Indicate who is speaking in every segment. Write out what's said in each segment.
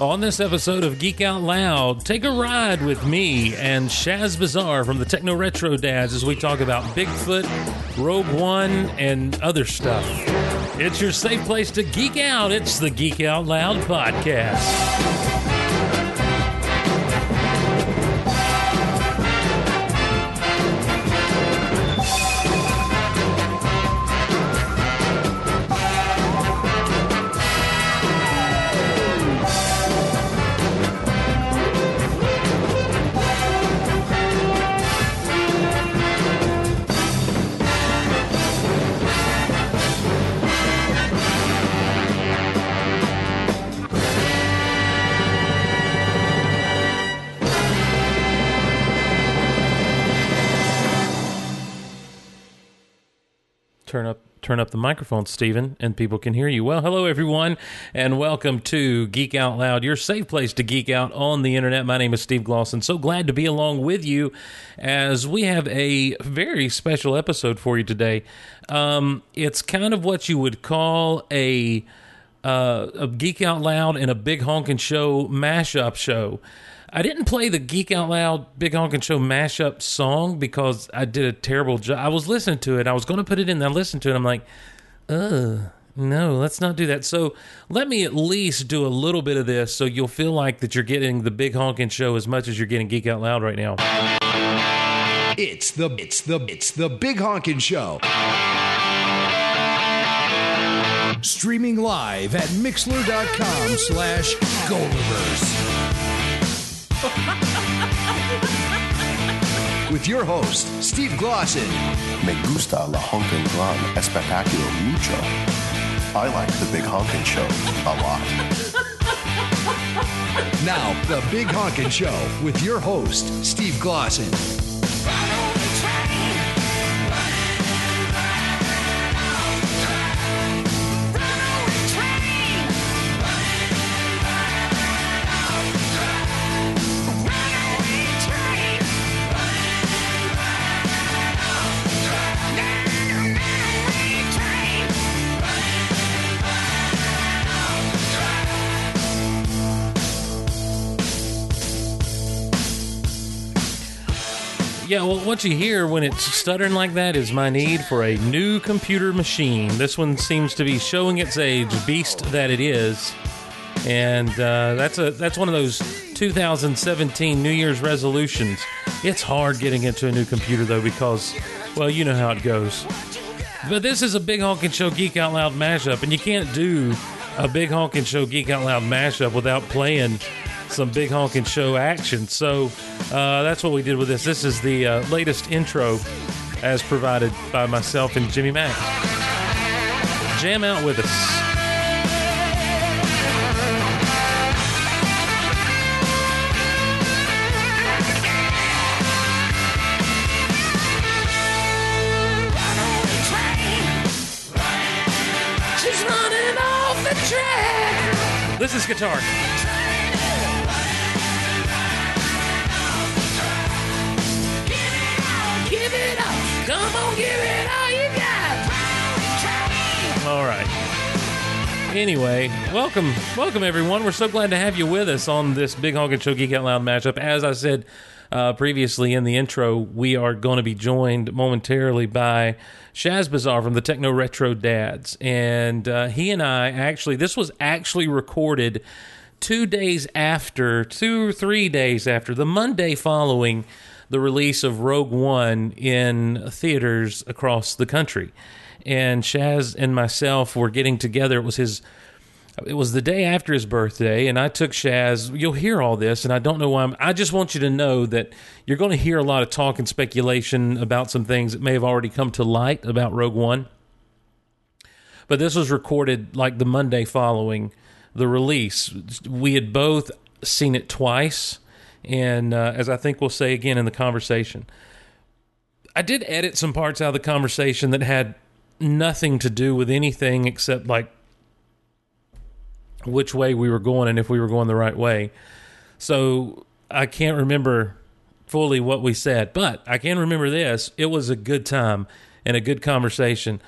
Speaker 1: On this episode of Geek Out Loud, take a ride with me and Shaz Bazaar from the Techno Retro Dads as we talk about Bigfoot, Rogue One, and other stuff. It's your safe place to geek out. It's the Geek Out Loud podcast. turn up turn up the microphone stephen and people can hear you well hello everyone and welcome to geek out loud your safe place to geek out on the internet my name is steve glosson so glad to be along with you as we have a very special episode for you today um, it's kind of what you would call a uh, a Geek Out Loud and a Big Honkin' Show mashup show. I didn't play the Geek Out Loud Big Honkin' Show mashup song because I did a terrible job. I was listening to it. I was going to put it in. I listened to it. I'm like, ugh, no, let's not do that. So let me at least do a little bit of this so you'll feel like that you're getting the Big Honkin' Show as much as you're getting Geek Out Loud right now.
Speaker 2: It's the it's the it's the big honkin' show. Streaming live at mixler.com slash Goldiverse. With your host, Steve Glosson,
Speaker 3: Me gusta la honkin' gran espectacular mucho. I like the big honkin' show a lot.
Speaker 2: now the Big Honkin' Show with your host, Steve Glosson.
Speaker 1: Yeah, well, what you hear when it's stuttering like that is my need for a new computer machine. This one seems to be showing its age, beast that it is, and uh, that's a that's one of those 2017 New Year's resolutions. It's hard getting into a new computer though because, well, you know how it goes. But this is a Big Honkin' Show Geek Out Loud mashup, and you can't do a Big Honkin' Show Geek Out Loud mashup without playing some Big Honkin' Show action. So uh, that's what we did with this. This is the uh, latest intro as provided by myself and Jimmy Mack. Jam out with us.
Speaker 4: She's running off the track.
Speaker 1: This is guitar.
Speaker 4: Give it up. Come on, give it all you got.
Speaker 1: All right. Anyway, welcome, welcome everyone. We're so glad to have you with us on this Big Honkin' Show Geek Out Loud matchup. As I said uh, previously in the intro, we are going to be joined momentarily by Shaz Bazaar from the Techno Retro Dads, and uh, he and I actually this was actually recorded two days after, two or three days after, the Monday following the release of Rogue One in theaters across the country. And Shaz and myself were getting together. It was his it was the day after his birthday, and I took Shaz. You'll hear all this, and I don't know why. I'm, I just want you to know that you're going to hear a lot of talk and speculation about some things that may have already come to light about Rogue One. But this was recorded like the Monday following the release. We had both seen it twice, and uh, as I think we'll say again in the conversation, I did edit some parts out of the conversation that had nothing to do with anything except like which way we were going and if we were going the right way. So I can't remember fully what we said, but I can remember this. It was a good time and a good conversation.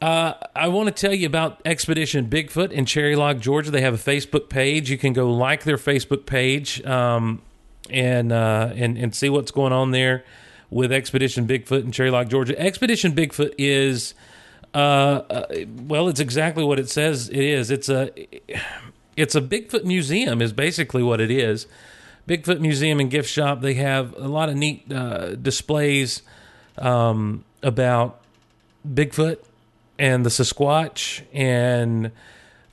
Speaker 1: Uh, I want to tell you about Expedition Bigfoot in Cherry Log, Georgia. They have a Facebook page. You can go like their Facebook page um, and uh, and and see what's going on there with Expedition Bigfoot in Cherry Log, Georgia. Expedition Bigfoot is uh, uh, well, it's exactly what it says it is. It's a it's a Bigfoot museum is basically what it is. Bigfoot Museum and Gift Shop. They have a lot of neat uh, displays um, about Bigfoot and the Sasquatch, and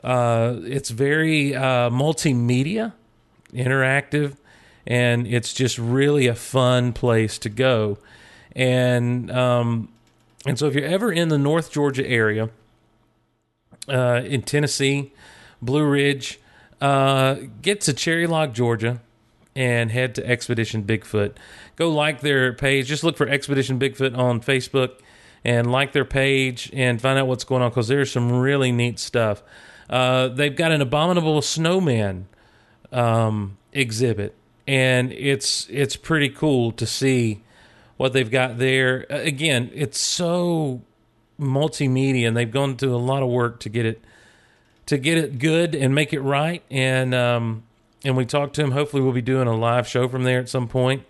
Speaker 1: uh, it's very uh, multimedia, interactive, and it's just really a fun place to go. And um, and so if you're ever in the North Georgia area, uh, in Tennessee, Blue Ridge, uh, get to Cherry Log, Georgia, and head to Expedition Bigfoot. Go like their page. Just look for Expedition Bigfoot on Facebook and like their page and find out what's going on because there's some really neat stuff. Uh, they've got an abominable snowman um, exhibit, and it's it's pretty cool to see what they've got there. Uh, Again, it's so multimedia, and they've gone to a lot of work to get it to get it good and make it right. And um, and we talked to him. Hopefully, we'll be doing a live show from there at some point.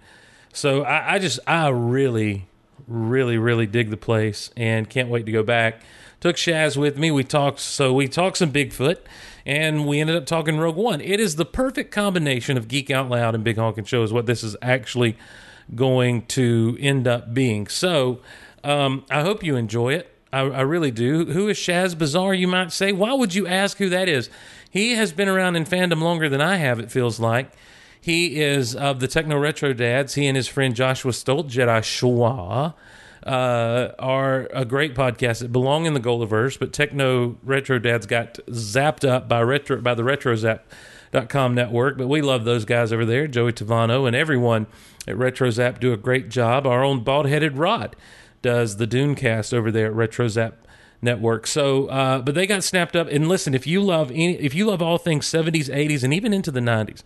Speaker 1: So I, I just I really, really, really dig the place and can't wait to go back. Took Shaz with me. We talked so we talked some Bigfoot and we ended up talking Rogue One. It is the perfect combination of Geek Out Loud and Big Honkin' Show is what this is actually going to end up being. So um, I hope you enjoy it. I, I really do. Who is Shaz Bazaar, you might say? Why would you ask who that is? He has been around in fandom longer than I have, it feels like. He is of the Techno Retro Dads. He and his friend Joshua Stolt, Jedi Shua, uh, are a great podcast that belong in the Golaverse, but Techno Retro Dads got zapped up by retro by the RetroZap.com network. But we love those guys over there, Joey Tavano and everyone at RetroZap do a great job. Our own bald headed Rod does the Dunecast over there at RetroZap network. So, uh, but they got snapped up. And listen, if you love any, if you love all things seventies, eighties, and even into the nineties,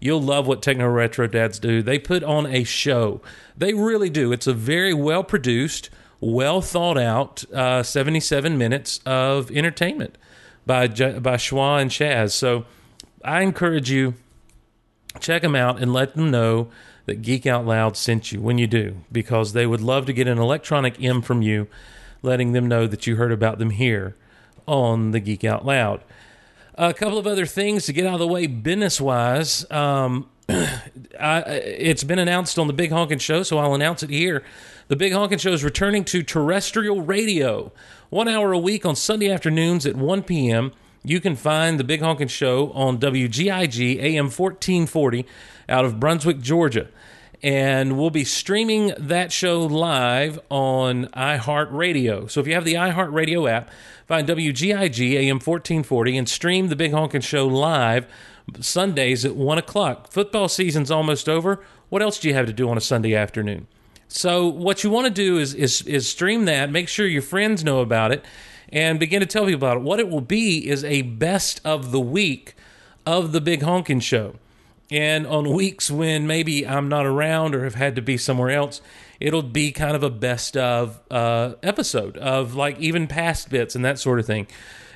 Speaker 1: you'll love what Techno Retro Dads do. They put on a show. They really do. It's a very well produced, well thought out uh, seventy seven minutes of entertainment by J- by Schwa and Chaz. So, I encourage you check them out and let them know that Geek Out Loud sent you when you do, because they would love to get an electronic M from you, letting them know that you heard about them here on the Geek Out Loud. A couple of other things to get out of the way business wise. Um, I, it's been announced on the Big Honkin' Show, so I'll announce it here. The Big Honkin' Show is returning to terrestrial radio, one hour a week on Sunday afternoons at 1 p.m. You can find the Big Honkin' Show on WGIG AM 1440 out of Brunswick, Georgia. And we'll be streaming that show live on iHeartRadio. So if you have the iHeartRadio app, find WGIG AM 1440 and stream the Big Honkin' Show live Sundays at 1 o'clock. Football season's almost over. What else do you have to do on a Sunday afternoon? So what you want to do is, is is stream that. Make sure your friends know about it, and begin to tell people about it. What it will be is a best of the week of the Big Honkin' Show. And on weeks when maybe I'm not around or have had to be somewhere else, it'll be kind of a best of uh, episode of like even past bits and that sort of thing.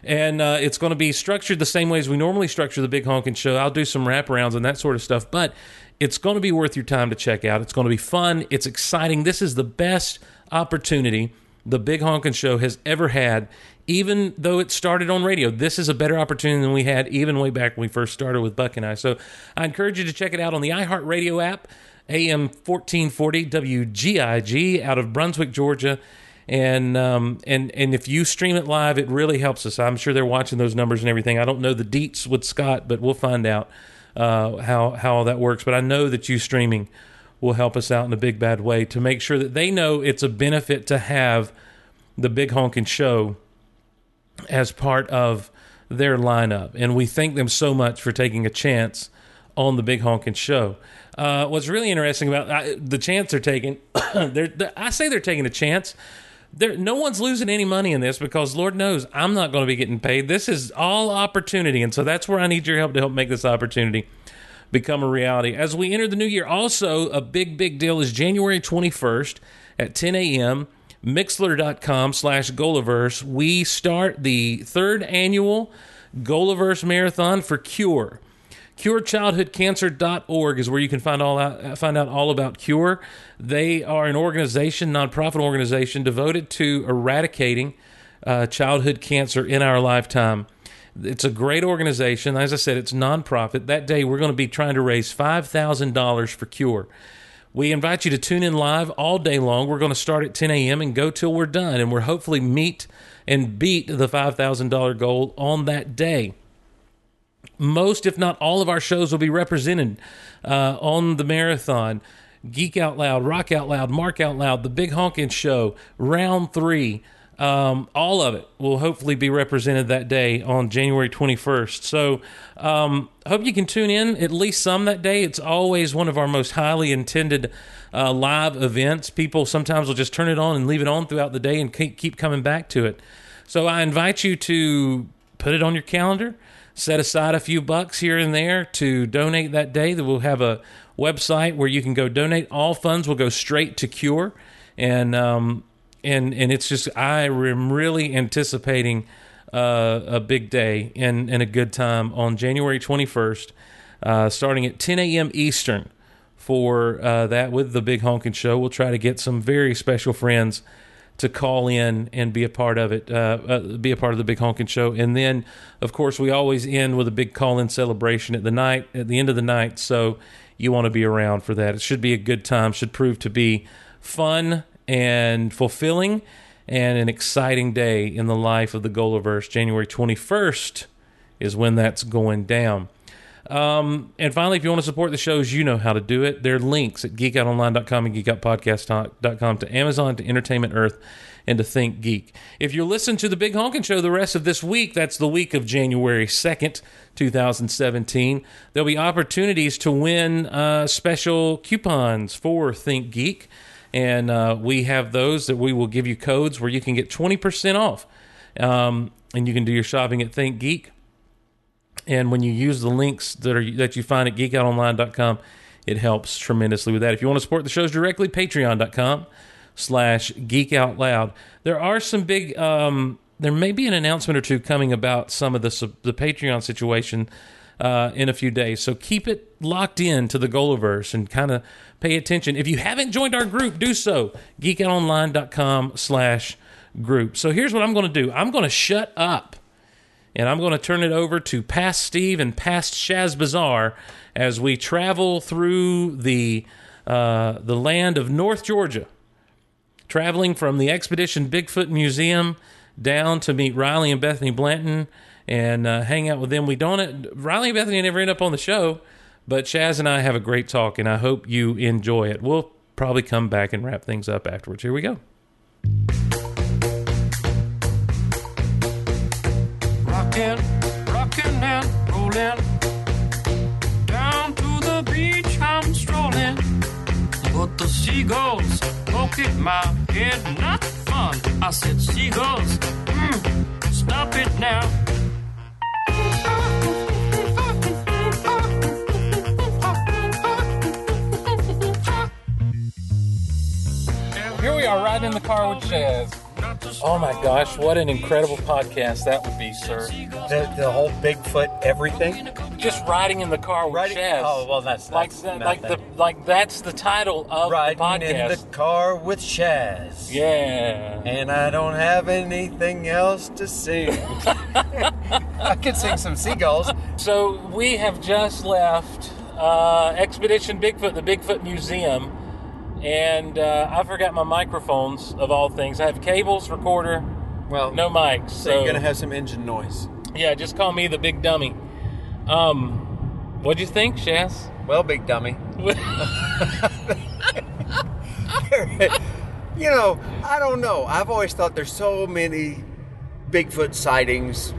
Speaker 1: And uh, it's going to be structured the same way as we normally structure the Big Honkin' Show. I'll do some wraparounds and that sort of stuff, but it's going to be worth your time to check out. It's going to be fun. It's exciting. This is the best opportunity the Big Honkin' Show has ever had, even though it started on radio. This is a better opportunity than we had even way back when we first started with Buck and I. So I encourage you to check it out on the iHeartRadio app, AM 1440 WGIG out of Brunswick, Georgia. And um, and and if you stream it live, it really helps us. I'm sure they're watching those numbers and everything. I don't know the deets with Scott, but we'll find out uh, how how all that works. But I know that you streaming will help us out in a big bad way to make sure that they know it's a benefit to have the Big Honkin' Show as part of their lineup. And we thank them so much for taking a chance on the Big Honkin' Show. Uh, what's really interesting about I, the chance they're taking, they're, they're- I say they're taking a chance. There, no one's losing any money in this because Lord knows I'm not going to be getting paid. This is all opportunity. And so that's where I need your help to help make this opportunity become a reality. As we enter the new year, also a big, big deal is January 21st at 10 a.m. Mixler.com slash Golaverse, we start the third annual Golaverse Marathon for Cure. CureChildhoodCancer.org is where you can find all out, uh, find out all about Cure. They are an organization, nonprofit organization, devoted to eradicating uh, childhood cancer in our lifetime. It's a great organization. As I said, it's nonprofit. That day, we're going to be trying to raise five thousand dollars for Cure. We invite you to tune in live all day long. We're going to start at 10 a.m. and go till we're done, and we're hopefully meet and beat the $5,000 goal on that day most, if not all, of our shows will be represented uh, on the marathon. Geek Out Loud, Rock Out Loud, Mark Out Loud, The Big Honkin' Show, Round Three, um, all of it will hopefully be represented that day on January 21st. So, um, hope you can tune in at least some that day. It's always one of our most highly intended uh, live events. People sometimes will just turn it on and leave it on throughout the day and keep keep coming back to it. So, I invite you to put it on your calendar set aside a few bucks here and there to donate that day. That we'll have a website where you can go donate. All funds will go straight to Cure, and um, and and it's just I am really anticipating uh, a big day and and a good time on January twenty first, uh, starting at ten a.m. Eastern. For uh, that, with the big honkin' show, we'll try to get some very special friends to call in and be a part of it, uh, uh, be a part of the Big Honkin' Show. And then, of course, we always end with a big call-in celebration at the night, at the end of the night. So you want to be around for that. It should be a good time. Should prove to be fun and fulfilling, and an exciting day in the life of the Golaverse. January twenty-first is when that's going down. Um, and finally, if you want to support the shows, you know how to do it. There are links at geekoutonline.com and geekoutpodcast.com to Amazon, to Entertainment Earth, and to Think Geek. If you're listening to the Big Honkin' Show the rest of this week, that's the week of January 2nd, 2017, there'll be opportunities to win uh, special coupons for Think Geek. And uh, we have those that we will give you codes where you can get 20% off. Um, and you can do your shopping at Think Geek and when you use the links that are that you find at geekoutonline.com it helps tremendously with that if you want to support the shows directly patreon.com slash geekoutloud there are some big um, there may be an announcement or two coming about some of the sub- the patreon situation uh, in a few days so keep it locked in to the golaverse and kind of pay attention if you haven't joined our group do so geekoutonline.com slash group so here's what i'm going to do i'm going to shut up and I'm going to turn it over to past Steve and past Shaz Bazaar as we travel through the uh, the land of North Georgia, traveling from the Expedition Bigfoot Museum down to meet Riley and Bethany Blanton and uh, hang out with them. We don't Riley and Bethany never end up on the show, but Shaz and I have a great talk, and I hope you enjoy it. We'll probably come back and wrap things up afterwards. Here we go.
Speaker 5: rockin', rockin' and rollin'. Down to the beach I'm strolling, but the seagulls poke at my head. Not fun, I said seagulls. Mm, stop it now.
Speaker 1: Here we are riding in the car with Shaz. Oh my gosh, what an incredible podcast that would be, sir.
Speaker 6: The, the whole Bigfoot everything.
Speaker 1: Just riding in the car with
Speaker 6: Riding-
Speaker 1: Shaz.
Speaker 6: oh, well, that's-
Speaker 1: like
Speaker 6: that's
Speaker 1: that- like the
Speaker 6: nothing.
Speaker 1: like that's the title of the
Speaker 6: Riding in
Speaker 1: podcast.
Speaker 6: the car with Shaz.
Speaker 1: yeah.
Speaker 6: And I don't have anything else to sing. I can sing some seagulls.
Speaker 1: So we have just left uh, Expedition Bigfoot, the Bigfoot Museum, and uh, I forgot my microphones of all things. I have cables, recorder,
Speaker 6: Well,
Speaker 1: no mics.
Speaker 6: So,
Speaker 1: So
Speaker 6: you're gonna have some engine noise.
Speaker 1: yeah, just call me the big dummy. Um, what'd you think, Shaz?
Speaker 6: Well, big dummy. You know, I don't know. I've always thought there's so many Bigfoot sightings.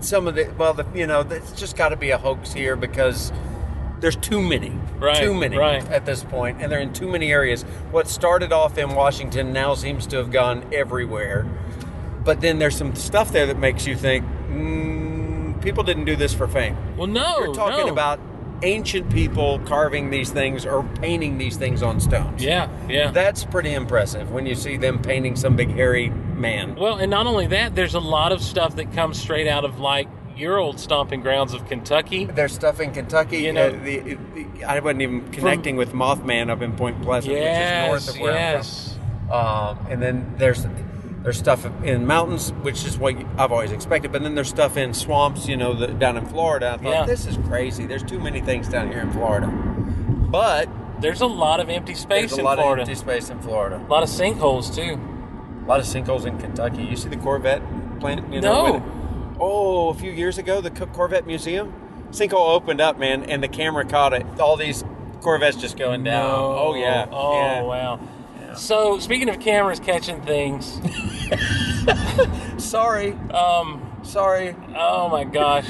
Speaker 6: Some of the well, the, you know, it's just got to be a hoax here because there's too many,
Speaker 1: Right,
Speaker 6: too many
Speaker 1: right.
Speaker 6: at this point, and they're in too many areas. What started off in Washington now seems to have gone everywhere. But then there's some stuff there that makes you think mm, people didn't do this for fame.
Speaker 1: Well, no,
Speaker 6: You're talking
Speaker 1: Oh, no.
Speaker 6: about ancient people carving these things or painting these things on stones.
Speaker 1: Yeah, yeah.
Speaker 6: That's pretty impressive when you see them painting some big hairy man.
Speaker 1: Well, and not only that, there's a lot of stuff that comes straight out of like your old stomping grounds of Kentucky.
Speaker 6: There's stuff in Kentucky.
Speaker 1: You know-
Speaker 6: uh, the, the- I wasn't even connecting with Mothman up in Point Pleasant, which is
Speaker 1: Yes,
Speaker 6: north of where I'm from.
Speaker 1: yes.
Speaker 6: Um, and then there's there's stuff in mountains, which is what I've always expected. But then there's stuff in swamps, you know, the, down in Florida. I thought
Speaker 1: Yeah.
Speaker 6: this is crazy. There's too many things down here in Florida. But
Speaker 1: There's a lot of empty space
Speaker 6: there's
Speaker 1: in
Speaker 6: a lot
Speaker 1: Florida.
Speaker 6: of empty space in Florida.
Speaker 1: a lot of sinkholes too.
Speaker 6: A lot of sinkholes in Kentucky. You see the Corvette plant? You know,
Speaker 1: No.
Speaker 6: with- oh, a few years ago, the Co- Corvette Museum sinkhole opened up, man, and the camera caught it. All these Corvettes just going down.
Speaker 1: No.
Speaker 6: Oh yeah.
Speaker 1: Oh
Speaker 6: yeah.
Speaker 1: wow. So speaking of cameras catching things,
Speaker 6: Sorry. Um. Sorry.
Speaker 1: oh my gosh.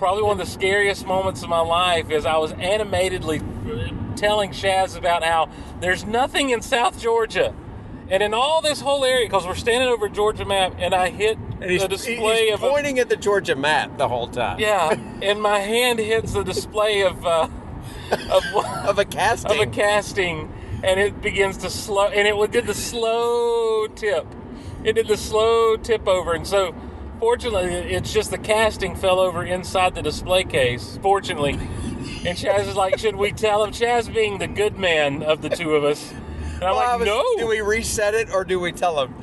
Speaker 1: Probably one of the scariest moments of my life is I was animatedly telling Shaz about how there's nothing in South Georgia. And in all this whole area, because we're standing over a Georgia map, and I hit
Speaker 6: And he's,
Speaker 1: the display
Speaker 6: he's
Speaker 1: of a,
Speaker 6: pointing at the Georgia map the whole time.
Speaker 1: yeah, and my hand hits the display of uh, of
Speaker 6: Of a casting.
Speaker 1: of a casting, and it begins to slow, and it did the slow tip. It did the slow tip over, and so fortunately, it's just the casting fell over inside the display case. Fortunately, and Chaz is like, "Should we tell him?" Chaz being the good man of the two of us, and I'm
Speaker 6: Well, I
Speaker 1: like,
Speaker 6: was-
Speaker 1: "No."
Speaker 6: Do we reset it or do we tell him?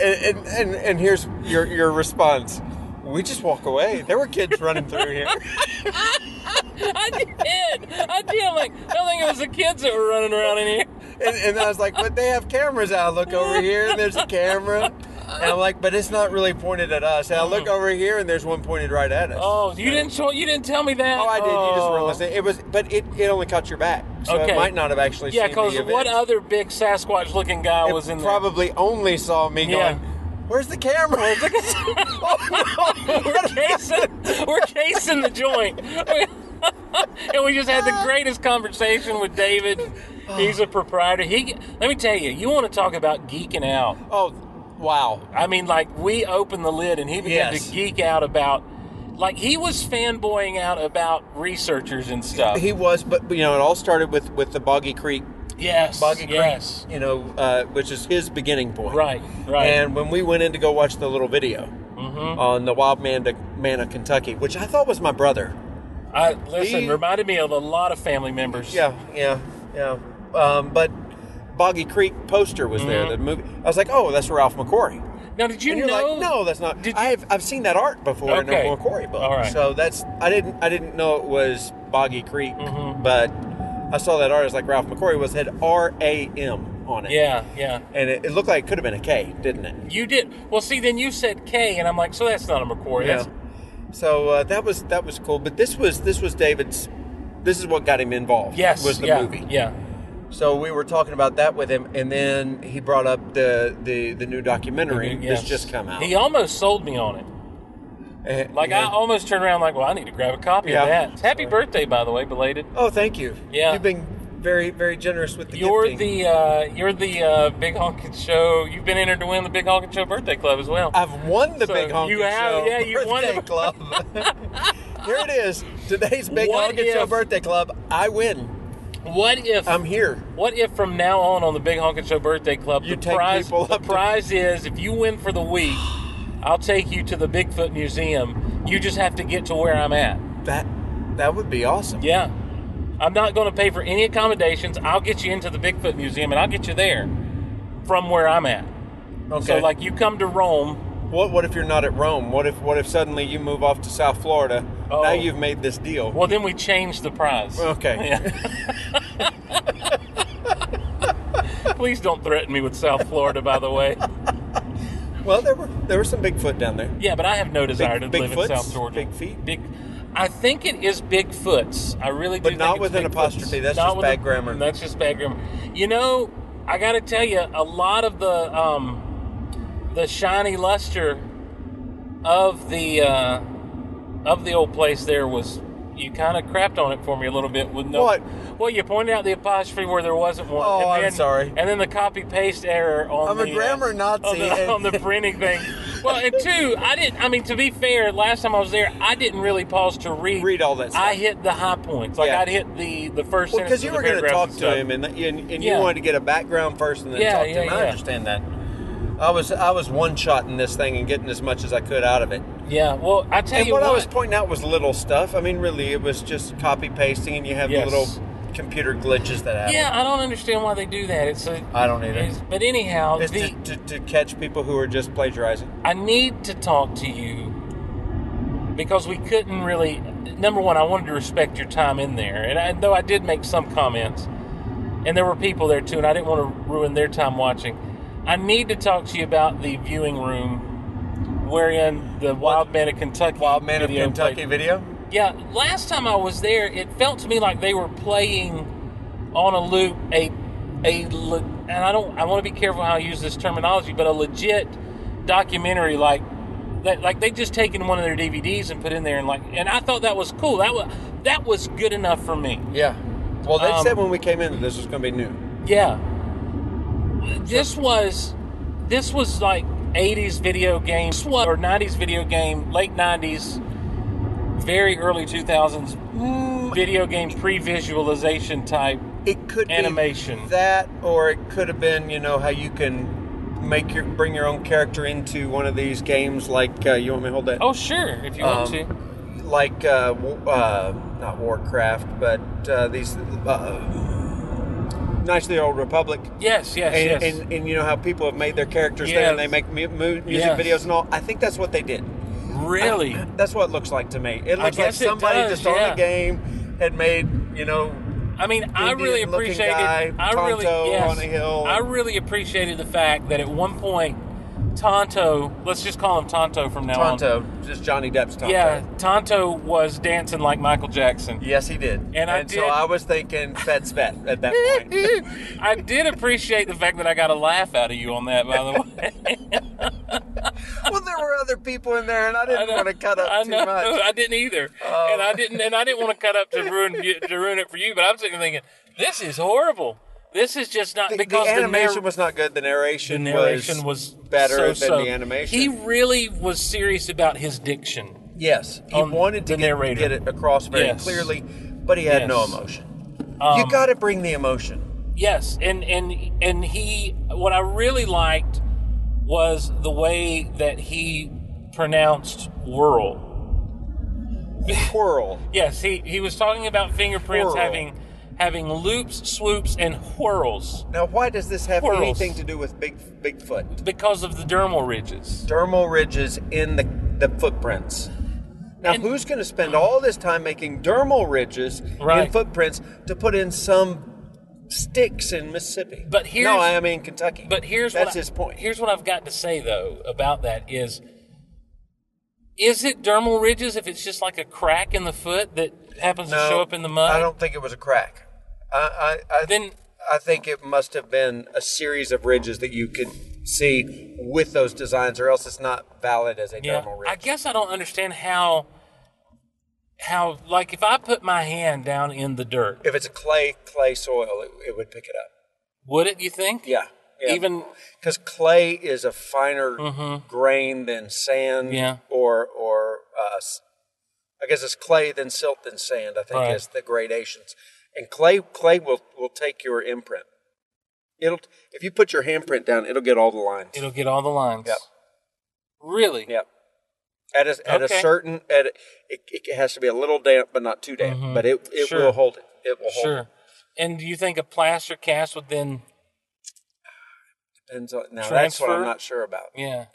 Speaker 6: And, and, and, and here's your, your response. We just walk away. There were kids running through here.
Speaker 1: I did. I did. I'm like, I don't think it was the kids that were running around in here.
Speaker 6: And, and I was like, but they have cameras. I look over here and there's a camera. And I'm like, but it's not really pointed at us. And I look over here and there's one pointed right at us.
Speaker 1: Oh, you didn't. Show, you didn't tell me that.
Speaker 6: Oh, I did. You just
Speaker 1: Oh.
Speaker 6: weren't listening. It was, but it, it only caught your back, so
Speaker 1: Okay.
Speaker 6: it might not have actually.
Speaker 1: Yeah,
Speaker 6: seen
Speaker 1: because
Speaker 6: the
Speaker 1: what
Speaker 6: event.
Speaker 1: other big Sasquatch-looking guy
Speaker 6: It
Speaker 1: was in there?
Speaker 6: probably only saw me
Speaker 1: Yeah.
Speaker 6: going, Where's the camera? oh, no.
Speaker 1: we're casing, we're casing the joint. and we just had the greatest conversation with David. He's a proprietor. He let me tell you, you want to talk about geeking out.
Speaker 6: oh, wow.
Speaker 1: I mean, like we opened the lid and he began
Speaker 6: Yes.
Speaker 1: to geek out about like he was fanboying out about researchers and stuff.
Speaker 6: He was, but you know, it all started with with the Boggy Creek,
Speaker 1: yes.
Speaker 6: Boggy
Speaker 1: yes.
Speaker 6: Creek, you know, uh, which is his beginning point.
Speaker 1: Right, right. Mm-hmm.
Speaker 6: And when we went in to go watch the little video on the Wild Man, to, Man of Kentucky, which I thought was my brother.
Speaker 1: I listen,
Speaker 6: He-
Speaker 1: reminded me of a lot of family members.
Speaker 6: Yeah, yeah, yeah. Um, but Boggy Creek poster was there. The movie. I was like, oh, that's Ralph McQuarrie.
Speaker 1: Now did Mm-hmm. you
Speaker 6: And you're
Speaker 1: know
Speaker 6: like, no, that's not.
Speaker 1: Did-
Speaker 6: I've I've seen that art before in a
Speaker 1: Okay.
Speaker 6: McQuarrie book.
Speaker 1: All right.
Speaker 6: So that's I didn't I didn't know it was Boggy Creek,
Speaker 1: Mm-hmm.
Speaker 6: but I saw that art. It's like Ralph McQuarrie was had R A M on it.
Speaker 1: Yeah, yeah.
Speaker 6: And it, it looked like it could have been a K, didn't it?
Speaker 1: You did. Well, see, then you said K, and I'm like, so that's not a McCoy. That's
Speaker 6: So uh, that was that was cool. But this was this was David's. This is what got him involved.
Speaker 1: yes,
Speaker 6: Was the
Speaker 1: yeah,
Speaker 6: movie.
Speaker 1: Yeah.
Speaker 6: So we were talking about that with him, and then he brought up the the, the new documentary
Speaker 1: Mm-hmm. yes.
Speaker 6: that's just come out.
Speaker 1: He almost sold me on it.
Speaker 6: Eh,
Speaker 1: Like
Speaker 6: yeah.
Speaker 1: I almost turned around, like, well, I need to grab a copy
Speaker 6: Yeah.
Speaker 1: of that. Happy birthday, by the way, belated.
Speaker 6: Oh, thank you.
Speaker 1: Yeah.
Speaker 6: You've been very, very generous with the
Speaker 1: You're
Speaker 6: gifting.
Speaker 1: the uh, you're the uh, Big Honkin' Show. You've been entered to win the Big Honkin' Show Birthday Club as well.
Speaker 6: I've won the
Speaker 1: So
Speaker 6: Big Honky
Speaker 1: you have-
Speaker 6: Show
Speaker 1: yeah, you won
Speaker 6: Birthday
Speaker 1: the-
Speaker 6: Club. Here it is. Today's Big
Speaker 1: What
Speaker 6: Honky Show
Speaker 1: if-
Speaker 6: Birthday Club. I win.
Speaker 1: what if
Speaker 6: I'm here.
Speaker 1: What if from now on on the Big Honkin' Show Birthday Club,
Speaker 6: You
Speaker 1: the
Speaker 6: take
Speaker 1: prize
Speaker 6: people
Speaker 1: the
Speaker 6: up to-
Speaker 1: prize is if you win for the week, I'll take you to the Bigfoot Museum. You just have to get to where I'm at.
Speaker 6: That that would be awesome.
Speaker 1: Yeah. I'm not going to pay for any accommodations. I'll get you into the Bigfoot Museum and I'll get you there from where I'm at.
Speaker 6: Okay.
Speaker 1: So, like, you come to Rome.
Speaker 6: what what if you're not at Rome? What if what if suddenly you move off to South Florida?
Speaker 1: Oh.
Speaker 6: Now you've made this deal.
Speaker 1: Well, then we change the prize.
Speaker 6: Okay.
Speaker 1: Yeah. Please don't threaten me with South Florida, by the way.
Speaker 6: Well, there were there were some Bigfoot down there.
Speaker 1: Yeah, but I have no desire to
Speaker 6: big
Speaker 1: live
Speaker 6: foots?
Speaker 1: in South Georgia.
Speaker 6: Big feet?
Speaker 1: Big. I think it is Bigfoots. I really do.
Speaker 6: But
Speaker 1: think
Speaker 6: not
Speaker 1: it's
Speaker 6: with an
Speaker 1: Bigfoots.
Speaker 6: apostrophe. That's
Speaker 1: Not
Speaker 6: just
Speaker 1: with a-
Speaker 6: bad grammar.
Speaker 1: That's just bad grammar. You know, I got to tell you, a lot of the um, the shiny luster of the uh, of the old place there was. You kind of crapped on it for me a little bit with no.
Speaker 6: What?
Speaker 1: Well, you pointed out the apostrophe where there wasn't one.
Speaker 6: Oh,
Speaker 1: and
Speaker 6: I'm
Speaker 1: then-
Speaker 6: sorry.
Speaker 1: And then the copy paste error on
Speaker 6: I'm
Speaker 1: the
Speaker 6: a grammar
Speaker 1: uh,
Speaker 6: Nazi.
Speaker 1: on the, on the printing thing. Well, and two, I didn't. I mean, to be fair, last time I was there, I didn't really pause to read.
Speaker 6: Read all that stuff.
Speaker 1: I hit the high points. Like
Speaker 6: Yeah.
Speaker 1: I'd hit the the first.
Speaker 6: Well,
Speaker 1: sentence
Speaker 6: because you
Speaker 1: of the
Speaker 6: were going to
Speaker 1: paragraphs
Speaker 6: talk
Speaker 1: and
Speaker 6: to
Speaker 1: stuff.
Speaker 6: him, and and, and
Speaker 1: Yeah.
Speaker 6: you wanted to get a background first, and then
Speaker 1: Yeah,
Speaker 6: talk to
Speaker 1: yeah,
Speaker 6: him.
Speaker 1: yeah.
Speaker 6: I understand that. I was I was one shotting this thing and getting as much as I could out of it.
Speaker 1: Yeah. Well, I tell
Speaker 6: And
Speaker 1: you
Speaker 6: what,
Speaker 1: what.
Speaker 6: I was pointing out was little stuff. I mean, really, it was just copy pasting, and you have the
Speaker 1: Yes.
Speaker 6: little computer glitches that happen.
Speaker 1: yeah, I don't understand why they do that. It's a.
Speaker 6: I don't either.
Speaker 1: it's- but anyhow,
Speaker 6: It's
Speaker 1: the,
Speaker 6: to, to, to catch people who are just plagiarizing.
Speaker 1: I need to talk to you because we couldn't really. Number one, I wanted to respect your time in there, and I, though I did make some comments, and there were people there too, and I didn't want to ruin their time watching. I need to talk to you about the viewing room, wherein the Wild Man of Kentucky.
Speaker 6: Wild Man of
Speaker 1: video
Speaker 6: Kentucky
Speaker 1: played.
Speaker 6: video.
Speaker 1: Yeah, last time I was there, it felt to me like they were playing on a loop a a le- and I don't I want to be careful how I use this terminology, but a legit documentary like that like they just taken one of their DVDs and put in there and like and I thought that was cool. That was that was good enough for me.
Speaker 6: Yeah. Well, they
Speaker 1: Um,
Speaker 6: said when we came in that this was going to be new.
Speaker 1: Yeah. This was this was like 80s video game sw- or 90s video game, late 90s, very early 2000s
Speaker 6: Mm.
Speaker 1: video game pre-visualization type.
Speaker 6: It could
Speaker 1: Animation.
Speaker 6: be that, or it could have been you know how you can make your bring your own character into one of these games. Like uh, you want me to hold that?
Speaker 1: Oh sure, if you want
Speaker 6: Um,
Speaker 1: to.
Speaker 6: Like uh, w- uh, not Warcraft, but uh, these uh, Knights of the Old Republic.
Speaker 1: Yes, yes,
Speaker 6: And,
Speaker 1: yes.
Speaker 6: and, and you know how people have made their characters there and
Speaker 1: Yes.
Speaker 6: they make mu- mu- music
Speaker 1: Yes.
Speaker 6: videos and all. I think that's what they did.
Speaker 1: really?
Speaker 6: That's what it looks like to me. It
Speaker 1: I
Speaker 6: looks like
Speaker 1: guess it
Speaker 6: somebody
Speaker 1: does,
Speaker 6: just on
Speaker 1: yeah.
Speaker 6: the game had made, you know,
Speaker 1: I mean, I
Speaker 6: Indian-looking
Speaker 1: really appreciated.
Speaker 6: guy,
Speaker 1: I really,
Speaker 6: Tonto
Speaker 1: yes,
Speaker 6: on a hill.
Speaker 1: I really appreciated the fact that at one point, Tonto. Let's just call him Tonto from now on.
Speaker 6: Tonto, just Johnny Depp's Tonto.
Speaker 1: Yeah, Tonto was dancing like Michael Jackson.
Speaker 6: Yes, he did.
Speaker 1: And I
Speaker 6: so
Speaker 1: did-
Speaker 6: I was thinking Fed's Vet at that point.
Speaker 1: I did appreciate the fact that I got a laugh out of you on that, by the way.
Speaker 6: well, there were other people in there, and I didn't want to cut up
Speaker 1: I
Speaker 6: too
Speaker 1: know,
Speaker 6: much. Oh.
Speaker 1: I didn't either, and I didn't, and I didn't want to cut up to ruin you- to ruin it for you. But I'm sitting there thinking, this is horrible. This is just not
Speaker 6: The, the
Speaker 1: because
Speaker 6: animation
Speaker 1: the, narr-
Speaker 6: was not good. The
Speaker 1: the
Speaker 6: narration,
Speaker 1: narration was,
Speaker 6: better
Speaker 1: so-so.
Speaker 6: than the animation.
Speaker 1: He really was serious about his diction.
Speaker 6: yes, he
Speaker 1: on
Speaker 6: wanted
Speaker 1: the
Speaker 6: to get,
Speaker 1: narrator.
Speaker 6: get it across very
Speaker 1: Yes.
Speaker 6: clearly, but he had no
Speaker 1: Yes. Um,
Speaker 6: emotion. you got to bring the emotion.
Speaker 1: Yes, and and and he. What I really liked was the way that he pronounced "whirl."
Speaker 6: Whirl.
Speaker 1: Yes, he, he was talking about fingerprints
Speaker 6: Whirl.
Speaker 1: having having loops, swoops, and whirls
Speaker 6: Now, why does this have
Speaker 1: Whirls.
Speaker 6: anything to do with Big Bigfoot?
Speaker 1: because of the dermal ridges.
Speaker 6: dermal ridges in the, the footprints. Now,
Speaker 1: And-
Speaker 6: who's going to spend all this time making dermal ridges
Speaker 1: Right.
Speaker 6: in footprints to put in some sticks in Mississippi?
Speaker 1: But here's-
Speaker 6: no, I mean Kentucky.
Speaker 1: But here's
Speaker 6: that's
Speaker 1: what I-
Speaker 6: his point.
Speaker 1: Here's what I've got to say though about that is is it dermal ridges if it's just like a crack in the foot that happens to
Speaker 6: No,
Speaker 1: show up in the mud?
Speaker 6: I don't think it was a crack. I, I, I
Speaker 1: Then-
Speaker 6: I think it must have been a series of ridges that you could see with those designs, or else it's not valid as a
Speaker 1: yeah.
Speaker 6: dermal ridge.
Speaker 1: I guess I don't understand how how like if I put my hand down in the dirt,
Speaker 6: if it's a clay clay soil, it, it would pick it up.
Speaker 1: would it you think?
Speaker 6: Yeah. yeah.
Speaker 1: Even
Speaker 6: because clay is a finer grain than sand
Speaker 1: Mm-hmm. Yeah.
Speaker 6: or or uh, s- I guess it's clay than silt than sand. I think
Speaker 1: Right.
Speaker 6: is the gradations, and clay clay will will take your imprint. It'll if you put your handprint down, it'll get all the lines.
Speaker 1: it'll get all the lines.
Speaker 6: Yep.
Speaker 1: Really?
Speaker 6: Yep. At a, at a
Speaker 1: Okay.
Speaker 6: certain at a, it, it has to be a little damp, but not too damp. But it it
Speaker 1: Mm-hmm. Sure.
Speaker 6: will hold it. It will hold. it.
Speaker 1: Sure. And do you think a plaster cast would then?
Speaker 6: Depends on, now that's what
Speaker 1: Transfer?
Speaker 6: I'm not sure about.
Speaker 1: Yeah.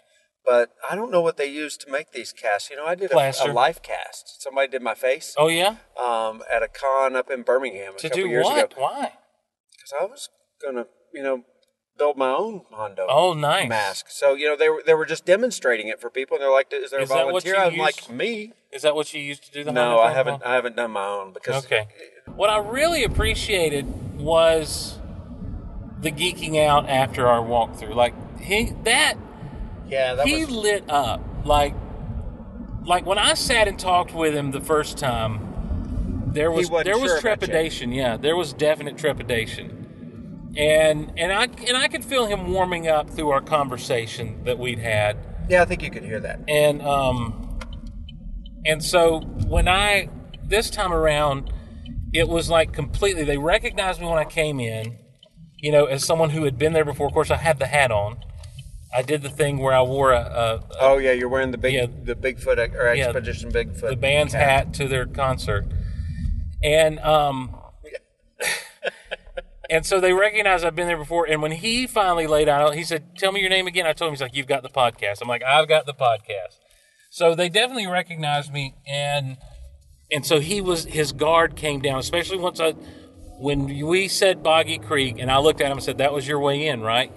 Speaker 6: But I don't know what they use to make these casts. You know, I did a,
Speaker 1: Plaster.
Speaker 6: a life cast. Somebody did my face.
Speaker 1: Oh yeah.
Speaker 6: um, at a con up in Birmingham a
Speaker 1: To
Speaker 6: couple
Speaker 1: do
Speaker 6: years
Speaker 1: what?
Speaker 6: ago
Speaker 1: Why?
Speaker 6: because I was gonna, you know, build my own Hondo
Speaker 1: Oh, nice.
Speaker 6: mask. So you know they were they were just demonstrating it for people, and they're like, "Is there
Speaker 1: Is
Speaker 6: a
Speaker 1: that what
Speaker 6: volunteer?"
Speaker 1: you
Speaker 6: I'm
Speaker 1: used?
Speaker 6: like, "Me?
Speaker 1: Is that what you used to do? The
Speaker 6: No,
Speaker 1: Honda
Speaker 6: I
Speaker 1: Club
Speaker 6: haven't.
Speaker 1: on?
Speaker 6: I haven't done my own because
Speaker 1: Okay. What I really appreciated was the geeking out after our walkthrough. Like he that
Speaker 6: yeah, that
Speaker 1: he
Speaker 6: was
Speaker 1: lit up like like when I sat and talked with him the first time, there was
Speaker 6: wasn't
Speaker 1: there was
Speaker 6: sure about you.
Speaker 1: trepidation. Yeah, there was definite trepidation, and and I and I could feel him warming up through our conversation that we'd had,
Speaker 6: Yeah, I think you could hear that.
Speaker 1: and um and so when i this time around it was like completely they recognized me when i came in you know as someone who had been there before of course i had the hat on i did the thing where i wore a, a
Speaker 6: Oh yeah, you're wearing the big
Speaker 1: Yeah.
Speaker 6: the Bigfoot ex- or
Speaker 1: Yeah,
Speaker 6: Expedition Bigfoot.
Speaker 1: the band's hat to their concert. And um and so they recognized I've been there before. And when he finally laid out, he said, Tell me your name again. I told him he's like, You've got the podcast. I'm like, I've got the podcast. So they definitely recognized me and and so he was his guard came down, especially once I when we said Boggy Creek and I looked at him and said, That was your way in, right?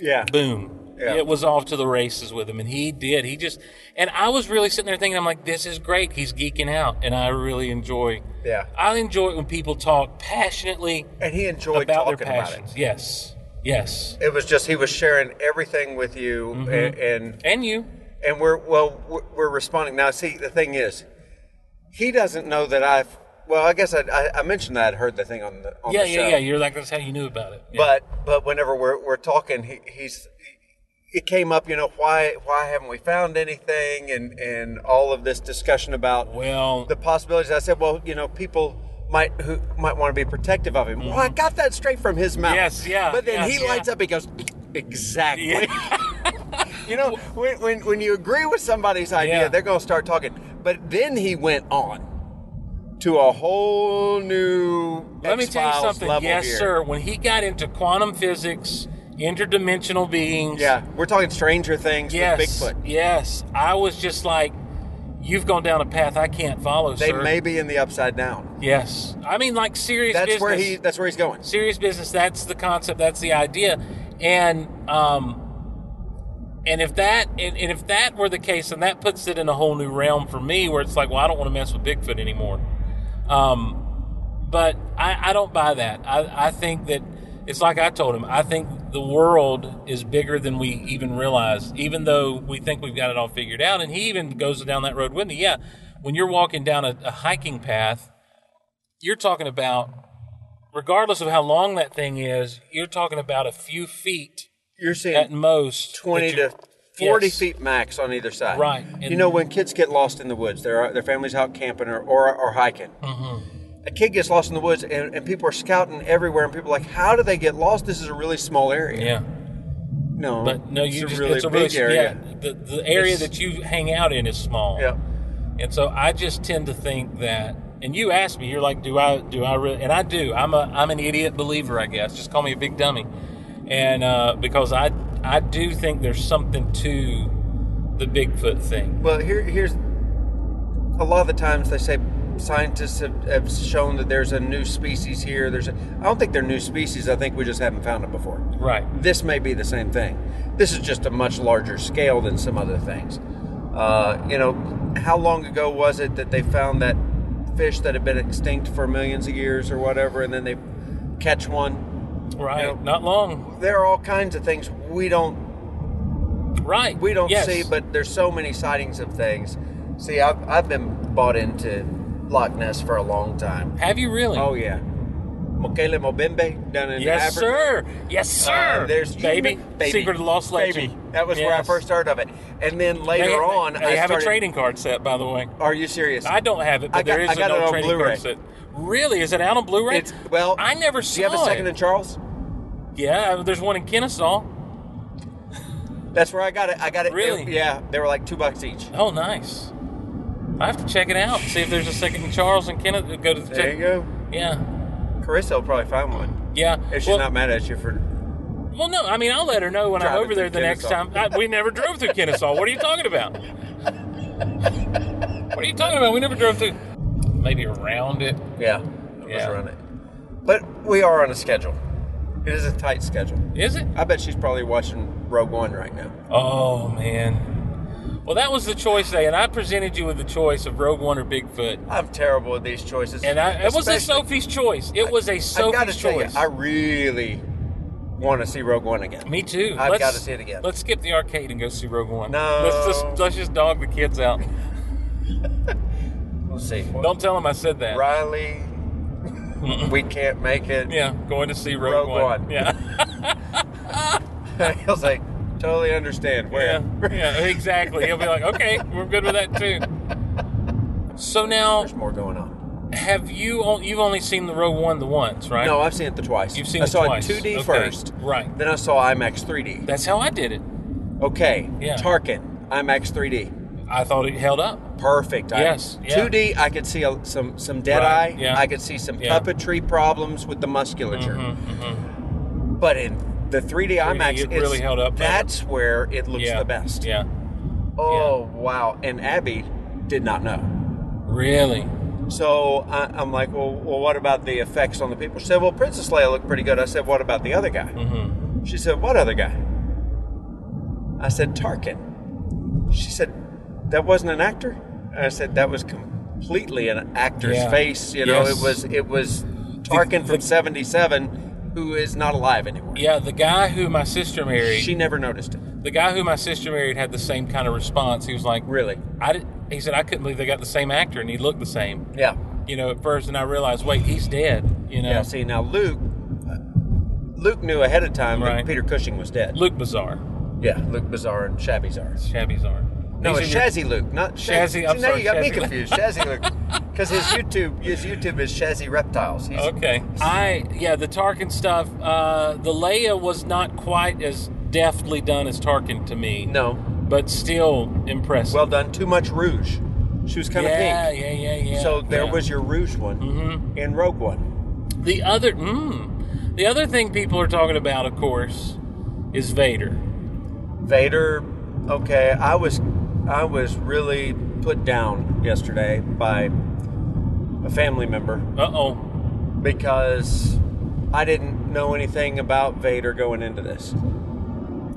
Speaker 6: Yeah.
Speaker 1: boom
Speaker 6: Yeah.
Speaker 1: it was off to the races with him and he did he just and i was really sitting there thinking i'm like this is great he's geeking out and i really enjoy
Speaker 6: Yeah.
Speaker 1: i enjoy it when people talk passionately
Speaker 6: And he enjoyed
Speaker 1: about their
Speaker 6: talking about it.
Speaker 1: passions yes yes
Speaker 6: It was just he was sharing everything with you,
Speaker 1: Mm-hmm.
Speaker 6: and, and
Speaker 1: and you
Speaker 6: and we're well we're- we're responding now. See, the thing is, he doesn't know that I've. Well, I guess I, I, I mentioned that I heard the thing on the on
Speaker 1: yeah
Speaker 6: the
Speaker 1: yeah
Speaker 6: show.
Speaker 1: yeah you're like that's how you knew about it Yeah.
Speaker 6: But but whenever we're we're talking, he, he's it came up. You know why why haven't we found anything? And and all of this discussion about
Speaker 1: well
Speaker 6: the possibilities. I said, well, you know, people might who might want to be protective of him. Well, I got that straight from his mouth.
Speaker 1: Mm-hmm. Yes, yeah,
Speaker 6: But then
Speaker 1: yes,
Speaker 6: he
Speaker 1: yeah.
Speaker 6: lights up. He goes, exactly. you know, when, when when you agree with somebody's idea,
Speaker 1: Yeah.
Speaker 6: they're going to start talking. But then he went on to a whole new
Speaker 1: let me tell you
Speaker 6: X-Files
Speaker 1: something
Speaker 6: level
Speaker 1: yes
Speaker 6: here.
Speaker 1: sir when he got into quantum physics interdimensional beings
Speaker 6: Yeah, we're talking Stranger Things with
Speaker 1: yes
Speaker 6: Bigfoot.
Speaker 1: yes i was just like you've gone down a path i can't follow
Speaker 6: They
Speaker 1: sir.
Speaker 6: may be in the Upside Down.
Speaker 1: Yes, I mean like serious.
Speaker 6: That's
Speaker 1: business.
Speaker 6: where he. That's where he's going.
Speaker 1: serious business. That's the concept. That's the idea, and um, and if that and, and if that were the case, then that puts it in a whole new realm for me, where it's like, well, I don't want to mess with Bigfoot anymore. Um, but I, I don't buy that. I, I think that it's like I told him. I think the world is bigger than we even realize, even though we think we've got it all figured out. And he even goes down that road with me. Yeah, when you're walking down a, a hiking path, you're talking about, regardless of how long that thing is, you're talking about a few feet
Speaker 6: You're seeing
Speaker 1: at most. that
Speaker 6: twenty
Speaker 1: you're-
Speaker 6: to forty
Speaker 1: Yes.
Speaker 6: feet max on either side.
Speaker 1: Right,
Speaker 6: you
Speaker 1: and-
Speaker 6: know, when kids get lost in the woods, uh, their their families out camping or or, or hiking.
Speaker 1: Mm-hmm.
Speaker 6: A kid gets lost in the woods, and, and people are scouting everywhere, and people are like, "How do they get lost? This is a really small area."
Speaker 1: Yeah,
Speaker 6: No,
Speaker 1: but no, you
Speaker 6: it's
Speaker 1: just,
Speaker 6: a really
Speaker 1: it's a
Speaker 6: big
Speaker 1: really,
Speaker 6: area.
Speaker 1: Yeah, the, the area
Speaker 6: It's-
Speaker 1: that you hang out in is small.
Speaker 6: Yeah.
Speaker 1: And so I just tend to think that, and you asked me, you're like, do I, do I really, and I do, I'm a, I'm an idiot believer, I guess. Just call me a big dummy. And, uh, because I, I do think there's something to the Bigfoot thing.
Speaker 6: Well, here here's a lot of the times they say scientists have, have shown that there's a new species here. There's a, I don't think they're new species. I think we just haven't found it before.
Speaker 1: Right.
Speaker 6: this may be the same thing. This is just a much larger scale than some other things. Uh, you know, how long ago was it that they found that fish that had been extinct for millions of years or whatever, and then they catch one?
Speaker 1: Right.
Speaker 6: Yep.
Speaker 1: Not long.
Speaker 6: There are all kinds of things we don't
Speaker 1: Right.
Speaker 6: we don't
Speaker 1: Yes.
Speaker 6: see, but there's so many sightings of things. See, I've I've been bought into Loch Ness for a long time.
Speaker 1: have you really?
Speaker 6: Oh yeah, Mokele Mobembe down in
Speaker 1: yes,
Speaker 6: Africa.
Speaker 1: sir. Yes, sir.
Speaker 6: Uh, there's
Speaker 1: baby,
Speaker 6: baby.
Speaker 1: secret of the lost
Speaker 6: Baby.
Speaker 1: legend.
Speaker 6: That was where I
Speaker 1: Yes.
Speaker 6: first heard of it, and then later
Speaker 1: They-
Speaker 6: on,
Speaker 1: they
Speaker 6: I
Speaker 1: have
Speaker 6: started,
Speaker 1: a trading card set, by the way.
Speaker 6: Are you serious?
Speaker 1: I don't have it, but
Speaker 6: I got-
Speaker 1: there is
Speaker 6: I got
Speaker 1: an
Speaker 6: it
Speaker 1: old
Speaker 6: on
Speaker 1: trading
Speaker 6: Blu-ray.
Speaker 1: card set. Really? Is it out on Blu-ray?
Speaker 6: It's well.
Speaker 1: I never
Speaker 6: Do
Speaker 1: saw
Speaker 6: you have a second
Speaker 1: it.
Speaker 6: in Charles?
Speaker 1: yeah, there's one in Kennesaw.
Speaker 6: That's where I got it. I got it.
Speaker 1: Really?
Speaker 6: yeah, they were like two bucks each.
Speaker 1: Oh, nice. I have to check it out. See if there's a second in Charles and Kenneth. Go to the
Speaker 6: There you go.
Speaker 1: Yeah,
Speaker 6: Carissa will probably find one
Speaker 1: yeah.
Speaker 6: if she's
Speaker 1: Well,
Speaker 6: not mad at you for.
Speaker 1: Well, no, I mean, I'll let her know when I'm
Speaker 6: Driving
Speaker 1: over there the
Speaker 6: through
Speaker 1: next time.
Speaker 6: Kennesaw.
Speaker 1: I, we never drove through Kennesaw. What are you talking about? What are you talking about? We never drove through. Maybe around it.
Speaker 6: Yeah.
Speaker 1: Yeah.
Speaker 6: Let's run it. But we are on a schedule. It is a tight schedule.
Speaker 1: Is it?
Speaker 6: I bet she's probably watching Rogue One right now.
Speaker 1: Oh, man. Well, that was the choice today, and I presented you with the choice of Rogue One or Bigfoot.
Speaker 6: I'm terrible at these choices.
Speaker 1: And I, it was a
Speaker 6: especially-
Speaker 1: Sophie's choice. It was a
Speaker 6: I
Speaker 1: Sophie's
Speaker 6: gotta tell you,
Speaker 1: choice.
Speaker 6: I really want to see Rogue One again.
Speaker 1: Me too.
Speaker 6: I've
Speaker 1: Let's-
Speaker 6: gotta see it again.
Speaker 1: Let's skip the arcade and go see Rogue One.
Speaker 6: No.
Speaker 1: Let's just let's just dog the kids out.
Speaker 6: Let's see.
Speaker 1: Don't tell them I said that.
Speaker 6: Riley, we can't make it.
Speaker 1: Yeah, going to see Rogue,
Speaker 6: Rogue One.
Speaker 1: Yeah.
Speaker 6: He'll say, Totally understand where.
Speaker 1: Yeah, yeah, exactly. He'll be like, okay, we're good with that too. So now,
Speaker 6: There's more going on.
Speaker 1: have you? on- You've only seen the row one the once, right?
Speaker 6: No, I've seen it the twice.
Speaker 1: You've seen
Speaker 6: I
Speaker 1: it
Speaker 6: saw
Speaker 1: twice.
Speaker 6: it 2D
Speaker 1: Okay,
Speaker 6: first.
Speaker 1: right.
Speaker 6: Then I saw IMAX 3D.
Speaker 1: That's how I did it.
Speaker 6: Okay.
Speaker 1: Yeah.
Speaker 6: Tarkin, IMAX 3D.
Speaker 1: I thought it held up.
Speaker 6: Perfect. I-
Speaker 1: Yes, yeah.
Speaker 6: 2D, I could see a, some some dead
Speaker 1: Right,
Speaker 6: eye.
Speaker 1: yeah.
Speaker 6: I could see some
Speaker 1: Yeah. Mm-hmm,
Speaker 6: puppetry problems with the musculature. But in the 3D, IMAX,
Speaker 1: it
Speaker 6: it's-
Speaker 1: really held up better.
Speaker 6: That's where it looks
Speaker 1: yeah,
Speaker 6: the best.
Speaker 1: Yeah,
Speaker 6: Oh wow! And Abby did not know.
Speaker 1: really.
Speaker 6: So I, I'm like, well, well, what about the effects on the people? She said, well, Princess Leia looked pretty good. I said, what about the other guy?
Speaker 1: Mm-hmm.
Speaker 6: She said, what other guy? I said, Tarkin. She said, that wasn't an actor. And I said, that was completely an actor's
Speaker 1: Yeah.
Speaker 6: face. You know,
Speaker 1: Yes.
Speaker 6: it was it was Tarkin from '77, who is not alive anymore.
Speaker 1: Yeah, the guy who my sister married,
Speaker 6: She never noticed it.
Speaker 1: the guy who my sister married had the same kind of response. He was like,
Speaker 6: Really?
Speaker 1: I did, he said I couldn't believe they got the same actor and he looked the same.
Speaker 6: Yeah.
Speaker 1: You know, at first, and I realized, wait, he's dead. You know,
Speaker 6: Yeah. See, now Luke, uh, Luke knew ahead of time
Speaker 1: Right.
Speaker 6: that Peter Cushing was dead.
Speaker 1: Luke Bizarre,
Speaker 6: Yeah, Luke Bizarre and Shabby Czar.
Speaker 1: Shabby Bizarre.
Speaker 6: No,
Speaker 1: These
Speaker 6: it's
Speaker 1: are your-
Speaker 6: Shazzy Luke, not
Speaker 1: Shazzy,
Speaker 6: Shazzy.
Speaker 1: I'm
Speaker 6: now
Speaker 1: sorry,
Speaker 6: you got me
Speaker 1: Shazzy.
Speaker 6: confused. Shazzy Luke, because his YouTube, his YouTube is Shazzy Reptiles. He's,
Speaker 1: Okay. I yeah, the Tarkin stuff. Uh, the Leia was not quite as deftly done as Tarkin to me.
Speaker 6: No,
Speaker 1: but still impressive.
Speaker 6: well done. Too much rouge. She was kind of
Speaker 1: yeah,
Speaker 6: pink.
Speaker 1: yeah, yeah, yeah.
Speaker 6: so there
Speaker 1: yeah. Mm-hmm.
Speaker 6: was your rouge one in Rogue One.
Speaker 1: the other. Mm, the other thing people are talking about, of course, is Vader.
Speaker 6: Vader. Okay, I was, I was really put down yesterday by a family member
Speaker 1: Uh oh.
Speaker 6: because I didn't know anything about Vader going into this.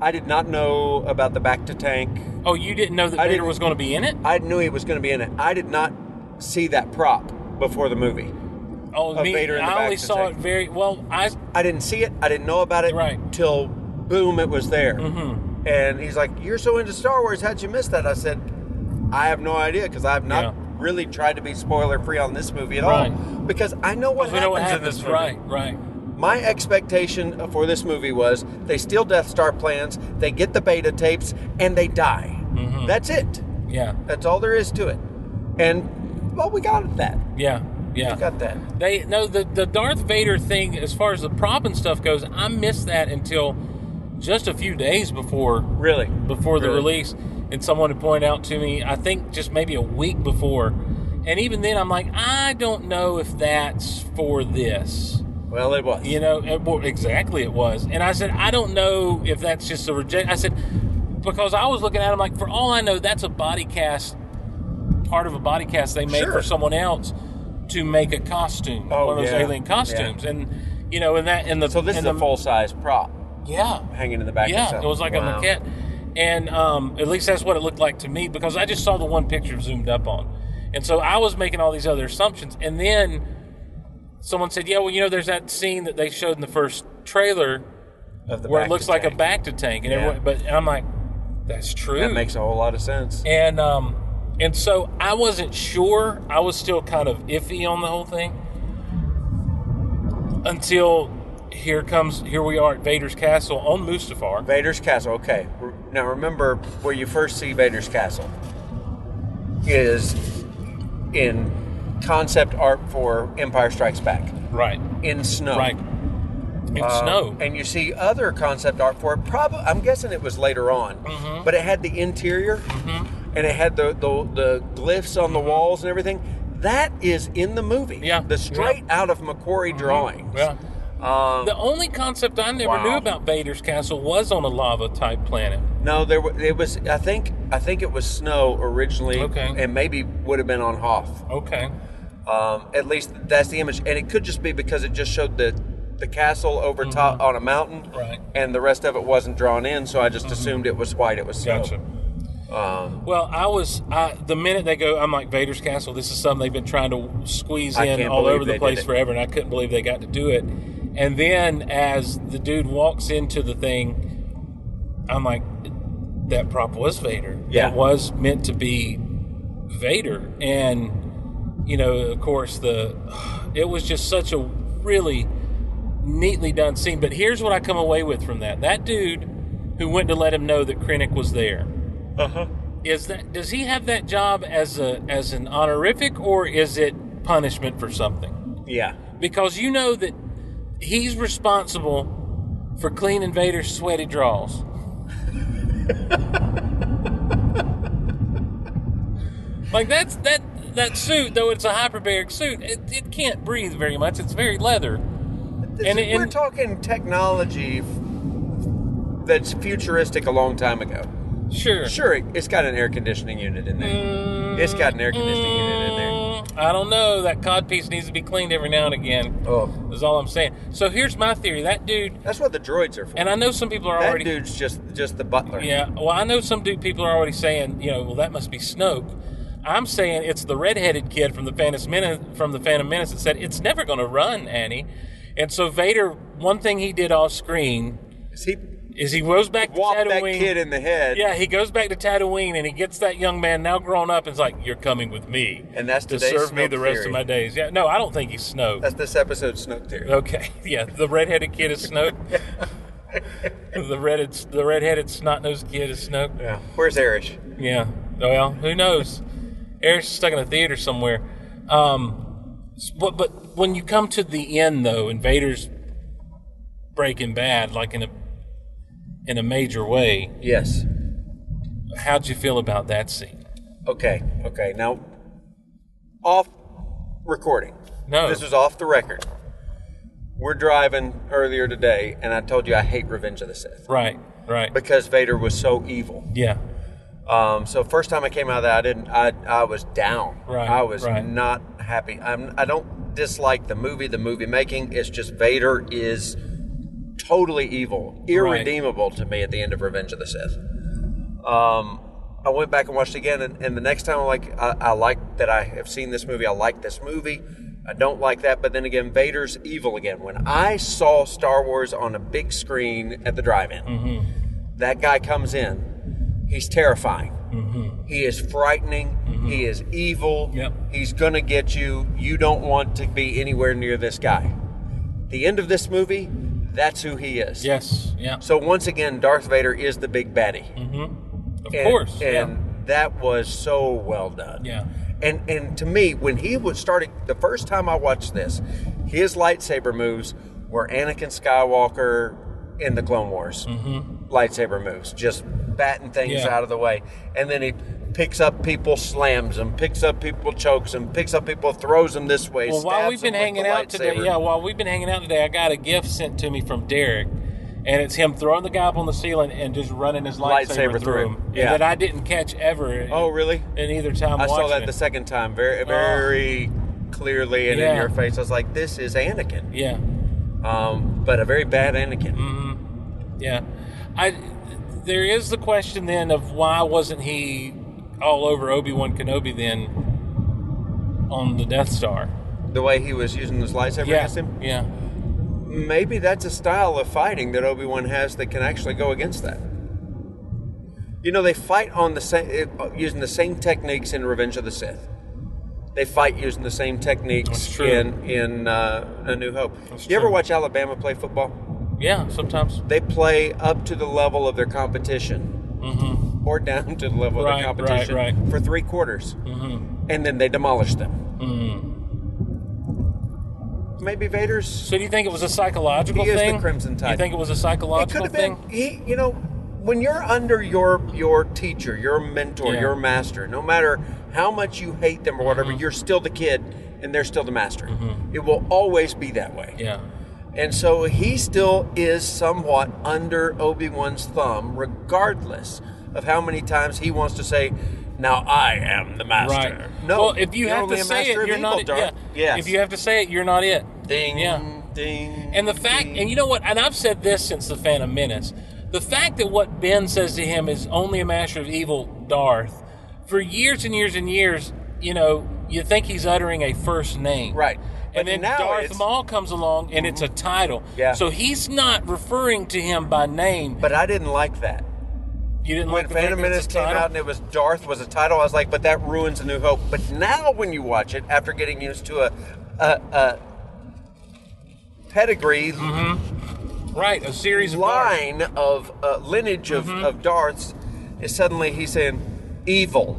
Speaker 6: I did not know about the back to tank.
Speaker 1: Oh, you didn't know that
Speaker 6: I
Speaker 1: Vader
Speaker 6: didn't-
Speaker 1: was going to be in it?
Speaker 6: I knew he was going to be in it. I did not see that prop before the movie.
Speaker 1: Oh,
Speaker 6: Of Vader in the
Speaker 1: I
Speaker 6: back
Speaker 1: only
Speaker 6: to
Speaker 1: saw it
Speaker 6: take.
Speaker 1: very well. I
Speaker 6: I didn't see it. I didn't know about it
Speaker 1: Right. Mm-hmm.
Speaker 6: till boom, it was there. And he's like, "You're so into Star Wars. How'd you miss that?" I said, "I have no idea because I've not
Speaker 1: Yeah.
Speaker 6: really tried to be spoiler free on this movie at all
Speaker 1: Right.
Speaker 6: because I know what
Speaker 1: we
Speaker 6: happens
Speaker 1: know what
Speaker 6: in
Speaker 1: happens.
Speaker 6: this movie.
Speaker 1: Right, right.
Speaker 6: My expectation for this movie was they steal Death Star plans, they get the beta tapes, and they die.
Speaker 1: Mm-hmm.
Speaker 6: That's it.
Speaker 1: Yeah,
Speaker 6: That's all there is to it. And well, we got that.
Speaker 1: yeah, yeah.
Speaker 6: We got that.
Speaker 1: They no the the Darth Vader thing as far as the prop and stuff goes, I missed that until just a few days before
Speaker 6: Really.
Speaker 1: before the
Speaker 6: Really?
Speaker 1: release, and someone had pointed out to me, I think just maybe a week before, and even then I'm like, I don't know if that's for this.
Speaker 6: Well, it was.
Speaker 1: You know it- well, exactly it was, and I said I don't know if that's just a reject. I said because I was looking at him like for all I know that's a body cast, part of a body cast they made
Speaker 6: Sure.
Speaker 1: for someone else to make a costume, one
Speaker 6: Oh,
Speaker 1: of those
Speaker 6: yeah.
Speaker 1: alien costumes, and you know and that and the
Speaker 6: so this
Speaker 1: and
Speaker 6: is a
Speaker 1: the-
Speaker 6: full size prop
Speaker 1: yeah
Speaker 6: hanging in the back.
Speaker 1: yeah
Speaker 6: of something.
Speaker 1: it was like
Speaker 6: Wow.
Speaker 1: a maquette, and um, at least that's what it looked like to me because I just saw the one picture zoomed up on, and so I was making all these other assumptions, and then someone said, yeah, well you know there's that scene that they showed in the first trailer
Speaker 6: Of the
Speaker 1: where
Speaker 6: back
Speaker 1: it looks
Speaker 6: to
Speaker 1: like
Speaker 6: tank.
Speaker 1: a back to tank, and
Speaker 6: Yeah.
Speaker 1: everyone, but and I'm like, that's true.
Speaker 6: That makes a whole lot of sense.
Speaker 1: and um, and so I wasn't sure. I was still kind of iffy on the whole thing until here comes here we are at Vader's castle on Mustafar.
Speaker 6: Vader's castle. Okay, Re- now remember where you first see Vader's castle is in concept art for Empire Strikes Back
Speaker 1: Right,
Speaker 6: in snow.
Speaker 1: right. In
Speaker 6: Um,
Speaker 1: snow.
Speaker 6: And you see other concept art for it. Probably, I'm guessing it was later on,
Speaker 1: Mm-hmm.
Speaker 6: but it had the interior and it had the, the the glyphs on the walls and everything. That is in the movie.
Speaker 1: Mm-hmm. Yeah, Mm-hmm.
Speaker 6: the straight out of Macquarie drawings.
Speaker 1: yeah.
Speaker 6: Um,
Speaker 1: The only concept I never
Speaker 6: Wow.
Speaker 1: knew about Vader's castle was on a lava type planet.
Speaker 6: No, there wa- it was. I think I think it was snow originally,
Speaker 1: Okay.
Speaker 6: and maybe would have been on Hoth.
Speaker 1: Okay.
Speaker 6: Um, at least that's the image, and it could just be because it just showed the the castle over top on a mountain,
Speaker 1: Mm-hmm. Right. Mm-hmm.
Speaker 6: And the rest of it wasn't drawn in, so I just assumed it was white. It was snow.
Speaker 1: Gotcha.
Speaker 6: Um,
Speaker 1: well, I was I, the minute they go, I'm like Vader's Castle. This is something they've been trying to squeeze
Speaker 6: I
Speaker 1: in
Speaker 6: can't
Speaker 1: all
Speaker 6: believe
Speaker 1: over
Speaker 6: they
Speaker 1: the
Speaker 6: did
Speaker 1: place
Speaker 6: it.
Speaker 1: forever, and I couldn't believe they got to do it. And then as the dude walks into the thing, I'm like, that prop was Vader.
Speaker 6: Yeah.
Speaker 1: that was meant to be Vader. And you know, of course, the it was just such a really neatly done scene. But here's what I come away with from that: that dude who went to let him know that Krennic was there. Uh huh. Is that does he have that job as a as an honorific or is it punishment for something?
Speaker 6: Yeah.
Speaker 1: Because you know that he's responsible for cleaning Vader's sweaty draws. like that's that that suit though it's a hyperbaric suit it, it can't breathe very much it's very leather And-
Speaker 6: See, we're
Speaker 1: and-
Speaker 6: talking technology f- that's futuristic a long time ago.
Speaker 1: sure
Speaker 6: Sure, it- it's got an air conditioning unit in there. It's got an air conditioning unit in there.
Speaker 1: Mm, I don't know. That cod piece needs to be cleaned every now and again.
Speaker 6: Oh,
Speaker 1: Is all I'm saying. So here's my theory. That dude,
Speaker 6: that's what the droids are for.
Speaker 1: and I know some people are
Speaker 6: that
Speaker 1: already.
Speaker 6: dude's just just the butler.
Speaker 1: Yeah. Well, I know some dude people are already saying, you know, well that must be Snoke. I'm saying it's the redheaded kid from the Phantom Menace, from the Phantom Menace that said it's never going to run, Annie. And so Vader, one thing he did off screen
Speaker 6: See,
Speaker 1: is he goes back to
Speaker 6: whop that
Speaker 1: Tatooine.
Speaker 6: kid in the head.
Speaker 1: Yeah, he goes back to Tatooine and he gets that young man now grown up and's like, You're coming with me.
Speaker 6: And that's
Speaker 1: to
Speaker 6: today's
Speaker 1: serve me
Speaker 6: Snoke
Speaker 1: the rest
Speaker 6: theory.
Speaker 1: of my days. Yeah, no, I don't think he's Snoke.
Speaker 6: That's this episode's Snoke theory.
Speaker 1: okay. Yeah, the redheaded kid is Snoke. the redheaded the redheaded snot nosed kid is Snoke.
Speaker 6: Yeah. Where's Erish?
Speaker 1: Yeah. Well, who knows? Eric's stuck in a theater somewhere. Um, s- but but when you come to the end though, and Vader's breaking bad, like in a in a major way,
Speaker 6: Yes.
Speaker 1: how'd you feel about that scene?
Speaker 6: Okay. Okay. Now, off recording.
Speaker 1: No.
Speaker 6: This is off the record. We're driving earlier today, and I told you I hate Revenge of the Sith
Speaker 1: Right, right.
Speaker 6: because Vader was so evil.
Speaker 1: Yeah,
Speaker 6: Um, so first time I came out of that, I didn't. I, I was down.
Speaker 1: Right,
Speaker 6: I was
Speaker 1: right.
Speaker 6: not happy. I'm. I don't dislike the movie. The movie making. It's just Vader is totally evil, irredeemable to me. At the end of Revenge of the Sith, um, I went back and watched it again, and, and the next time, I'm like, I, I like that I have seen this movie. I like this movie. I don't like that, but then again, Vader's evil again. When I saw Star Wars on a big screen at
Speaker 1: Mm-hmm.
Speaker 6: the drive-in, that guy comes in. He's terrifying. He is frightening. He is evil.
Speaker 1: Mm-hmm. Yep.
Speaker 6: He's going to get you. You don't want to be anywhere near this guy. The end of this movie, that's who he is.
Speaker 1: yes, yeah.
Speaker 6: So once again, Darth Vader is the big baddie.
Speaker 1: Of
Speaker 6: And-
Speaker 1: course,
Speaker 6: And that was so well done.
Speaker 1: yeah.
Speaker 6: And and to me, when he was started the first time I watched this, his lightsaber moves were Anakin Skywalker in the Clone Wars lightsaber moves, just batting things
Speaker 1: Mm-hmm. Yeah.
Speaker 6: out of the way, and then he picks up people, slams them, picks up people, chokes them, picks up people, throws them this way.
Speaker 1: Well, while
Speaker 6: stabs
Speaker 1: we've been
Speaker 6: them with the
Speaker 1: hanging out today,
Speaker 6: lightsaber.
Speaker 1: yeah, while we've been hanging out today, I got a gift sent to me from Derek, and it's him throwing the guy up on the ceiling and just running his lightsaber,
Speaker 6: Lightsaber
Speaker 1: through
Speaker 6: through.
Speaker 1: him.
Speaker 6: Yeah.
Speaker 1: that I didn't catch ever.
Speaker 6: Oh, really?
Speaker 1: In either time,
Speaker 6: I saw
Speaker 1: watching
Speaker 6: that
Speaker 1: it. Oh.
Speaker 6: the second time, very, very clearly and
Speaker 1: Yeah.
Speaker 6: in your face. I was like, "This is Anakin,"
Speaker 1: Yeah,
Speaker 6: um, but a very bad Anakin.
Speaker 1: Mm-hmm. yeah. I there is the question then of why wasn't he all over Obi Wan Kenobi then on the Death Star?
Speaker 6: The way he was using his lightsaber
Speaker 1: Yeah,
Speaker 6: against him,
Speaker 1: yeah.
Speaker 6: maybe that's a style of fighting that Obi Wan has that can actually go against that. You know, they fight on the same using the same techniques in Revenge of the Sith. They fight using the same
Speaker 1: That's
Speaker 6: techniques
Speaker 1: true.
Speaker 6: in in uh, A New Hope.
Speaker 1: That's
Speaker 6: you ever
Speaker 1: true.
Speaker 6: watch Alabama play football?
Speaker 1: Yeah, sometimes.
Speaker 6: they play up to the level of their competition or down to the level of
Speaker 1: Right,
Speaker 6: their
Speaker 1: Mm-hmm. right,
Speaker 6: competition
Speaker 1: right. Mm-hmm.
Speaker 6: for three quarters and then they demolish them
Speaker 1: Mm.
Speaker 6: maybe vader's
Speaker 1: So do you think it was a psychological
Speaker 6: He is the
Speaker 1: thing?
Speaker 6: Crimson Tide.
Speaker 1: You think it was a
Speaker 6: it could
Speaker 1: psychological
Speaker 6: have
Speaker 1: thing?
Speaker 6: been he you know when you're under your your teacher your mentor
Speaker 1: Yeah. Mm-hmm.
Speaker 6: your master no matter how much you hate them or whatever you're still the kid and they're still the master it will always be that way
Speaker 1: Yeah.
Speaker 6: And so he still is somewhat under Obi Wan's thumb, regardless of how many times he wants to say, "Now I am the master."
Speaker 1: Right.
Speaker 6: No,
Speaker 1: Well, if you
Speaker 6: you're
Speaker 1: have
Speaker 6: only
Speaker 1: to
Speaker 6: a
Speaker 1: say
Speaker 6: master
Speaker 1: it,
Speaker 6: of
Speaker 1: you're
Speaker 6: evil,
Speaker 1: not it. Yeah.
Speaker 6: Darth. Yes.
Speaker 1: If you have to say it, you're not it.
Speaker 6: ding,
Speaker 1: Yeah.
Speaker 6: ding,
Speaker 1: And the fact,
Speaker 6: ding.
Speaker 1: and you know what? And I've said this since the Phantom Menace. The fact that what Ben says to him is only a master of evil, Darth, for years and years and years, you know, you think he's uttering a first name.
Speaker 6: Right. But
Speaker 1: and then
Speaker 6: now
Speaker 1: Darth
Speaker 6: it's- Mm-hmm.
Speaker 1: Maul comes along and it's a title.
Speaker 6: Yeah.
Speaker 1: So he's not referring to him by name.
Speaker 6: but I didn't like that.
Speaker 1: you didn't
Speaker 6: When
Speaker 1: like the
Speaker 6: Phantom
Speaker 1: fact that
Speaker 6: Menace
Speaker 1: it's a
Speaker 6: came
Speaker 1: title?
Speaker 6: out and it was Darth was a title, I was like, "But that ruins A New Hope." But now, when you watch it, after getting used to a a, a pedigree
Speaker 1: Right, a series of bars.
Speaker 6: line of uh, lineage of,
Speaker 1: Mm-hmm.
Speaker 6: of Darths is suddenly he's saying evil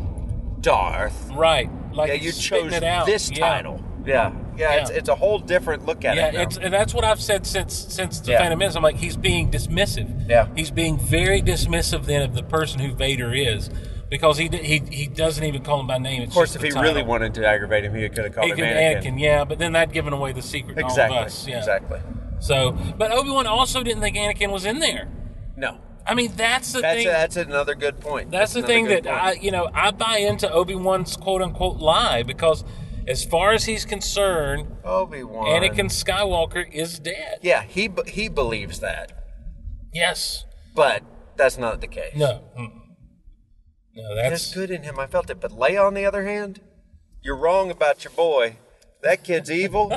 Speaker 6: Darth.
Speaker 1: Right, like
Speaker 6: yeah, you
Speaker 1: spitting
Speaker 6: chose
Speaker 1: it out.
Speaker 6: this
Speaker 1: Yeah.
Speaker 6: title. Yeah, yeah, It's,
Speaker 1: Yeah.
Speaker 6: it's a whole different look at
Speaker 1: Yeah,
Speaker 6: it. now.
Speaker 1: it's, and that's what I've said since since the
Speaker 6: Yeah.
Speaker 1: Phantom Menace. I'm like, he's being dismissive.
Speaker 6: Yeah.
Speaker 1: he's being very dismissive then of the person who Vader is, because he d- he, he doesn't even call him by name. It's
Speaker 6: of course,
Speaker 1: just
Speaker 6: if
Speaker 1: the
Speaker 6: he
Speaker 1: title.
Speaker 6: really wanted to aggravate him, he could have called
Speaker 1: he
Speaker 6: him
Speaker 1: could
Speaker 6: Anakin.
Speaker 1: Anakin, yeah, but then that giving away the secret to
Speaker 6: Exactly.
Speaker 1: all of us. Yeah.
Speaker 6: Exactly.
Speaker 1: So, but Obi Wan also didn't think Anakin was in there.
Speaker 6: No,
Speaker 1: I mean, that's the
Speaker 6: that's
Speaker 1: thing.
Speaker 6: that's another good point.
Speaker 1: That's the
Speaker 6: another
Speaker 1: thing
Speaker 6: good
Speaker 1: that
Speaker 6: point.
Speaker 1: I, you know, I buy into Obi Wan's quote unquote lie because, as far as he's concerned,
Speaker 6: Obi Wan
Speaker 1: Anakin Skywalker is dead.
Speaker 6: Yeah, he be- he believes that,
Speaker 1: Yes.
Speaker 6: but that's not the case.
Speaker 1: No. Mm. No, that's
Speaker 6: There's good in him. I felt it. But Leia, on the other hand, you're wrong about your boy. That kid's evil,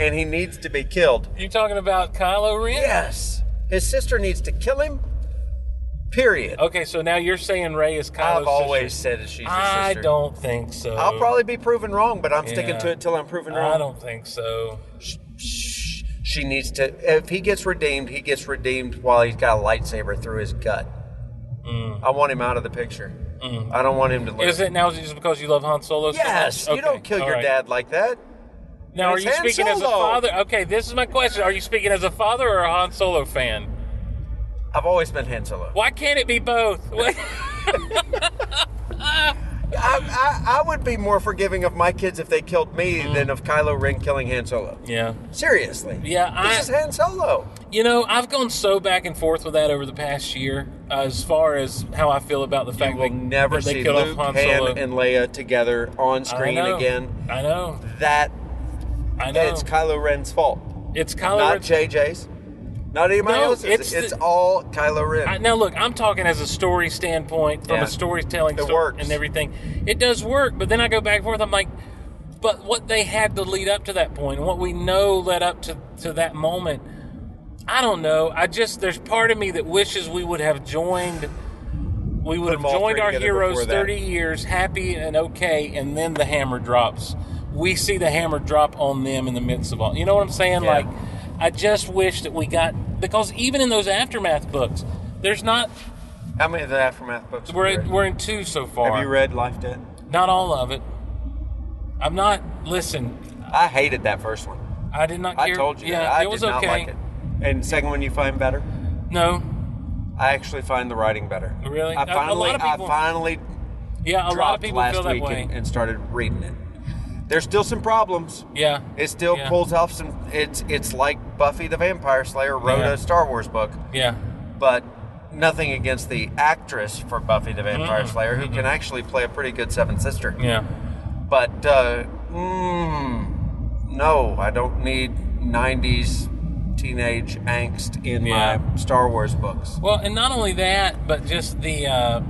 Speaker 6: and he needs to be killed.
Speaker 1: you talking about Kylo Ren.
Speaker 6: Yes, his sister needs to kill him. Period.
Speaker 1: Okay, so now you're saying Ray is Kylo's
Speaker 6: I've always
Speaker 1: sister.
Speaker 6: said that she's his
Speaker 1: I
Speaker 6: sister.
Speaker 1: don't think so.
Speaker 6: I'll probably be proven wrong, but I'm
Speaker 1: Yeah.
Speaker 6: sticking to it till I'm proven wrong.
Speaker 1: I don't think so.
Speaker 6: Shh. She needs to. If he gets redeemed, he gets redeemed while he's got a lightsaber through his gut. I want him out of the picture. I don't want him to live.
Speaker 1: Mm. Is it now just because you love Han Solo? so
Speaker 6: Yes,
Speaker 1: much?
Speaker 6: you
Speaker 1: Okay,
Speaker 6: don't kill
Speaker 1: all
Speaker 6: your
Speaker 1: right.
Speaker 6: dad like that.
Speaker 1: Now, are
Speaker 6: It's
Speaker 1: you
Speaker 6: Han
Speaker 1: speaking as a
Speaker 6: Solo.
Speaker 1: father? Okay, this is my question. Are you speaking as a father or a Han Solo fan?
Speaker 6: I've always been Han Solo.
Speaker 1: Why can't it be both? What-
Speaker 6: I, I, I would be more forgiving of my kids if they killed me than of Kylo Ren killing Han Solo.
Speaker 1: Mm-hmm. yeah.
Speaker 6: Seriously.
Speaker 1: Yeah, I-
Speaker 6: This is Han Solo.
Speaker 1: You know, I've gone so back and forth with that over the past year uh, as far as how I feel about the fact
Speaker 6: You will
Speaker 1: that
Speaker 6: never
Speaker 1: that they
Speaker 6: see
Speaker 1: killed
Speaker 6: Luke,
Speaker 1: off Han Solo.
Speaker 6: Han, and Leia together on
Speaker 1: I
Speaker 6: screen
Speaker 1: know.
Speaker 6: again.
Speaker 1: I know.
Speaker 6: That
Speaker 1: I know.
Speaker 6: it's Kylo Ren's fault,
Speaker 1: It's Kylo
Speaker 6: not
Speaker 1: Ren-
Speaker 6: JJ's, not anybody
Speaker 1: No,
Speaker 6: else's.
Speaker 1: it's
Speaker 6: It's,
Speaker 1: the-
Speaker 6: all Kylo Ren.
Speaker 1: I, now look, I'm talking as a story standpoint from
Speaker 6: Yeah.
Speaker 1: a storytelling
Speaker 6: It
Speaker 1: sto-
Speaker 6: works.
Speaker 1: and everything. It does work, but then I go back and forth. I'm like, but what they had to lead up to that point, and what we know led up to to that moment, I don't know. I just there's part of me that wishes we would have joined. We would
Speaker 6: Put 'em
Speaker 1: have
Speaker 6: all
Speaker 1: joined
Speaker 6: three
Speaker 1: our
Speaker 6: together
Speaker 1: heroes
Speaker 6: before that.
Speaker 1: 30 years, happy and okay, and then the hammer drops. We see the hammer drop on them in the midst of all. You know what I'm saying?
Speaker 6: Yeah.
Speaker 1: Like, I just wish that we got because even in those aftermath books, there's not
Speaker 6: How many of the aftermath books? have
Speaker 1: we're
Speaker 6: you
Speaker 1: in,
Speaker 6: read?
Speaker 1: we're in two so far.
Speaker 6: Have you read Life Debt?
Speaker 1: Not all of it. I'm not. Listen,
Speaker 6: I hated that first one.
Speaker 1: I did not.
Speaker 6: I
Speaker 1: Care.
Speaker 6: told you.
Speaker 1: Yeah,
Speaker 6: that. I
Speaker 1: it was
Speaker 6: did not
Speaker 1: okay.
Speaker 6: like it. And second one you find better?
Speaker 1: No.
Speaker 6: I actually find the writing better.
Speaker 1: Really?
Speaker 6: I
Speaker 1: A- a
Speaker 6: finally,
Speaker 1: lot of people-
Speaker 6: I finally
Speaker 1: Yeah, a
Speaker 6: dropped
Speaker 1: lot of people
Speaker 6: last
Speaker 1: feel that
Speaker 6: week
Speaker 1: way.
Speaker 6: and, and started reading it. There's still some problems.
Speaker 1: yeah.
Speaker 6: It still
Speaker 1: yeah.
Speaker 6: pulls off some. It's it's like Buffy the Vampire Slayer wrote
Speaker 1: Yeah.
Speaker 6: a Star Wars book,
Speaker 1: Yeah.
Speaker 6: but nothing against the actress for Buffy the Vampire Slayer, who can actually play a pretty good Seven Sister.
Speaker 1: Yeah.
Speaker 6: But uh, mm, no, I don't need '90s teenage angst in
Speaker 1: Yeah.
Speaker 6: my Star Wars books.
Speaker 1: Well, and not only that, but just the uh,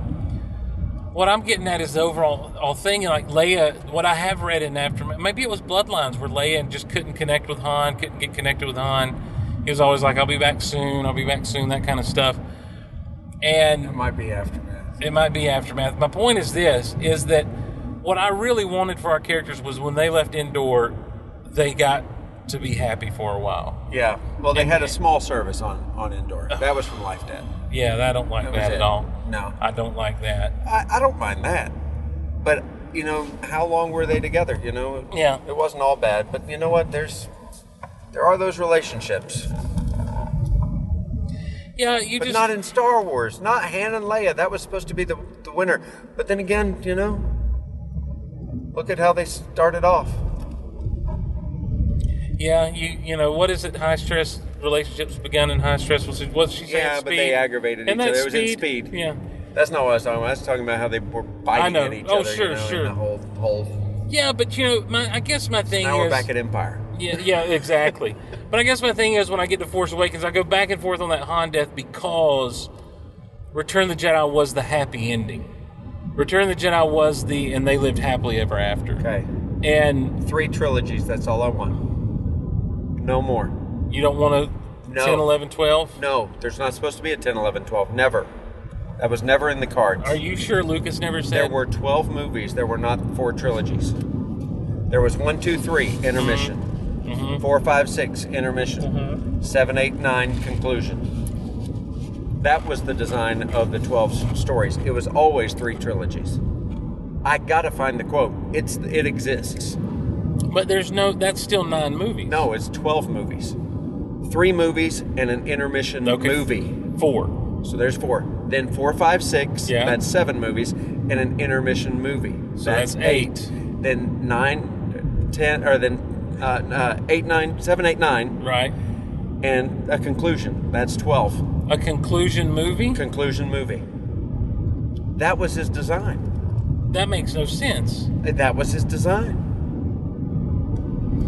Speaker 1: what I'm getting at is the overall all thing. Like Leia, what I have read in aftermath, maybe it was Bloodlines where Leia just couldn't connect with Han, couldn't get connected with Han. He was always like, "I'll be back soon. I'll be back soon." That kind of stuff. And
Speaker 6: It might be aftermath.
Speaker 1: it might be aftermath. My point is this: is that what I really wanted for our characters was when they left Endor, they got to be happy for a while.
Speaker 6: Yeah. Well, they had a small service on on Endor. That was from Life Debt.
Speaker 1: Yeah, I don't like
Speaker 6: That
Speaker 1: that,
Speaker 6: was
Speaker 1: at
Speaker 6: it.
Speaker 1: all.
Speaker 6: No.
Speaker 1: I don't like that.
Speaker 6: I, I don't mind that, but you know, how long were they together? You know.
Speaker 1: Yeah.
Speaker 6: It wasn't all bad, but you know what? There's there are those relationships,
Speaker 1: Yeah, you
Speaker 6: but
Speaker 1: just
Speaker 6: not in Star Wars. Not Han and Leia. That was supposed to be the the winner. But then again, you know, look at how they started off.
Speaker 1: yeah you you know what is it? High stress relationships begun in high stress. Was it? What's she saying?
Speaker 6: Yeah, but they
Speaker 1: Speed?
Speaker 6: aggravated
Speaker 1: And
Speaker 6: each
Speaker 1: that
Speaker 6: other. It was in Speed.
Speaker 1: Yeah,
Speaker 6: That's not what I was talking about. I was talking about how they were biting
Speaker 1: I know.
Speaker 6: at each
Speaker 1: Oh,
Speaker 6: other. you
Speaker 1: sure,
Speaker 6: know, and
Speaker 1: sure.
Speaker 6: The whole whole.
Speaker 1: yeah, but you know, my, I guess my thing
Speaker 6: Now
Speaker 1: is
Speaker 6: we're back at Empire.
Speaker 1: Yeah, yeah, exactly. but I guess my thing is when I get to Force Awakens, I go back and forth on that Han death because Return of the Jedi was the happy ending. Return of the Jedi was the and they lived happily ever after.
Speaker 6: Okay.
Speaker 1: And
Speaker 6: Three trilogies. That's all I want. No more.
Speaker 1: you don't want to
Speaker 6: No.
Speaker 1: 10, 11, 12?
Speaker 6: No, there's not supposed to be a 10, 11, 12. Never. That was never in the cards.
Speaker 1: Are you sure Lucas never said
Speaker 6: There were 12 movies. There were not four trilogies. There was one, two, three intermission.
Speaker 1: Mm-hmm.
Speaker 6: Four, five, six, intermission. Seven, eight, nine, conclusion. That was the design of the 12 s- stories. It was always three trilogies. I gotta find the quote. It's it exists.
Speaker 1: But there's no. That's still nine movies.
Speaker 6: No, it's 12 movies. Three movies and an intermission
Speaker 1: Okay.
Speaker 6: movie.
Speaker 1: four.
Speaker 6: So there's four. Then four, five, six.
Speaker 1: Yeah.
Speaker 6: That's seven movies and an intermission movie.
Speaker 1: So that's eight.
Speaker 6: Then nine, ten, or then uh, uh, eight, nine, seven, eight, nine,
Speaker 1: Right.
Speaker 6: and a conclusion. That's twelve.
Speaker 1: A conclusion movie.
Speaker 6: Conclusion movie. That was his design.
Speaker 1: That makes no sense.
Speaker 6: That was his design.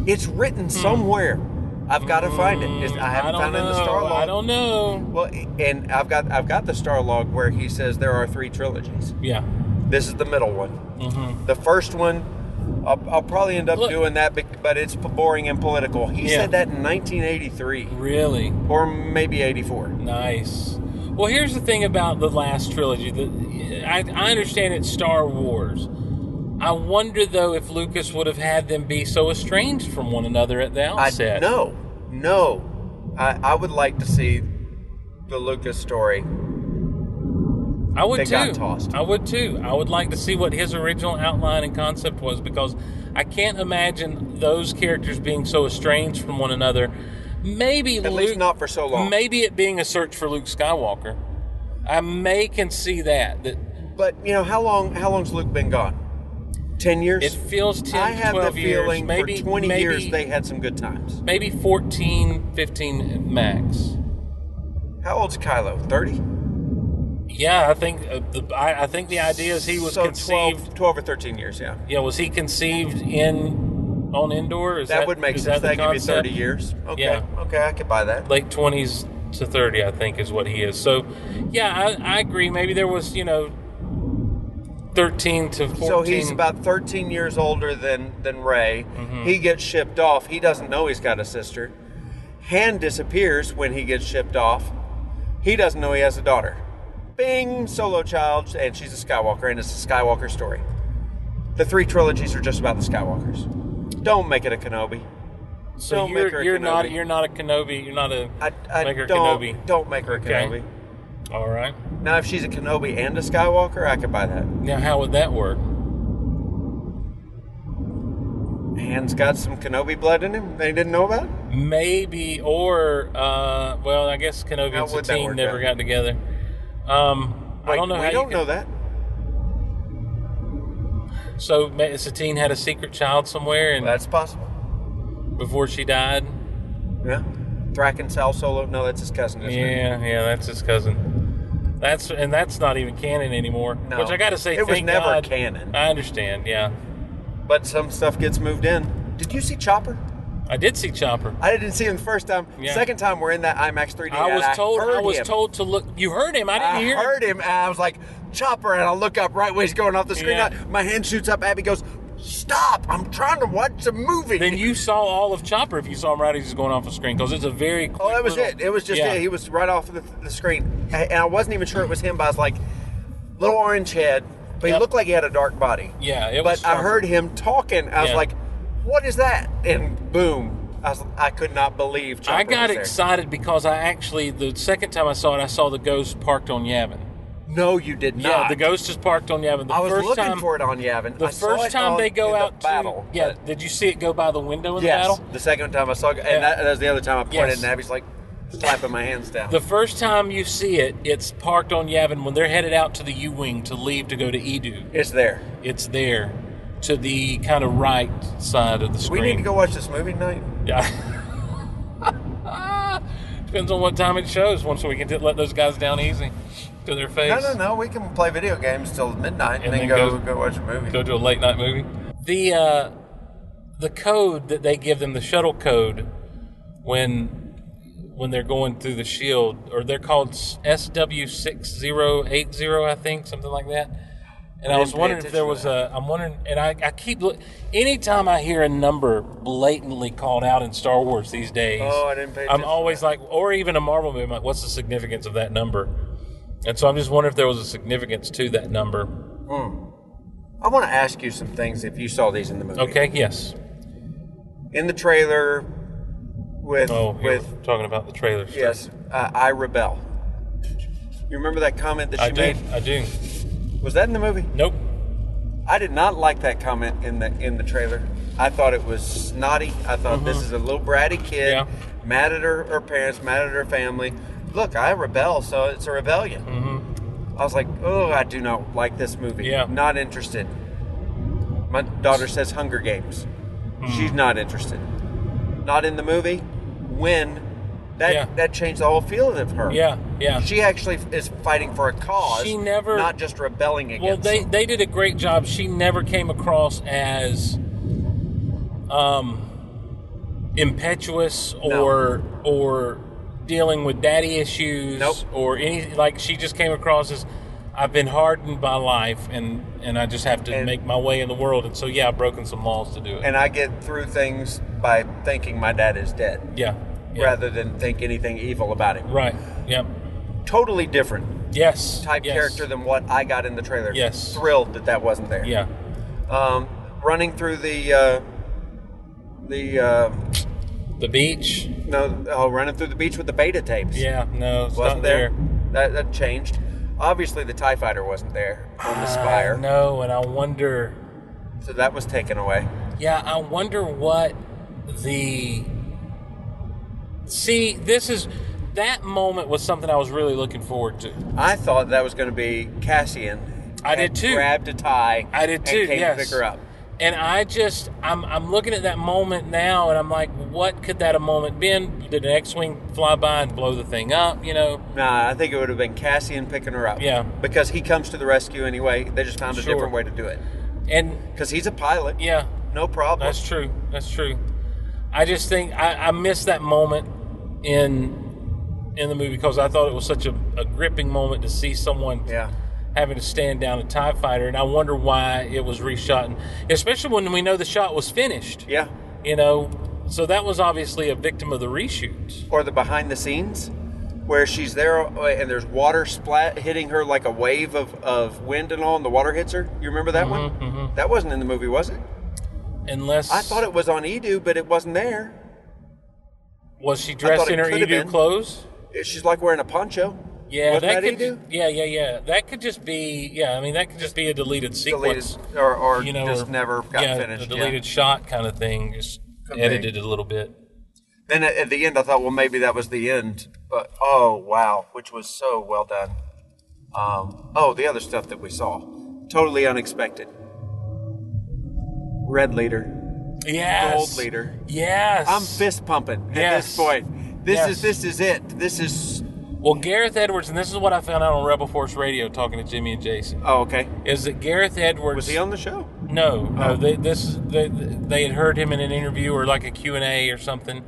Speaker 6: It's
Speaker 1: Hmm.
Speaker 6: written somewhere. I've got to find it. It's- I haven't
Speaker 1: Mm, don't
Speaker 6: found it in
Speaker 1: know.
Speaker 6: the star log.
Speaker 1: I don't know.
Speaker 6: Well, and I've got I've got the star log where he says there are three trilogies.
Speaker 1: Yeah.
Speaker 6: This is the middle one. The first one, I'll, I'll probably end up
Speaker 1: Mm-hmm. Look.
Speaker 6: doing that, bec- but it's p- boring and political. He
Speaker 1: Yeah.
Speaker 6: said that in 1983
Speaker 1: Really
Speaker 6: or maybe 84.
Speaker 1: nice. Well, here's the thing about the last trilogy. The, I, I understand it's Star Wars. I wonder though if Lucas would have had them be so estranged from one another at the
Speaker 6: I
Speaker 1: outset.
Speaker 6: no, no. I, I would like to see the Lucas story.
Speaker 1: I would
Speaker 6: They
Speaker 1: too.
Speaker 6: got tossed.
Speaker 1: I would too. I would like to see what his original outline and concept was because I can't imagine those characters being so estranged from one another. Maybe
Speaker 6: At least not for so long.
Speaker 1: Maybe it being a search for Luke Skywalker. I may can see that that
Speaker 6: But you know how long? How long's Luke been gone? Ten years.
Speaker 1: it feels 10
Speaker 6: I have
Speaker 1: 12
Speaker 6: the
Speaker 1: years,
Speaker 6: feeling
Speaker 1: maybe
Speaker 6: for 20
Speaker 1: maybe,
Speaker 6: years they had some good times.
Speaker 1: maybe 14 15 max.
Speaker 6: How old's Kylo? 30?
Speaker 1: Yeah, I think uh, the I, I think the idea is he was
Speaker 6: so
Speaker 1: conceived
Speaker 6: 12, 12 or 13 years, yeah.
Speaker 1: Yeah, was he conceived in on indoor? Is
Speaker 6: That, would make
Speaker 1: is
Speaker 6: sense.
Speaker 1: the
Speaker 6: That could be
Speaker 1: concept?
Speaker 6: 30 years. Okay.
Speaker 1: Yeah.
Speaker 6: Okay, I could buy that.
Speaker 1: late twenties to thirty, I think, is what he is. So, yeah, I, I agree. Maybe there was, you know, thirteen to fourteen. Mm-hmm.
Speaker 6: So he's about 13 years older than than Ray. He gets shipped off. He doesn't know he's got a sister. Han disappears when he gets shipped off. He doesn't know he has a daughter. Bing, solo child, and she's a Skywalker, and it's a Skywalker story. The three trilogies are just about the Skywalkers. Don't make it a Kenobi.
Speaker 1: So
Speaker 6: don't
Speaker 1: you're,
Speaker 6: make her a
Speaker 1: you're not
Speaker 6: Kenobi.
Speaker 1: you're not a Kenobi. You're not a
Speaker 6: I, I
Speaker 1: make her a
Speaker 6: don't
Speaker 1: Kenobi.
Speaker 6: don't make her a
Speaker 1: Okay.
Speaker 6: Kenobi.
Speaker 1: All right.
Speaker 6: Now, if she's a Kenobi and a Skywalker, I could buy that.
Speaker 1: Now, how would that work?
Speaker 6: Han's got some Kenobi blood in him they didn't know about.
Speaker 1: Maybe or uh, well, I guess Kenobi
Speaker 6: How
Speaker 1: and
Speaker 6: would that
Speaker 1: Satine
Speaker 6: work
Speaker 1: never
Speaker 6: out?
Speaker 1: got together. Um, I
Speaker 6: Like,
Speaker 1: don't know
Speaker 6: We
Speaker 1: how
Speaker 6: don't
Speaker 1: you
Speaker 6: know that.
Speaker 1: that. So ma- Satine had a secret child somewhere, and
Speaker 6: That's possible.
Speaker 1: before she died.
Speaker 6: Yeah. Thrack and Sal Solo. No, that's his cousin. Isn't It?
Speaker 1: Yeah, yeah, that's his cousin. That's and that's not even canon anymore.
Speaker 6: No.
Speaker 1: Which I got to say,
Speaker 6: It was
Speaker 1: thank
Speaker 6: never
Speaker 1: God.
Speaker 6: canon.
Speaker 1: I understand. Yeah,
Speaker 6: But some stuff gets moved in. Did you see Chopper?
Speaker 1: I did see Chopper.
Speaker 6: I didn't see him the first time.
Speaker 1: Yeah.
Speaker 6: Second time we're in that IMAX 3D.
Speaker 1: I
Speaker 6: and
Speaker 1: was told. I
Speaker 6: heard
Speaker 1: was
Speaker 6: him.
Speaker 1: told to look. You heard him. I didn't
Speaker 6: I
Speaker 1: hear.
Speaker 6: heard him, and I was like, Chopper, and I look up right when he's going off the screen.
Speaker 1: Yeah.
Speaker 6: I- my hand shoots up. Abby goes, Stop! I'm trying to watch a movie.
Speaker 1: Then you saw all of Chopper if you saw him right as he's going off the screen because it's a very. Quick
Speaker 6: Oh, that was
Speaker 1: little-
Speaker 6: it. It was just
Speaker 1: yeah.
Speaker 6: it. He was right off the, the screen, A- and I wasn't even sure it was him. But I was like, little orange head, but he
Speaker 1: Yep.
Speaker 6: looked like he had a dark body.
Speaker 1: Yeah, it
Speaker 6: but
Speaker 1: was
Speaker 6: I
Speaker 1: dark.
Speaker 6: heard him talking. I was
Speaker 1: Yeah.
Speaker 6: like, what is that? And boom, I, was, I could not believe. Chopper
Speaker 1: I got
Speaker 6: was there.
Speaker 1: excited because I actually the second time I saw it, I saw the ghost parked on Yavin.
Speaker 6: No, you did not.
Speaker 1: Yeah, the ghost is parked on Yavin. The
Speaker 6: I was
Speaker 1: first
Speaker 6: looking
Speaker 1: time,
Speaker 6: for it on Yavin.
Speaker 1: The
Speaker 6: I saw
Speaker 1: first
Speaker 6: it
Speaker 1: time
Speaker 6: on-
Speaker 1: they go
Speaker 6: in the
Speaker 1: out
Speaker 6: battle.
Speaker 1: to yeah,
Speaker 6: but-
Speaker 1: did you see it go by the window in
Speaker 6: yes.
Speaker 1: the battle?
Speaker 6: The second time I saw, it, and
Speaker 1: Yeah.
Speaker 6: that, that was the other time I pointed,
Speaker 1: Yes.
Speaker 6: and Abby's like slapping my hands down.
Speaker 1: The first time you see it, it's parked on Yavin when they're headed out to the U Wing to leave to go to Edu.
Speaker 6: it's there.
Speaker 1: It's there to the kind of right side of the
Speaker 6: We
Speaker 1: screen.
Speaker 6: need to go watch this movie tonight.
Speaker 1: Yeah. Depends on what time it shows once we can t- let those guys down easy to their face.
Speaker 6: No, no, no. We can play video games till midnight and,
Speaker 1: And
Speaker 6: then,
Speaker 1: then
Speaker 6: go,
Speaker 1: go-
Speaker 6: go watch a movie.
Speaker 1: Go to a late night movie. The uh, the code that they give them, the shuttle code, when when they're going through the shield, or they're called SW six zero eight zero, I think, something like that. And I,
Speaker 6: I
Speaker 1: was
Speaker 6: didn't pay
Speaker 1: wondering if there
Speaker 6: attention
Speaker 1: was
Speaker 6: to
Speaker 1: a. I'm wondering, and I, I keep look. Anytime I hear a number blatantly called out in Star Wars these days,
Speaker 6: Oh, I didn't pay attention
Speaker 1: I'm
Speaker 6: to
Speaker 1: always like, or even a Marvel movie, I'm like, what's the significance of that number? And so I'm just wondering if there was a significance to that number.
Speaker 6: I want to ask you some things if you saw these in the movie.
Speaker 1: Okay, yes.
Speaker 6: in the trailer with
Speaker 1: Oh, you're
Speaker 6: with
Speaker 1: talking about the trailer. stuff.
Speaker 6: yes, uh, I rebel. You remember that comment that she
Speaker 1: I do.
Speaker 6: made?
Speaker 1: I do.
Speaker 6: Was that in the movie?
Speaker 1: Nope.
Speaker 6: I did not like that comment in the in the trailer. I thought it was snotty. I thought this is a little bratty kid,
Speaker 1: Mm-hmm. Yeah.
Speaker 6: mad at her, her parents, mad at her family. Look, I rebel, so it's a rebellion. I was like, oh, I do not like this movie.
Speaker 1: Mm-hmm. Yeah.
Speaker 6: Not interested. My daughter says Hunger Games.
Speaker 1: Mm-hmm.
Speaker 6: She's not interested. Not in the movie. When that
Speaker 1: Yeah.
Speaker 6: that changed the whole feeling of her.
Speaker 1: Yeah. Yeah.
Speaker 6: She actually is fighting for a cause.
Speaker 1: She never-
Speaker 6: not just rebelling against.
Speaker 1: Well, they
Speaker 6: something.
Speaker 1: they did a great job. She never came across as um impetuous
Speaker 6: No.
Speaker 1: or or dealing with daddy issues
Speaker 6: Nope.
Speaker 1: or any like she just came across as I've been hardened by life and and I just have to
Speaker 6: And-
Speaker 1: make my way in the world and so yeah, I've broken some laws to do it.
Speaker 6: and I get through things by thinking my dad is dead
Speaker 1: yeah. yeah.
Speaker 6: rather than think anything evil about him.
Speaker 1: Right. Yep.
Speaker 6: Totally different
Speaker 1: Yes.
Speaker 6: type
Speaker 1: yes.
Speaker 6: character than what I got in the trailer.
Speaker 1: Yes.
Speaker 6: Thrilled that that wasn't there.
Speaker 1: Yeah.
Speaker 6: Um, running through the uh, the uh,
Speaker 1: The beach.
Speaker 6: no oh, running through the beach with the beta tapes.
Speaker 1: Yeah. No, it's
Speaker 6: Wasn't
Speaker 1: not
Speaker 6: there?
Speaker 1: there.
Speaker 6: That, that changed. Obviously, the Tie Fighter wasn't there on the
Speaker 1: I
Speaker 6: Spire,
Speaker 1: know, and I wonder
Speaker 6: so that was taken away.
Speaker 1: Yeah, I wonder what the. See, this is. That moment was something I was really looking forward to.
Speaker 6: I thought that was going to be Cassian.
Speaker 1: I did
Speaker 6: had
Speaker 1: too.
Speaker 6: Grabbed a tie.
Speaker 1: I did too,
Speaker 6: And came
Speaker 1: yes.
Speaker 6: to pick her up.
Speaker 1: And I just, I'm, I'm looking at that moment now, and I'm like, what could that a moment been? Did an X-wing fly by and blow the thing up? You know?
Speaker 6: Nah, I think it would have been Cassian picking her up.
Speaker 1: Yeah.
Speaker 6: Because he comes to the rescue anyway. They just found a
Speaker 1: Sure.
Speaker 6: different way to do it.
Speaker 1: And
Speaker 6: Because he's a pilot.
Speaker 1: yeah,
Speaker 6: No problem.
Speaker 1: that's true. That's true. I just think I, I missed that moment in in the movie because I thought it was such a, a gripping moment to see someone
Speaker 6: yeah.
Speaker 1: having to stand down a TIE fighter, and I wonder why it was reshot, and especially when we know the shot was finished.
Speaker 6: Yeah.
Speaker 1: You know, so that was obviously a victim of the reshoot.
Speaker 6: Or the behind the scenes where she's there uh, and there's water splat hitting her like a wave of, of wind and all, and the water hits her. You remember that
Speaker 1: Mm-hmm,
Speaker 6: one? That wasn't in the movie, was it?
Speaker 1: Unless
Speaker 6: I thought it was on Edu, but it wasn't there.
Speaker 1: was she dressed
Speaker 6: thought
Speaker 1: in
Speaker 6: it
Speaker 1: her
Speaker 6: could have
Speaker 1: Edu
Speaker 6: been.
Speaker 1: clothes.
Speaker 6: She's like wearing a poncho.
Speaker 1: Yeah,
Speaker 6: wasn't that,
Speaker 1: could.
Speaker 6: Edu?
Speaker 1: Yeah, yeah, yeah. That could just be. Yeah, I mean, that could just be a deleted
Speaker 6: Deleted
Speaker 1: sequence.
Speaker 6: or, or
Speaker 1: you know,
Speaker 6: just
Speaker 1: or-
Speaker 6: never got
Speaker 1: yeah, A
Speaker 6: finished. yeah.
Speaker 1: deleted shot kind of thing, just
Speaker 6: Could be.
Speaker 1: edited it a little bit.
Speaker 6: Then at, at the end, I thought, well, maybe that was the end. But oh wow, which was so well done. Um, oh, the other stuff that we saw, totally unexpected. Red leader,
Speaker 1: Yes.
Speaker 6: gold leader.
Speaker 1: Yes.
Speaker 6: I'm fist pumping at
Speaker 1: Yes.
Speaker 6: this point. This
Speaker 1: Yes.
Speaker 6: is this is it. This is
Speaker 1: Well, Gareth Edwards, and this is what I found out on Rebel Force Radio talking to Jimmy and Jason.
Speaker 6: oh okay.
Speaker 1: is that Gareth Edwards?
Speaker 6: Was he on the show?
Speaker 1: No,
Speaker 6: Oh.
Speaker 1: no. They, this they, they had heard him in an interview or like a Q and A or something,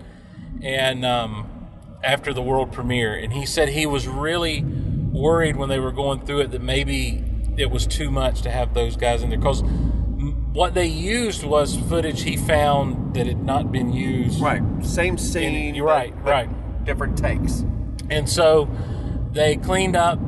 Speaker 1: and um, after the world premiere, and he said he was really worried when they were going through it that maybe it was too much to have those guys in there because what they used was footage he found that had not been used.
Speaker 6: Right. Same scene.
Speaker 1: you're right,
Speaker 6: but-
Speaker 1: right.
Speaker 6: Different takes.
Speaker 1: And so they cleaned up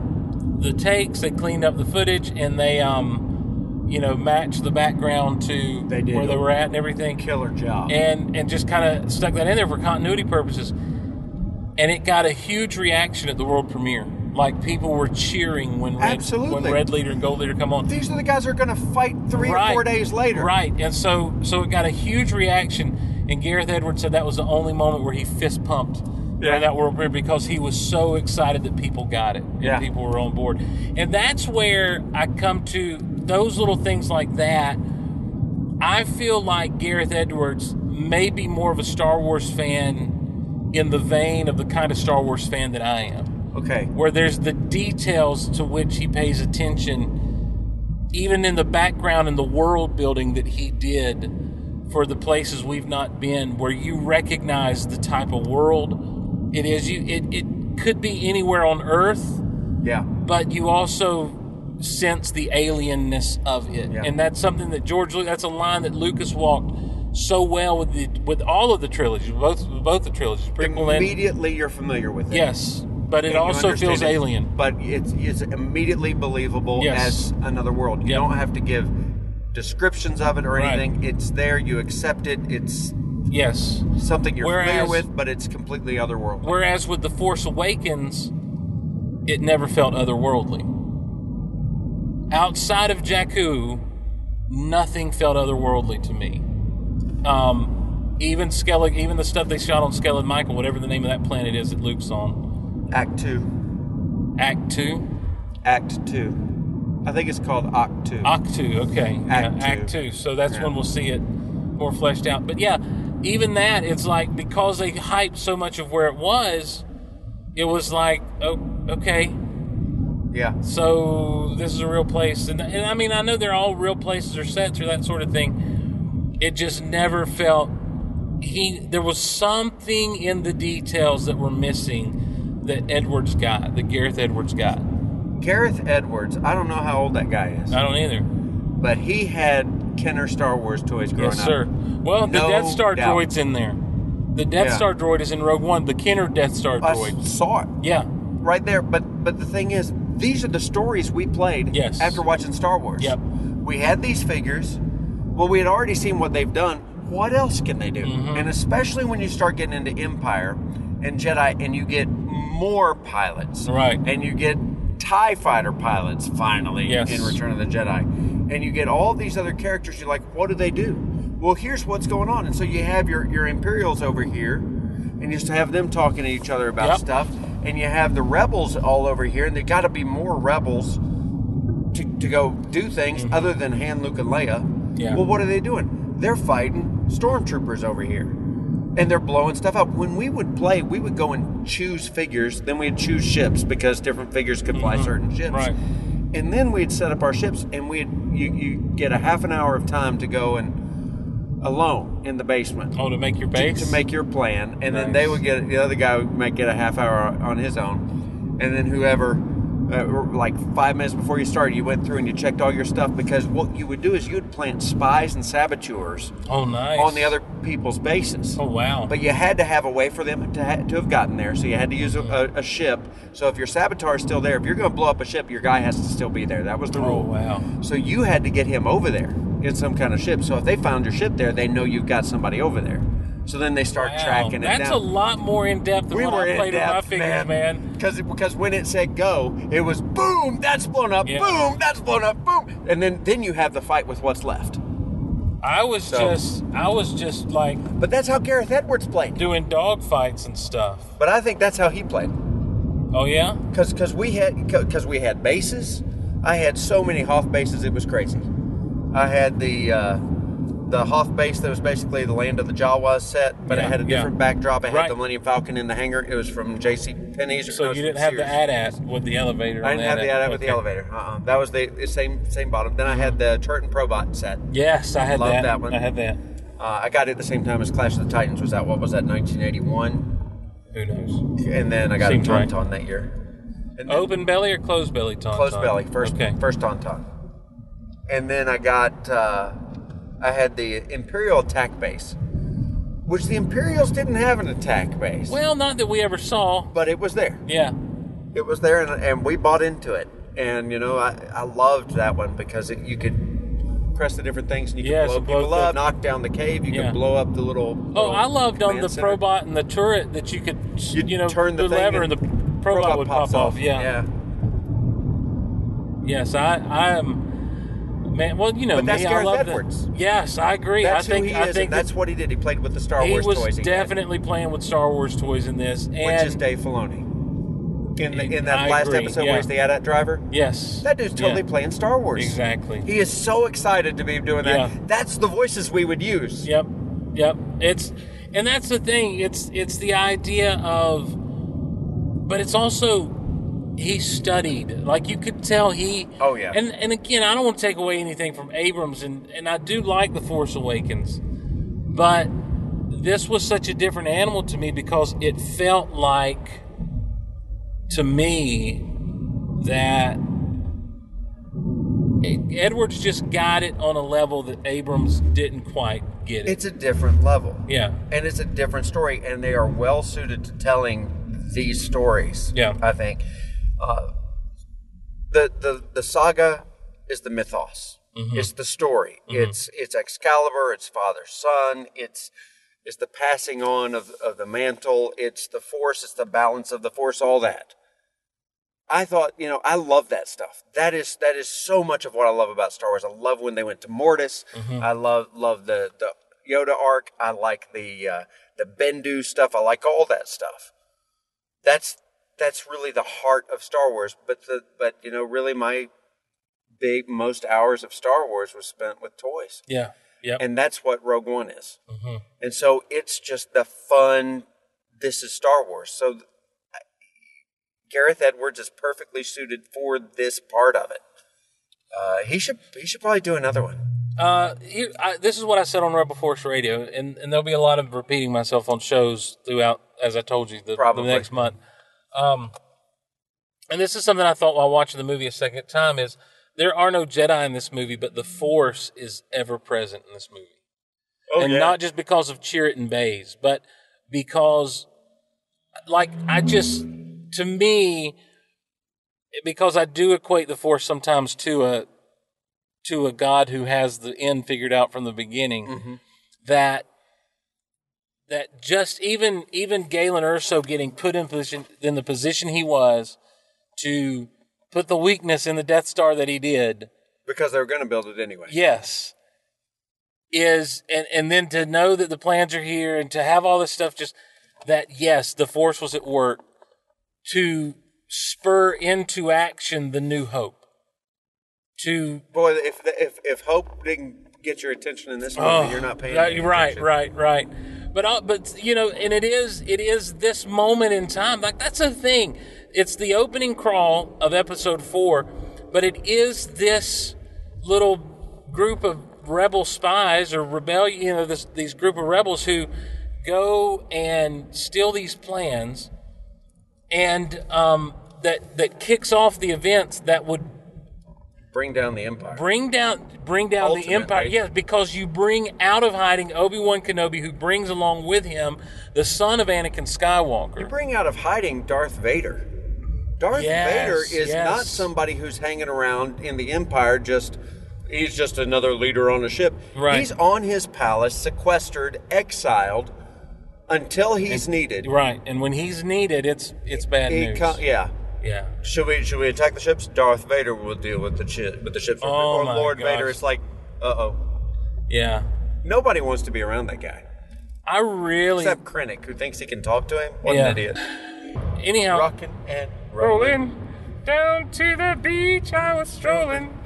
Speaker 1: the takes, they cleaned up the footage, and they, um, you know, matched the background to
Speaker 6: They did.
Speaker 1: where they were at and everything,
Speaker 6: Killer job.
Speaker 1: and and just kind of stuck that in there for continuity purposes. And it got a huge reaction at the world premiere. Like people were cheering when red,
Speaker 6: Absolutely.
Speaker 1: when red leader and gold leader come on.
Speaker 6: These are the guys who are going to fight three or four days later.
Speaker 1: Right. And so so it got a huge reaction and Gareth Edwards said that was the only moment where he fist pumped during that world premiere because he was so excited that people got it and
Speaker 6: Yeah.
Speaker 1: people were on board. And that's where I come to those little things like that. I feel like Gareth Edwards may be more of a Star Wars fan in the vein of the kind of Star Wars fan that I am
Speaker 6: Okay.
Speaker 1: where there's the details to which he pays attention, even in the background and the world building that he did for the places we've not been, where you recognize the type of world it is. You it, it could be anywhere on Earth,
Speaker 6: Yeah.
Speaker 1: but you also sense the alienness of it,
Speaker 6: Yeah.
Speaker 1: and that's something that George. Lu- That's a line that Lucas walked so well with the with all of the trilogies, both both the trilogies, prequel and
Speaker 6: Immediately, you're familiar with it.
Speaker 1: yes. But it
Speaker 6: and you
Speaker 1: also
Speaker 6: understand
Speaker 1: feels
Speaker 6: it,
Speaker 1: alien.
Speaker 6: But it's, it's immediately believable
Speaker 1: Yes.
Speaker 6: as another world. You
Speaker 1: Yep.
Speaker 6: don't have to give descriptions of it or
Speaker 1: Right.
Speaker 6: anything. It's there. You accept it. It's
Speaker 1: Yes.
Speaker 6: Something you're
Speaker 1: Whereas-
Speaker 6: familiar with, but it's completely otherworldly.
Speaker 1: Whereas with The Force Awakens, it never felt otherworldly. Outside of Jakku, nothing felt otherworldly to me. Um, even Skellig, even the stuff they shot on Skellig Michael, whatever the name of that planet is that Luke's on,
Speaker 6: Act two.
Speaker 1: Act Two,
Speaker 6: Act two. I think it's called Act two.
Speaker 1: Octu, okay.
Speaker 6: Act
Speaker 1: yeah,
Speaker 6: two.
Speaker 1: Act Two. So that's
Speaker 6: Yeah.
Speaker 1: when we'll see it more fleshed out. But yeah, even that, it's like because they hyped so much of where it was, it was like, oh, okay,
Speaker 6: yeah.
Speaker 1: so this is a real place. And, and I mean, I know they're all real places or sets or that sort of thing. It just never felt he. There was something in the details that were missing that Edwards got, that Gareth Edwards got.
Speaker 6: Gareth Edwards. I don't know how old that guy is,
Speaker 1: I don't either.
Speaker 6: but he had Kenner Star Wars toys growing
Speaker 1: Yes,
Speaker 6: up.
Speaker 1: sir. Well, the
Speaker 6: No
Speaker 1: Death Star
Speaker 6: doubt.
Speaker 1: droid's in there. The Death
Speaker 6: Yeah.
Speaker 1: Star droid is in Rogue One. The Kenner Death Star
Speaker 6: I
Speaker 1: droid.
Speaker 6: saw it
Speaker 1: Yeah,
Speaker 6: right there. But but the thing is, these are the stories we played
Speaker 1: Yes.
Speaker 6: after watching Star Wars.
Speaker 1: Yep.
Speaker 6: We had these figures. Well, we had already seen what they've done. What else can they do?
Speaker 1: Mm-hmm.
Speaker 6: And especially when you start getting into Empire and Jedi, and you get more pilots,
Speaker 1: Right.
Speaker 6: And you get Tie Fighter pilots finally
Speaker 1: Yes.
Speaker 6: in Return of the Jedi, and you get all these other characters. You're like, what do they do? Well, here's what's going on, and so you have your your Imperials over here, and you just have them talking to each other about
Speaker 1: Yep.
Speaker 6: stuff, and you have the rebels all over here, and there got to be more rebels to, to go do things other than Han, Luke, and Leia.
Speaker 1: Mm-hmm. Yeah.
Speaker 6: Well, what are they doing? They're fighting stormtroopers over here. And they're blowing stuff up. When we would play, we would go and choose figures, then we'd choose ships because different figures could fly certain
Speaker 1: Mm-hmm.
Speaker 6: ships.
Speaker 1: Right.
Speaker 6: And then we'd set up our ships and we'd you, you get a half an hour of time to go and alone in the basement
Speaker 1: Oh, to make your
Speaker 6: to-
Speaker 1: base.
Speaker 6: to make your plan, and then they
Speaker 1: Nice.
Speaker 6: would get the other guy might get a half hour on his own, and then whoever, uh, like five minutes before you started, you went through and you checked all your stuff because what you would do is you'd plant spies and saboteurs
Speaker 1: Oh, nice.
Speaker 6: on the other people's bases.
Speaker 1: Oh, wow.
Speaker 6: But you had to have a way for them to, ha- to have gotten there, so you had to use a, a, a ship. So if your saboteur is still there, if you're going to blow up a ship, your guy has to still be there. That was the
Speaker 1: oh,
Speaker 6: rule.
Speaker 1: wow.
Speaker 6: So you had to get him over there in some kind of ship. So if they found your ship there, they know you've got somebody over there. So then they start
Speaker 1: Wow.
Speaker 6: tracking it
Speaker 1: That's
Speaker 6: down.
Speaker 1: a lot more in depth than
Speaker 6: we
Speaker 1: what
Speaker 6: were
Speaker 1: I
Speaker 6: in
Speaker 1: played with my
Speaker 6: depth,
Speaker 1: fingers, man.
Speaker 6: Because because when it said go, it was boom, that's blown up,
Speaker 1: Yeah.
Speaker 6: boom, that's blown up, boom, and then then you have the fight with what's left.
Speaker 1: I was
Speaker 6: So-
Speaker 1: just, I was just like
Speaker 6: But that's how Gareth Edwards played.
Speaker 1: doing dog fights and stuff.
Speaker 6: But I think that's how he played.
Speaker 1: Oh yeah.
Speaker 6: because because we had because we had bases. I had so many Hoth bases, it was crazy. I had the uh, the Hoth base that was basically the land of the Jawas set, but
Speaker 1: Yeah,
Speaker 6: it had a
Speaker 1: yeah.
Speaker 6: different backdrop. It
Speaker 1: Right.
Speaker 6: had the Millennium Falcon in the hangar. It was from J.C. Penney's. or
Speaker 1: So
Speaker 6: no, it
Speaker 1: you
Speaker 6: was
Speaker 1: didn't
Speaker 6: from
Speaker 1: have the ad
Speaker 6: Sears.
Speaker 1: at with the elevator.
Speaker 6: I
Speaker 1: on
Speaker 6: didn't have the ad with the
Speaker 1: Okay. Mm-hmm.
Speaker 6: elevator. Uh-uh. That was the same same bottom. Then I had the Turton Probot set.
Speaker 1: Yes, I had
Speaker 6: Love
Speaker 1: that.
Speaker 6: that one.
Speaker 1: I had that.
Speaker 6: Uh, I got it at the same time as Clash of the Titans was out. What was that? 1981,
Speaker 1: Who knows?
Speaker 6: and then I got
Speaker 1: Seems
Speaker 6: a
Speaker 1: right.
Speaker 6: Tauntaun that year. And then-
Speaker 1: Open belly or closed belly tauntaun?
Speaker 6: closed belly first
Speaker 1: Okay.
Speaker 6: first tauntaun and then i got uh, i had the imperial attack base which the imperials didn't have an attack base
Speaker 1: Well, not that we ever saw.
Speaker 6: but it was there
Speaker 1: Yeah.
Speaker 6: it was there and, and we bought into it and you know i, I loved that one because it, you could press the different things and you
Speaker 1: Yes,
Speaker 6: could blow
Speaker 1: and blow
Speaker 6: people
Speaker 1: stuff.
Speaker 6: up knock down the cave you
Speaker 1: Yeah.
Speaker 6: could blow up the little
Speaker 1: Oh,
Speaker 6: little
Speaker 1: I loved on
Speaker 6: command
Speaker 1: the
Speaker 6: center.
Speaker 1: probot and the turret that you could, you,
Speaker 6: You'd
Speaker 1: know,
Speaker 6: turn the, thing
Speaker 1: lever and, the probot, would pop
Speaker 6: pops
Speaker 1: off. Yeah.
Speaker 6: yeah
Speaker 1: Yes, I, I am. Man, well, you know,
Speaker 6: But that's
Speaker 1: me, I
Speaker 6: Gareth
Speaker 1: love
Speaker 6: Edwards.
Speaker 1: That. Yes, I agree.
Speaker 6: that's
Speaker 1: I think
Speaker 6: who he
Speaker 1: I
Speaker 6: is
Speaker 1: think
Speaker 6: and that's
Speaker 1: that
Speaker 6: what he did he played with the star
Speaker 1: he
Speaker 6: wars
Speaker 1: was
Speaker 6: toys he had.
Speaker 1: definitely playing with Star Wars toys in this, and
Speaker 6: which is Dave Filoni. In, the, in that
Speaker 1: I
Speaker 6: last
Speaker 1: agree,
Speaker 6: episode
Speaker 1: yeah.
Speaker 6: where he's the AT-AT driver,
Speaker 1: yes,
Speaker 6: that dude's totally
Speaker 1: yeah,
Speaker 6: playing Star Wars.
Speaker 1: exactly.
Speaker 6: He is so excited to be doing that.
Speaker 1: Yeah.
Speaker 6: That's the voices we would use.
Speaker 1: Yep. Yep. It's and that's the thing. It's it's the idea of but it's also he studied. Like you could tell he
Speaker 6: Oh, yeah.
Speaker 1: And and again, I don't want to take away anything from Abrams and and I do like The Force Awakens. But this was such a different animal to me because it felt like to me that Ed- Edwards just got it on a level that Abrams didn't quite get it.
Speaker 6: It's a different level.
Speaker 1: yeah.
Speaker 6: And it's a different story, and they are well suited to telling these stories.
Speaker 1: Yeah.
Speaker 6: I think uh, the the the saga is the mythos. It's the story. It's it's Excalibur. It's father son. It's It's the passing on of, of the mantle. It's the force. It's the balance of the force. All that. I thought, you know, I love that stuff. That is that is so much of what I love about Star Wars. I love when they went to Mortis. I love love the the Yoda arc. I like the uh, the Bendu stuff. I like all that stuff. That's that's really the heart of Star Wars. But the but you know, really, my big most hours of Star Wars was spent with toys
Speaker 1: Yeah. Yep.
Speaker 6: and that's what Rogue One is. And so it's just the fun. This is Star Wars. So th- I- Gareth Edwards is perfectly suited for this part of it. Uh, he should he should probably do another one.
Speaker 1: Uh, here, I, this is what I said on Rebel Force Radio, and, and there'll be a lot of repeating myself on shows throughout, as I told you, the, the
Speaker 6: Probably.
Speaker 1: next month. Um, and this is something I thought while watching the movie a second time is there are no Jedi in this movie, but the Force is ever present in this movie and not just because of Chirrut and Bays, but because, like, I just, to me, because I do equate the Force sometimes to a to a God who has the end figured out from the beginning, that that just even even Galen Urso getting put in position in the position he was to put the weakness in the Death Star that he did
Speaker 6: because they were going to build it anyway.
Speaker 1: yes is and and then to know that the plans are here and to have all this stuff just that yes the force was at work to spur into action the new hope to
Speaker 6: Boy, if if if hope didn't get your attention in this movie,
Speaker 1: Oh,
Speaker 6: you're not paying.
Speaker 1: right,
Speaker 6: any
Speaker 1: right,
Speaker 6: attention.
Speaker 1: right, right. But all, but you know, and it is it is this moment in time. Like that's the thing. It's the opening crawl of episode four, but it is this little group of rebel spies or rebellion. You know, this these group of rebels who go and steal these plans, and um, that that kicks off the events that would
Speaker 6: Bring down the empire.
Speaker 1: bring down bring down the
Speaker 6: Ultimately.
Speaker 1: empire yes because you bring out of hiding obi-wan kenobi who brings along with him the son of anakin skywalker
Speaker 6: bring out of hiding Darth Vader. Darth
Speaker 1: Yes,
Speaker 6: Vader is
Speaker 1: yes.
Speaker 6: not somebody who's hanging around in the Empire just. He's just another leader on a ship.
Speaker 1: Right.
Speaker 6: He's on his palace, sequestered, exiled, until he's needed.
Speaker 1: right and when he's needed it's it's bad
Speaker 6: He
Speaker 1: news
Speaker 6: co- yeah.
Speaker 1: yeah
Speaker 6: Should we should we attack the ships? Darth Vader will deal with the ship with the ships.
Speaker 1: Oh
Speaker 6: or
Speaker 1: my
Speaker 6: Lord
Speaker 1: gosh.
Speaker 6: Vader. It's like, uh oh.
Speaker 1: yeah
Speaker 6: Nobody wants to be around that guy
Speaker 1: i really
Speaker 6: except Krennic, who thinks he can talk to him. What
Speaker 1: Yeah. Uh,
Speaker 6: an idiot!
Speaker 1: anyhow
Speaker 6: Rocking and rolling.
Speaker 5: Rolling down to the beach, I was strolling.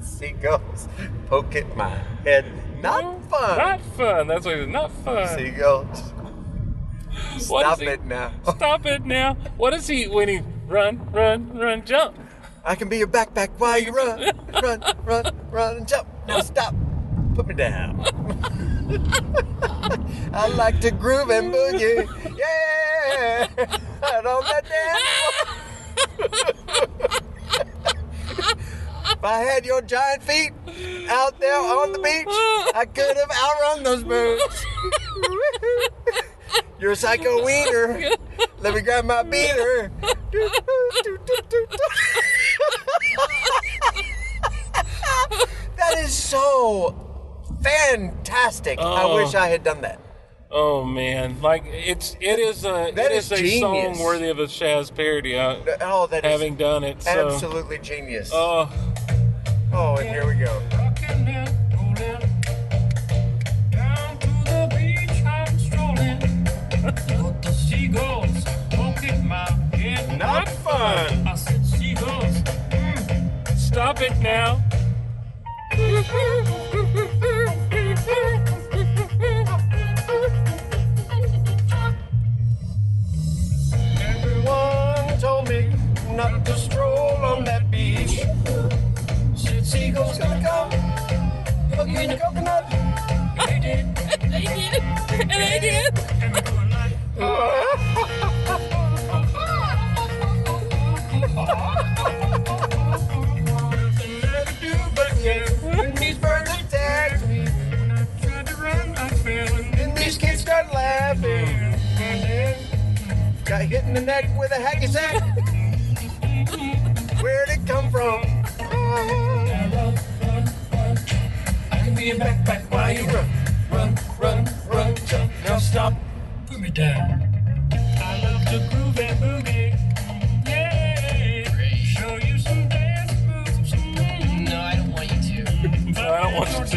Speaker 6: Seagulls poke at my head. Not fun.
Speaker 1: not fun that's what it is not fun
Speaker 6: Seagulls.
Speaker 1: What is
Speaker 6: Stop
Speaker 1: he-
Speaker 6: it now.
Speaker 1: stop it now what is he when he run run run jump
Speaker 6: I can be your backpack while you run, run, run, run, and jump. Now stop. Put me down. I like to groove and boogie. Yeah. And on that dance floor. If I had your giant feet out there on the beach, I could have outrun those birds. You're a psycho wiener. Let me grab my beater. that is so fantastic.
Speaker 1: Oh.
Speaker 6: I wish I had done that.
Speaker 1: Oh man, like it's it is a
Speaker 6: That
Speaker 1: it
Speaker 6: is
Speaker 1: is, a song
Speaker 6: genius.
Speaker 1: worthy of a Shaz parody. Uh,
Speaker 6: Oh, that is
Speaker 1: having done it, so
Speaker 6: absolutely genius.
Speaker 1: oh.
Speaker 6: oh, and here we go.
Speaker 5: Rocking and rolling. Down to the beach, I'm strolling. But the seagulls poking my head.
Speaker 6: Not fun.
Speaker 5: I said, seagulls, mm,
Speaker 1: Stop it now.
Speaker 5: everyone told me not to stroll on that beach. Said, seagulls gonna come. Looking at coconut. They did.
Speaker 4: They did. And they did.
Speaker 5: And they were like,
Speaker 6: When these birds attack me, and these kids start laughing. Got hit in the neck with a hacky sack. Where'd it come from?
Speaker 5: I can be a backpack while you run. run, run, run, jump. Now stop, put me down. I love to groove and boogie. Yeah. Show you some dance moves.
Speaker 4: No, I don't want you to.
Speaker 1: No, I don't want you to.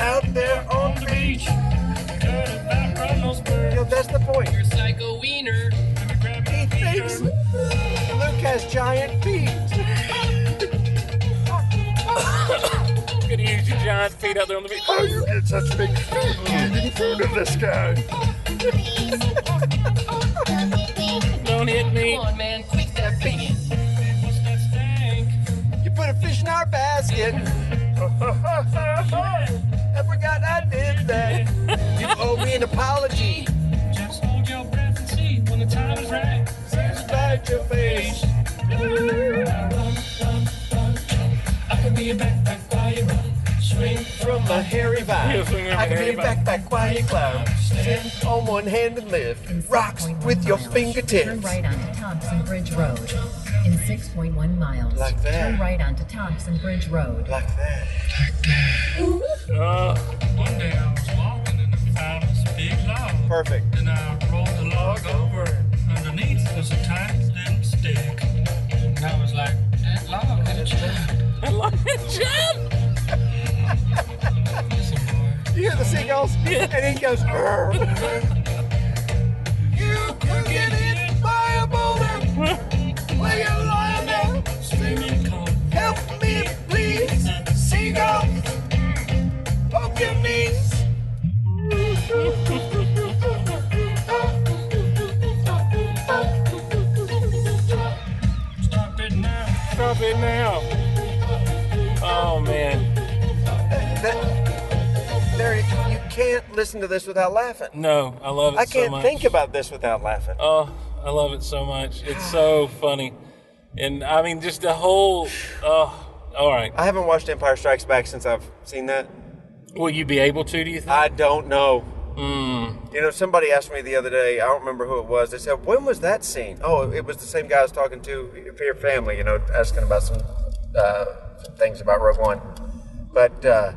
Speaker 5: Out there on the beach. Cut it back from those birds.
Speaker 6: You know, that's the point.
Speaker 4: You're a psycho wiener.
Speaker 5: Let me grab my
Speaker 6: He thinks
Speaker 5: beaker.
Speaker 6: Luke has giant feet.
Speaker 1: Could use your giant feet out there on the beach.
Speaker 5: How you get such big feet eating food of this guy?
Speaker 1: Don't hit me.
Speaker 4: Come on, man, quick that thing.
Speaker 5: What's that stank?
Speaker 6: You put a fish in our basket. I forgot I did that. You owe me an apology.
Speaker 5: Just hold your breath and see when the time is right. Says about your face. I could be a backpack while you run. Swing from
Speaker 6: A hairy
Speaker 1: Yeah, swing
Speaker 6: vibe.
Speaker 1: around
Speaker 6: I can
Speaker 1: the
Speaker 6: be
Speaker 1: hairy
Speaker 6: a backpack while you climb. Stand on one hand and lift. Rocks with your
Speaker 7: Turn
Speaker 6: fingertips.
Speaker 7: right onto Thompson Bridge Road. In 6.1 miles.
Speaker 6: Like that.
Speaker 7: Turn right onto Thompson Bridge Road.
Speaker 6: Like that.
Speaker 1: Uh,
Speaker 5: One day I was walking and I found this big log.
Speaker 6: Perfect.
Speaker 5: And I rolled the log over and underneath was a tiny little stick. And I was like, that log had a child.
Speaker 1: I like that jump.
Speaker 5: Listen, boy.
Speaker 6: You hear the seagulls? And he goes, "Arr." You could get hit by a boulder. Where you lying now?
Speaker 5: Screaming cold.
Speaker 6: Help me, please. Seagull, poke your knees.
Speaker 5: Stop it now.
Speaker 1: Stop it now. Oh man.
Speaker 6: That, there, you can't listen to this without laughing.
Speaker 1: No, I love it
Speaker 6: I
Speaker 1: so
Speaker 6: can't
Speaker 1: much.
Speaker 6: think about this without laughing.
Speaker 1: Oh, I love it so much. It's so funny. And I mean, just the whole. Oh, all right.
Speaker 6: I haven't watched Empire Strikes Back since I've seen that.
Speaker 1: Will you be able to? Do you think?
Speaker 6: I don't know.
Speaker 1: Mm.
Speaker 6: You know, somebody asked me the other day. I don't remember who it was. They said, "When was that scene?" Oh, it was the same guy I was talking to for your family. You know, asking about some, uh, some things about Rogue One. But uh,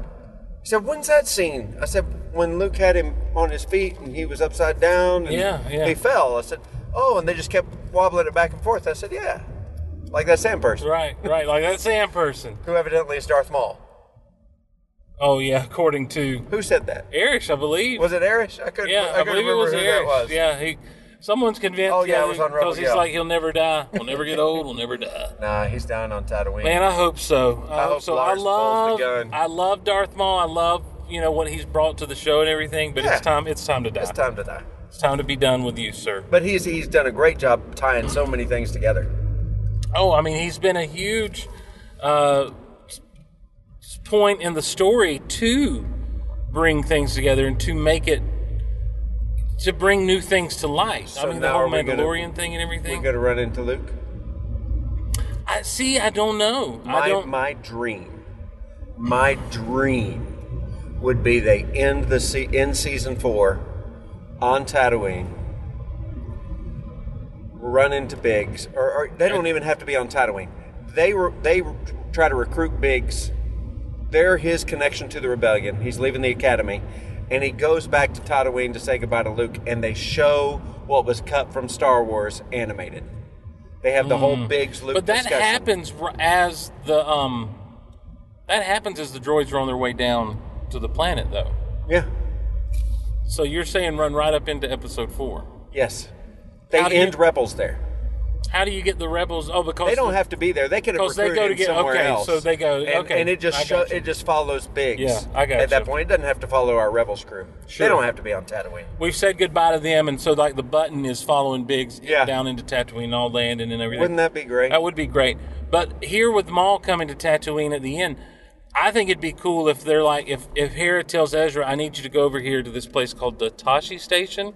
Speaker 6: he said, "When's that scene?" I said, "When Luke had him on his feet and he was upside down. And
Speaker 1: Yeah, yeah.
Speaker 6: He fell." I said, "Oh," and they just kept wobbling it back and forth. I said, "Yeah, like that same person
Speaker 1: Right, right. Like that Sam person.
Speaker 6: who evidently is Darth Maul."
Speaker 1: Oh yeah, according to
Speaker 6: Who said that?
Speaker 1: Erish, I believe.
Speaker 6: Was it Erish? I couldn't.
Speaker 1: yeah,
Speaker 6: I,
Speaker 1: I,
Speaker 6: couldn't
Speaker 1: believe it
Speaker 6: remember
Speaker 1: was
Speaker 6: who
Speaker 1: Erish.
Speaker 6: that was.
Speaker 1: Yeah, he. Someone's convinced.
Speaker 6: Oh, yeah, it was on Rebel
Speaker 1: because he's
Speaker 6: Yell.
Speaker 1: like he'll never die. We'll never get old. We'll never die.
Speaker 6: Nah, he's down on Tatooine.
Speaker 1: Man, I hope so. I,
Speaker 6: I
Speaker 1: hope,
Speaker 6: hope
Speaker 1: so.
Speaker 6: Lars
Speaker 1: I
Speaker 6: pulls the
Speaker 1: love.
Speaker 6: gun.
Speaker 1: I love Darth Maul. I love you know what he's brought to the show and everything. But
Speaker 6: Yeah.
Speaker 1: it's time. It's time to die.
Speaker 6: It's time to die.
Speaker 1: It's time to be done with you, sir.
Speaker 6: But he's he's done a great job tying so many things together.
Speaker 1: Oh, I mean, he's been a huge uh, s- point in the story to bring things together and to make it to bring new things to light. I
Speaker 6: So
Speaker 1: mean, the
Speaker 6: now
Speaker 1: whole
Speaker 6: are we gonna-
Speaker 1: Mandalorian thing and
Speaker 6: We
Speaker 1: everything.
Speaker 6: got to run into Luke.
Speaker 1: I see. I don't know. I
Speaker 6: My
Speaker 1: don't.
Speaker 6: my dream, my dream would be they end the se- end season four on Tatooine. Run into Biggs, or, or they don't even have to be on Tatooine. They re- they try to recruit Biggs. They're his connection to the rebellion. He's leaving the academy, and he goes back to Tatooine to say goodbye to Luke. And they show what was cut from Star Wars animated. They have the whole Biggs Luke.
Speaker 1: Mm. but that
Speaker 6: discussion.
Speaker 1: happens r- as the um. That happens as the droids are on their way down to the planet, though.
Speaker 6: Yeah.
Speaker 1: So you're saying run right up into episode four.
Speaker 6: Yes. They
Speaker 1: How do you-
Speaker 6: end rebels there.
Speaker 1: How do you get the rebels? Oh, because
Speaker 6: They don't
Speaker 1: the-
Speaker 6: have to be there. They could have
Speaker 1: Because they go
Speaker 6: recruited
Speaker 1: to
Speaker 6: him
Speaker 1: get-
Speaker 6: somewhere
Speaker 1: okay,
Speaker 6: else.
Speaker 1: so they go-
Speaker 6: And,
Speaker 1: okay,
Speaker 6: and it just
Speaker 1: I
Speaker 6: show,
Speaker 1: got you.
Speaker 6: it just follows Biggs.
Speaker 1: Yeah, I got
Speaker 6: At that
Speaker 1: you.
Speaker 6: point, it doesn't have to follow our rebels crew.
Speaker 1: Sure.
Speaker 6: They don't have to be on Tatooine.
Speaker 1: We've said goodbye to them, and so like the button is following Biggs
Speaker 6: Yeah.
Speaker 1: down into Tatooine and all land and everything.
Speaker 6: Wouldn't that be great?
Speaker 1: That would be great. But here with Maul coming to Tatooine at the end, I think it'd be cool if they're like if if Hera tells Ezra, "I need you to go over here to this place called the Tashi Station."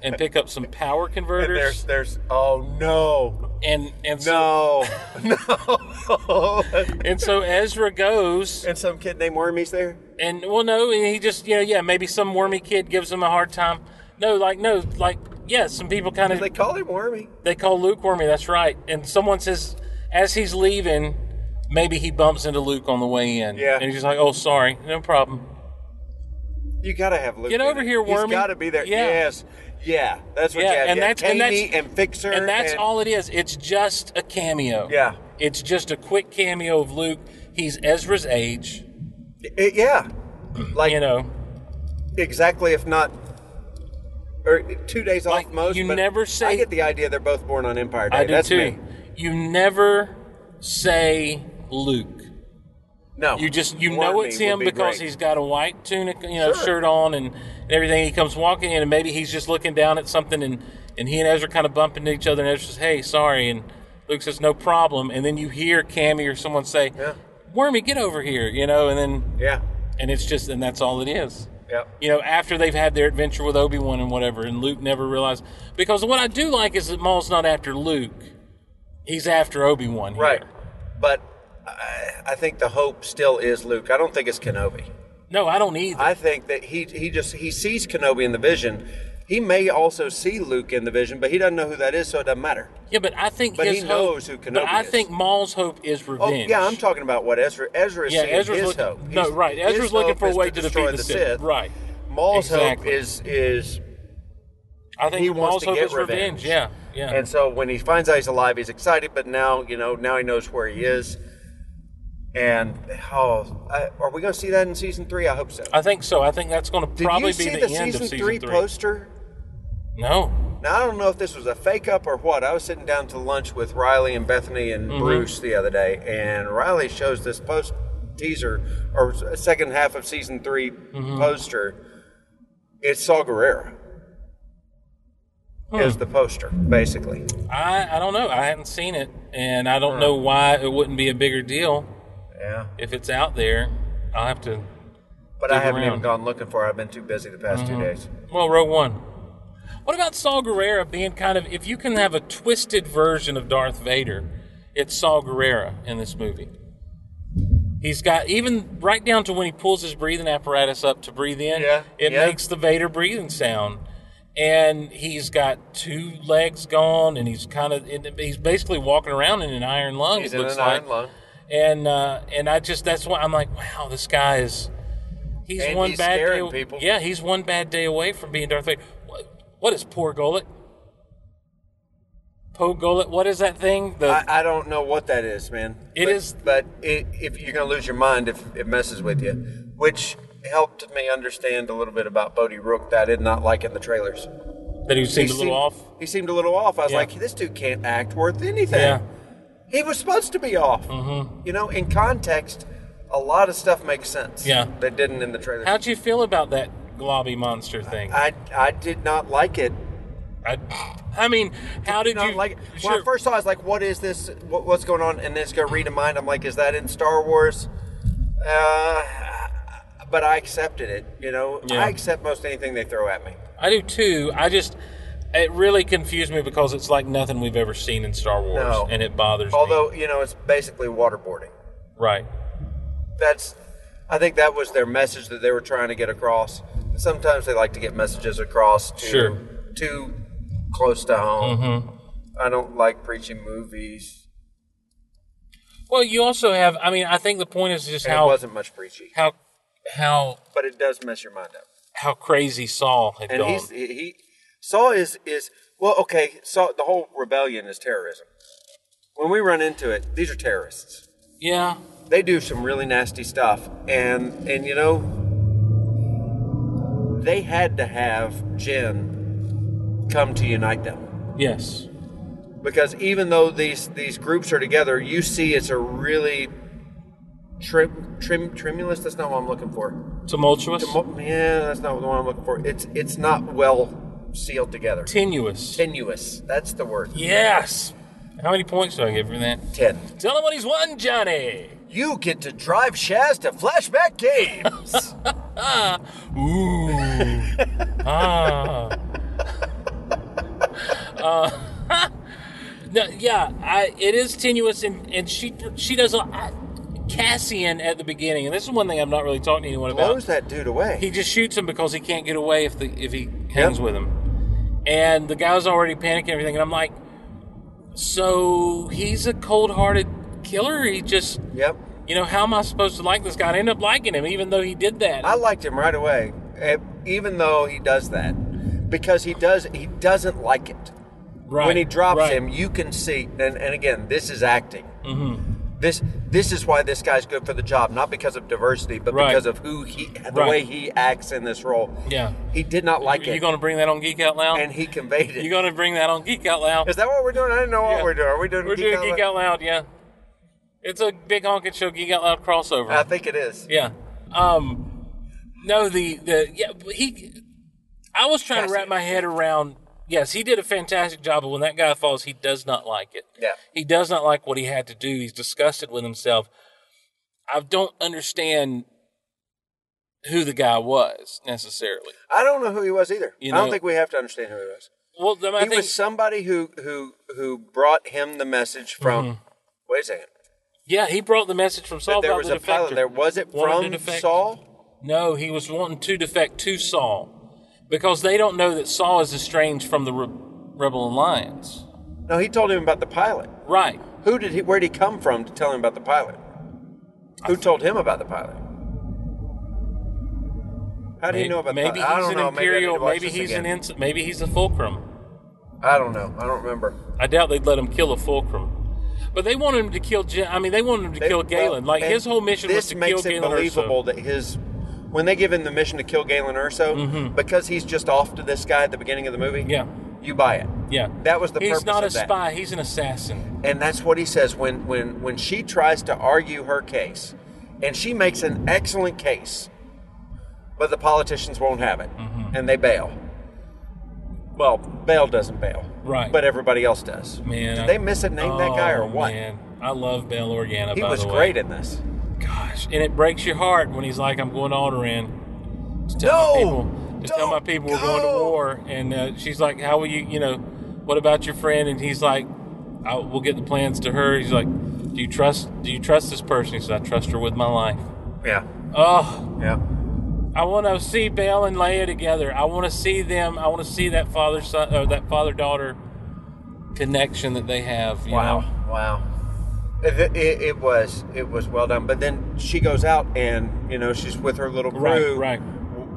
Speaker 1: and pick up some power
Speaker 6: And there's,
Speaker 1: converters
Speaker 6: there's, oh no,
Speaker 1: and and so,
Speaker 6: no, no.
Speaker 1: and so Ezra goes
Speaker 6: and some kid named Wormy's there.
Speaker 1: and well, no, and he just yeah, yeah, maybe some wormy kid gives him a hard time. No, like no, like yeah, some people kind of
Speaker 6: They call him Wormy.
Speaker 1: they call Luke wormy. That's right. And someone says as he's leaving, maybe he bumps into Luke on the way in.
Speaker 6: Yeah.
Speaker 1: and he's just like, oh, sorry, no problem.
Speaker 6: You gotta have Luke.
Speaker 1: Get
Speaker 6: in
Speaker 1: over
Speaker 6: it.
Speaker 1: here, Wormy.
Speaker 6: He's gotta be there.
Speaker 1: Yeah.
Speaker 6: Yes. Yeah. That's what
Speaker 1: Yeah,
Speaker 6: you have.
Speaker 1: and
Speaker 6: You have
Speaker 1: that's- and
Speaker 6: Taney
Speaker 1: that's-
Speaker 6: and Fixer
Speaker 1: and that's all it is. It's just a cameo.
Speaker 6: Yeah.
Speaker 1: It's just a quick cameo of Luke. He's Ezra's age,
Speaker 6: I- yeah. Like
Speaker 1: you know.
Speaker 6: exactly if not or two days
Speaker 1: Like,
Speaker 6: off most.
Speaker 1: you
Speaker 6: but
Speaker 1: never say-
Speaker 6: I get the idea they're both born on Empire Day.
Speaker 1: I do
Speaker 6: that's
Speaker 1: too.
Speaker 6: me.
Speaker 1: You never say Luke.
Speaker 6: No.
Speaker 1: You just you know
Speaker 6: Wormy
Speaker 1: it's
Speaker 6: would
Speaker 1: him
Speaker 6: be
Speaker 1: because
Speaker 6: great.
Speaker 1: he's got a white tunic, you know, shirt on and everything. He comes walking in, and maybe he's just looking down at something, and and he and Ezra kind of bump into each other, and Ezra says, "Hey, sorry," and Luke says, "No problem." And then you hear Cammy or someone say,
Speaker 6: Yeah.
Speaker 1: "Wormy, get over here," you know, and then
Speaker 6: Yeah.
Speaker 1: and it's just and that's all it is.
Speaker 6: Yep.
Speaker 1: You know, after they've had their adventure with Obi Wan and whatever, and Luke never realized because what I do like is that Maul's not after Luke; he's after Obi Wan.
Speaker 6: Right. But I, I think the hope still is Luke. I don't think it's Kenobi.
Speaker 1: No, I don't either.
Speaker 6: I think that he he just he sees Kenobi in the vision. He may also see Luke in the vision, but he doesn't know who that is, so it doesn't matter.
Speaker 1: Yeah, but I think
Speaker 6: But
Speaker 1: his
Speaker 6: he
Speaker 1: hope,
Speaker 6: knows who
Speaker 1: But
Speaker 6: Kenobi
Speaker 1: I
Speaker 6: is.
Speaker 1: think Maul's hope is
Speaker 6: Oh
Speaker 1: revenge.
Speaker 6: yeah, I'm talking about what Ezra Ezra is
Speaker 1: Yeah,
Speaker 6: seeing
Speaker 1: Ezra's
Speaker 6: his
Speaker 1: looking-
Speaker 6: hope.
Speaker 1: no,
Speaker 6: He's-
Speaker 1: right,
Speaker 6: his
Speaker 1: Ezra's looking
Speaker 6: hope
Speaker 1: for a
Speaker 6: is
Speaker 1: way
Speaker 6: to
Speaker 1: to defeat
Speaker 6: destroy
Speaker 1: the
Speaker 6: the
Speaker 1: Sith.
Speaker 6: Sith.
Speaker 1: Right.
Speaker 6: Maul's
Speaker 1: Exactly.
Speaker 6: hope is is
Speaker 1: I think
Speaker 6: he
Speaker 1: Maul's
Speaker 6: wants to
Speaker 1: hope
Speaker 6: get
Speaker 1: is revenge.
Speaker 6: revenge.
Speaker 1: Yeah, yeah.
Speaker 6: and so when he finds out he's alive, he's excited. But now you know now he knows where he is. And oh, I, are we going to see that in season three? I hope so.
Speaker 1: I think so. I think that's going to
Speaker 6: Did
Speaker 1: probably
Speaker 6: you see
Speaker 1: be the,
Speaker 6: the,
Speaker 1: end
Speaker 6: season,
Speaker 1: of season
Speaker 6: three,
Speaker 1: three.
Speaker 6: poster?
Speaker 1: no,
Speaker 6: Now I don't know if this was a fake up or what. I was sitting down to lunch with Riley and Bethany and
Speaker 1: Mm-hmm.
Speaker 6: Bruce the other day, and Riley shows this post teaser or second half of season 3
Speaker 1: Mm-hmm.
Speaker 6: poster. It's Saul Guerrero is the poster, basically.
Speaker 1: I I don't know. I hadn't seen it, and I don't know why it wouldn't be a bigger deal
Speaker 6: Yeah,
Speaker 1: if it's out there. I'll have to.
Speaker 6: but I
Speaker 1: Dig
Speaker 6: haven't
Speaker 1: around. Mm-hmm.
Speaker 6: even gone looking for it. I've been too busy the past two days.
Speaker 1: Well, row one. What about Saul Guerrera being kind of? If you can have a twisted version of Darth Vader, it's Saul Guerrera in this movie. He's got even right down to when he pulls his breathing apparatus up to breathe in.
Speaker 6: Yeah,
Speaker 1: it
Speaker 6: yeah.
Speaker 1: makes the Vader breathing sound, and he's got two legs gone, and he's kind of he's basically walking around in an iron lung.
Speaker 6: He's
Speaker 1: it
Speaker 6: in
Speaker 1: looks
Speaker 6: an
Speaker 1: like.
Speaker 6: iron lung.
Speaker 1: and uh, and I just that's why I'm like, wow, this guy is he's
Speaker 6: And
Speaker 1: one
Speaker 6: he's
Speaker 1: bad day.
Speaker 6: scaring people.
Speaker 1: Yeah, he's one bad day away from being Darth Vader. What, what is poor Golet? Poe Golet, what is that thing? The
Speaker 6: I, I don't know what that is, man.
Speaker 1: It
Speaker 6: It
Speaker 1: is-
Speaker 6: is, but, it, if you're gonna lose your mind if it messes with you, which helped me understand a little bit about Bodie Rook that I did not like in the trailers.
Speaker 1: that he seemed a little
Speaker 6: seemed,
Speaker 1: off.
Speaker 6: He seemed a little off. I was
Speaker 1: Yeah.
Speaker 6: like, this dude can't act worth anything.
Speaker 1: Yeah, Mm-hmm.
Speaker 6: He was supposed to be off. You know, in context, a lot of stuff makes sense.
Speaker 1: Yeah.
Speaker 6: that didn't in the trailers.
Speaker 1: how'd you feel about that globby monster thing? I,
Speaker 6: I I did not like it.
Speaker 1: I, mean, how did
Speaker 6: Not
Speaker 1: you
Speaker 6: like it.
Speaker 1: Sure.
Speaker 6: When I first saw, it, I was like, "What is this? What, what's going on?" And then it's going to read in mind. I'm like, "Is that in Star Wars?" Uh, but I accepted it. You know,
Speaker 1: Yeah.
Speaker 6: I accept most anything they throw at me.
Speaker 1: I do too. I just it really confused me because it's like nothing we've ever seen in Star Wars,
Speaker 6: No.
Speaker 1: and it bothers me.
Speaker 6: Although you know, it's basically waterboarding.
Speaker 1: right.
Speaker 6: That's, I think that was their message that they were trying to get across. Sometimes they like to get messages across to
Speaker 1: Sure. Mm-hmm.
Speaker 6: too close to home. I don't like preaching movies.
Speaker 1: Well, you also have. I mean, I think the point is just
Speaker 6: And
Speaker 1: how
Speaker 6: it wasn't much preachy,
Speaker 1: how how
Speaker 6: but it does mess your mind up.
Speaker 1: how crazy Saul had
Speaker 6: and
Speaker 1: gone.
Speaker 6: he's he, he Saul is is well okay. Saul the whole rebellion is terrorism. When we run into it, these are terrorists.
Speaker 1: yeah,
Speaker 6: They do some really nasty stuff, and and you know they had to have Jin come to unite them
Speaker 1: yes,
Speaker 6: because even though these these groups are together, you see it's a really trim trim tremulous. That's not what I'm looking for.
Speaker 1: tumultuous,
Speaker 6: Mo- Yeah, that's not the one I'm looking for. It's it's not well sealed together.
Speaker 1: tenuous.
Speaker 6: Tenuous. That's the word.
Speaker 1: yes. How many points do I get for that?
Speaker 6: Ten.
Speaker 1: Tell him what he's won, Johnny.
Speaker 6: You get to drive Shaz to flashback games.
Speaker 1: Ooh. ah. Uh, no, yeah, I, it is tenuous, and, and she she does a I, Cassian at the beginning, and this is one thing I'm not really talking to anyone about.
Speaker 6: Blows that dude away.
Speaker 1: he just shoots him because he can't get away if the if he hangs
Speaker 6: Yep.
Speaker 1: with him. And the guy's already panicking and everything, and I'm like, so he's a cold hearted killer. He just,
Speaker 6: yep.
Speaker 1: you know, how am I supposed to like this guy? I end up liking him, even though he did that.
Speaker 6: I liked him right away. eh, even though he does that, because he does he doesn't like it.
Speaker 1: Right,
Speaker 6: when he drops
Speaker 1: right.
Speaker 6: him, you can see. And, and again, this is acting. Mm-hmm. This this is why this guy's good for the job, not because of diversity, but
Speaker 1: Right.
Speaker 6: because of who he, the
Speaker 1: Right.
Speaker 6: way he acts in this role.
Speaker 1: Yeah.
Speaker 6: he did not like
Speaker 1: you
Speaker 6: it,
Speaker 1: gonna bring that on Geek Out Loud?
Speaker 6: and he conveyed it.
Speaker 1: you gonna bring that on Geek Out Loud?
Speaker 6: is that what we're doing? I didn't know what
Speaker 1: Yeah.
Speaker 6: we're doing. Are we doing?
Speaker 1: We're
Speaker 6: Geek
Speaker 1: doing
Speaker 6: Out
Speaker 1: Geek
Speaker 6: Loud?
Speaker 1: Out Loud, yeah. It's a big honking show Geek Out Loud crossover.
Speaker 6: I think it is.
Speaker 1: yeah. Um no the the yeah but he I was trying to wrap my head around yes, he did a fantastic job, but when that guy falls, he does not like it.
Speaker 6: Yeah.
Speaker 1: He does not like what he had to do. He's disgusted with himself. I don't understand who the guy was necessarily.
Speaker 6: I don't know who he was either.
Speaker 1: You
Speaker 6: I
Speaker 1: know-
Speaker 6: don't think we have to understand who he was.
Speaker 1: Well, I, mean, I
Speaker 6: he
Speaker 1: think
Speaker 6: was somebody who who who brought him the message from. Wait a second.
Speaker 1: yeah, he brought the message from Mm-hmm. Saul.
Speaker 6: That there
Speaker 1: about
Speaker 6: was
Speaker 1: the
Speaker 6: a pilot
Speaker 1: defector.
Speaker 6: there. Was it
Speaker 1: Wanted
Speaker 6: from
Speaker 1: to defect.
Speaker 6: Saul?
Speaker 1: No, he was wanting to defect to Saul because they don't know that Saul is estranged from the Re- Rebel Alliance.
Speaker 6: No, he told him about the pilot.
Speaker 1: Right.
Speaker 6: Who did he? Where did he come from to tell him about the pilot? Who told him about the pilot? How do you know about
Speaker 1: maybe
Speaker 6: the
Speaker 1: he's
Speaker 6: pilot? I don't
Speaker 1: an
Speaker 6: know.
Speaker 1: imperial?
Speaker 6: Maybe, I need to watch
Speaker 1: Maybe,
Speaker 6: this
Speaker 1: he's
Speaker 6: again.
Speaker 1: an ins- maybe he's a fulcrum.
Speaker 6: I don't know. I don't remember.
Speaker 1: I doubt they'd let him kill a fulcrum, but they wanted him to kill. Gen- I mean, they wanted him to
Speaker 6: They-
Speaker 1: kill Galen.
Speaker 6: well,
Speaker 1: like
Speaker 6: and
Speaker 1: his whole mission was
Speaker 6: this
Speaker 1: to kill
Speaker 6: makes it
Speaker 1: Galen. Erso.
Speaker 6: believable that his when they give him the mission to kill Galen Urso because he's just off to this guy at the beginning of the movie.
Speaker 1: Mm-hmm. Yeah.
Speaker 6: you buy it.
Speaker 1: Yeah,
Speaker 6: That was the
Speaker 1: He's
Speaker 6: purpose
Speaker 1: not
Speaker 6: of
Speaker 1: a
Speaker 6: that.
Speaker 1: spy. He's an assassin.
Speaker 6: And that's what he says when when when she tries to argue her case, and she makes an excellent case, but the politicians won't have it,
Speaker 1: Mm-hmm.
Speaker 6: and they bail. Well, bail doesn't bail,
Speaker 1: Right.
Speaker 6: But everybody else does.
Speaker 1: Man,
Speaker 6: did
Speaker 1: I-
Speaker 6: they misname that guy or
Speaker 1: Oh,
Speaker 6: what?
Speaker 1: Man, I love Bell Organa.
Speaker 6: He
Speaker 1: by
Speaker 6: was
Speaker 1: the way.
Speaker 6: great in this.
Speaker 1: Gosh, and it breaks your heart when he's like, "I'm going to Alderaan to tell
Speaker 6: No!
Speaker 1: my people, to tell
Speaker 6: Oh, Don't
Speaker 1: my people we're going to
Speaker 6: go!
Speaker 1: war." And uh, she's like, "How will you? You know, what about your friend?" And he's like, I, "We'll get the plans to her." He's like, "Do you trust? Do you trust this person?" He says, "I trust her with my life."
Speaker 6: Yeah,
Speaker 1: Oh,
Speaker 6: yeah.
Speaker 1: I want to see Belle and Leia together. I want to see them. I want to see that father son or that father daughter connection that they have. You
Speaker 6: Wow,
Speaker 1: Know?
Speaker 6: wow. It, it- it was it was well done. But then she goes out and you know she's with her little
Speaker 1: Right,
Speaker 6: crew.
Speaker 1: right.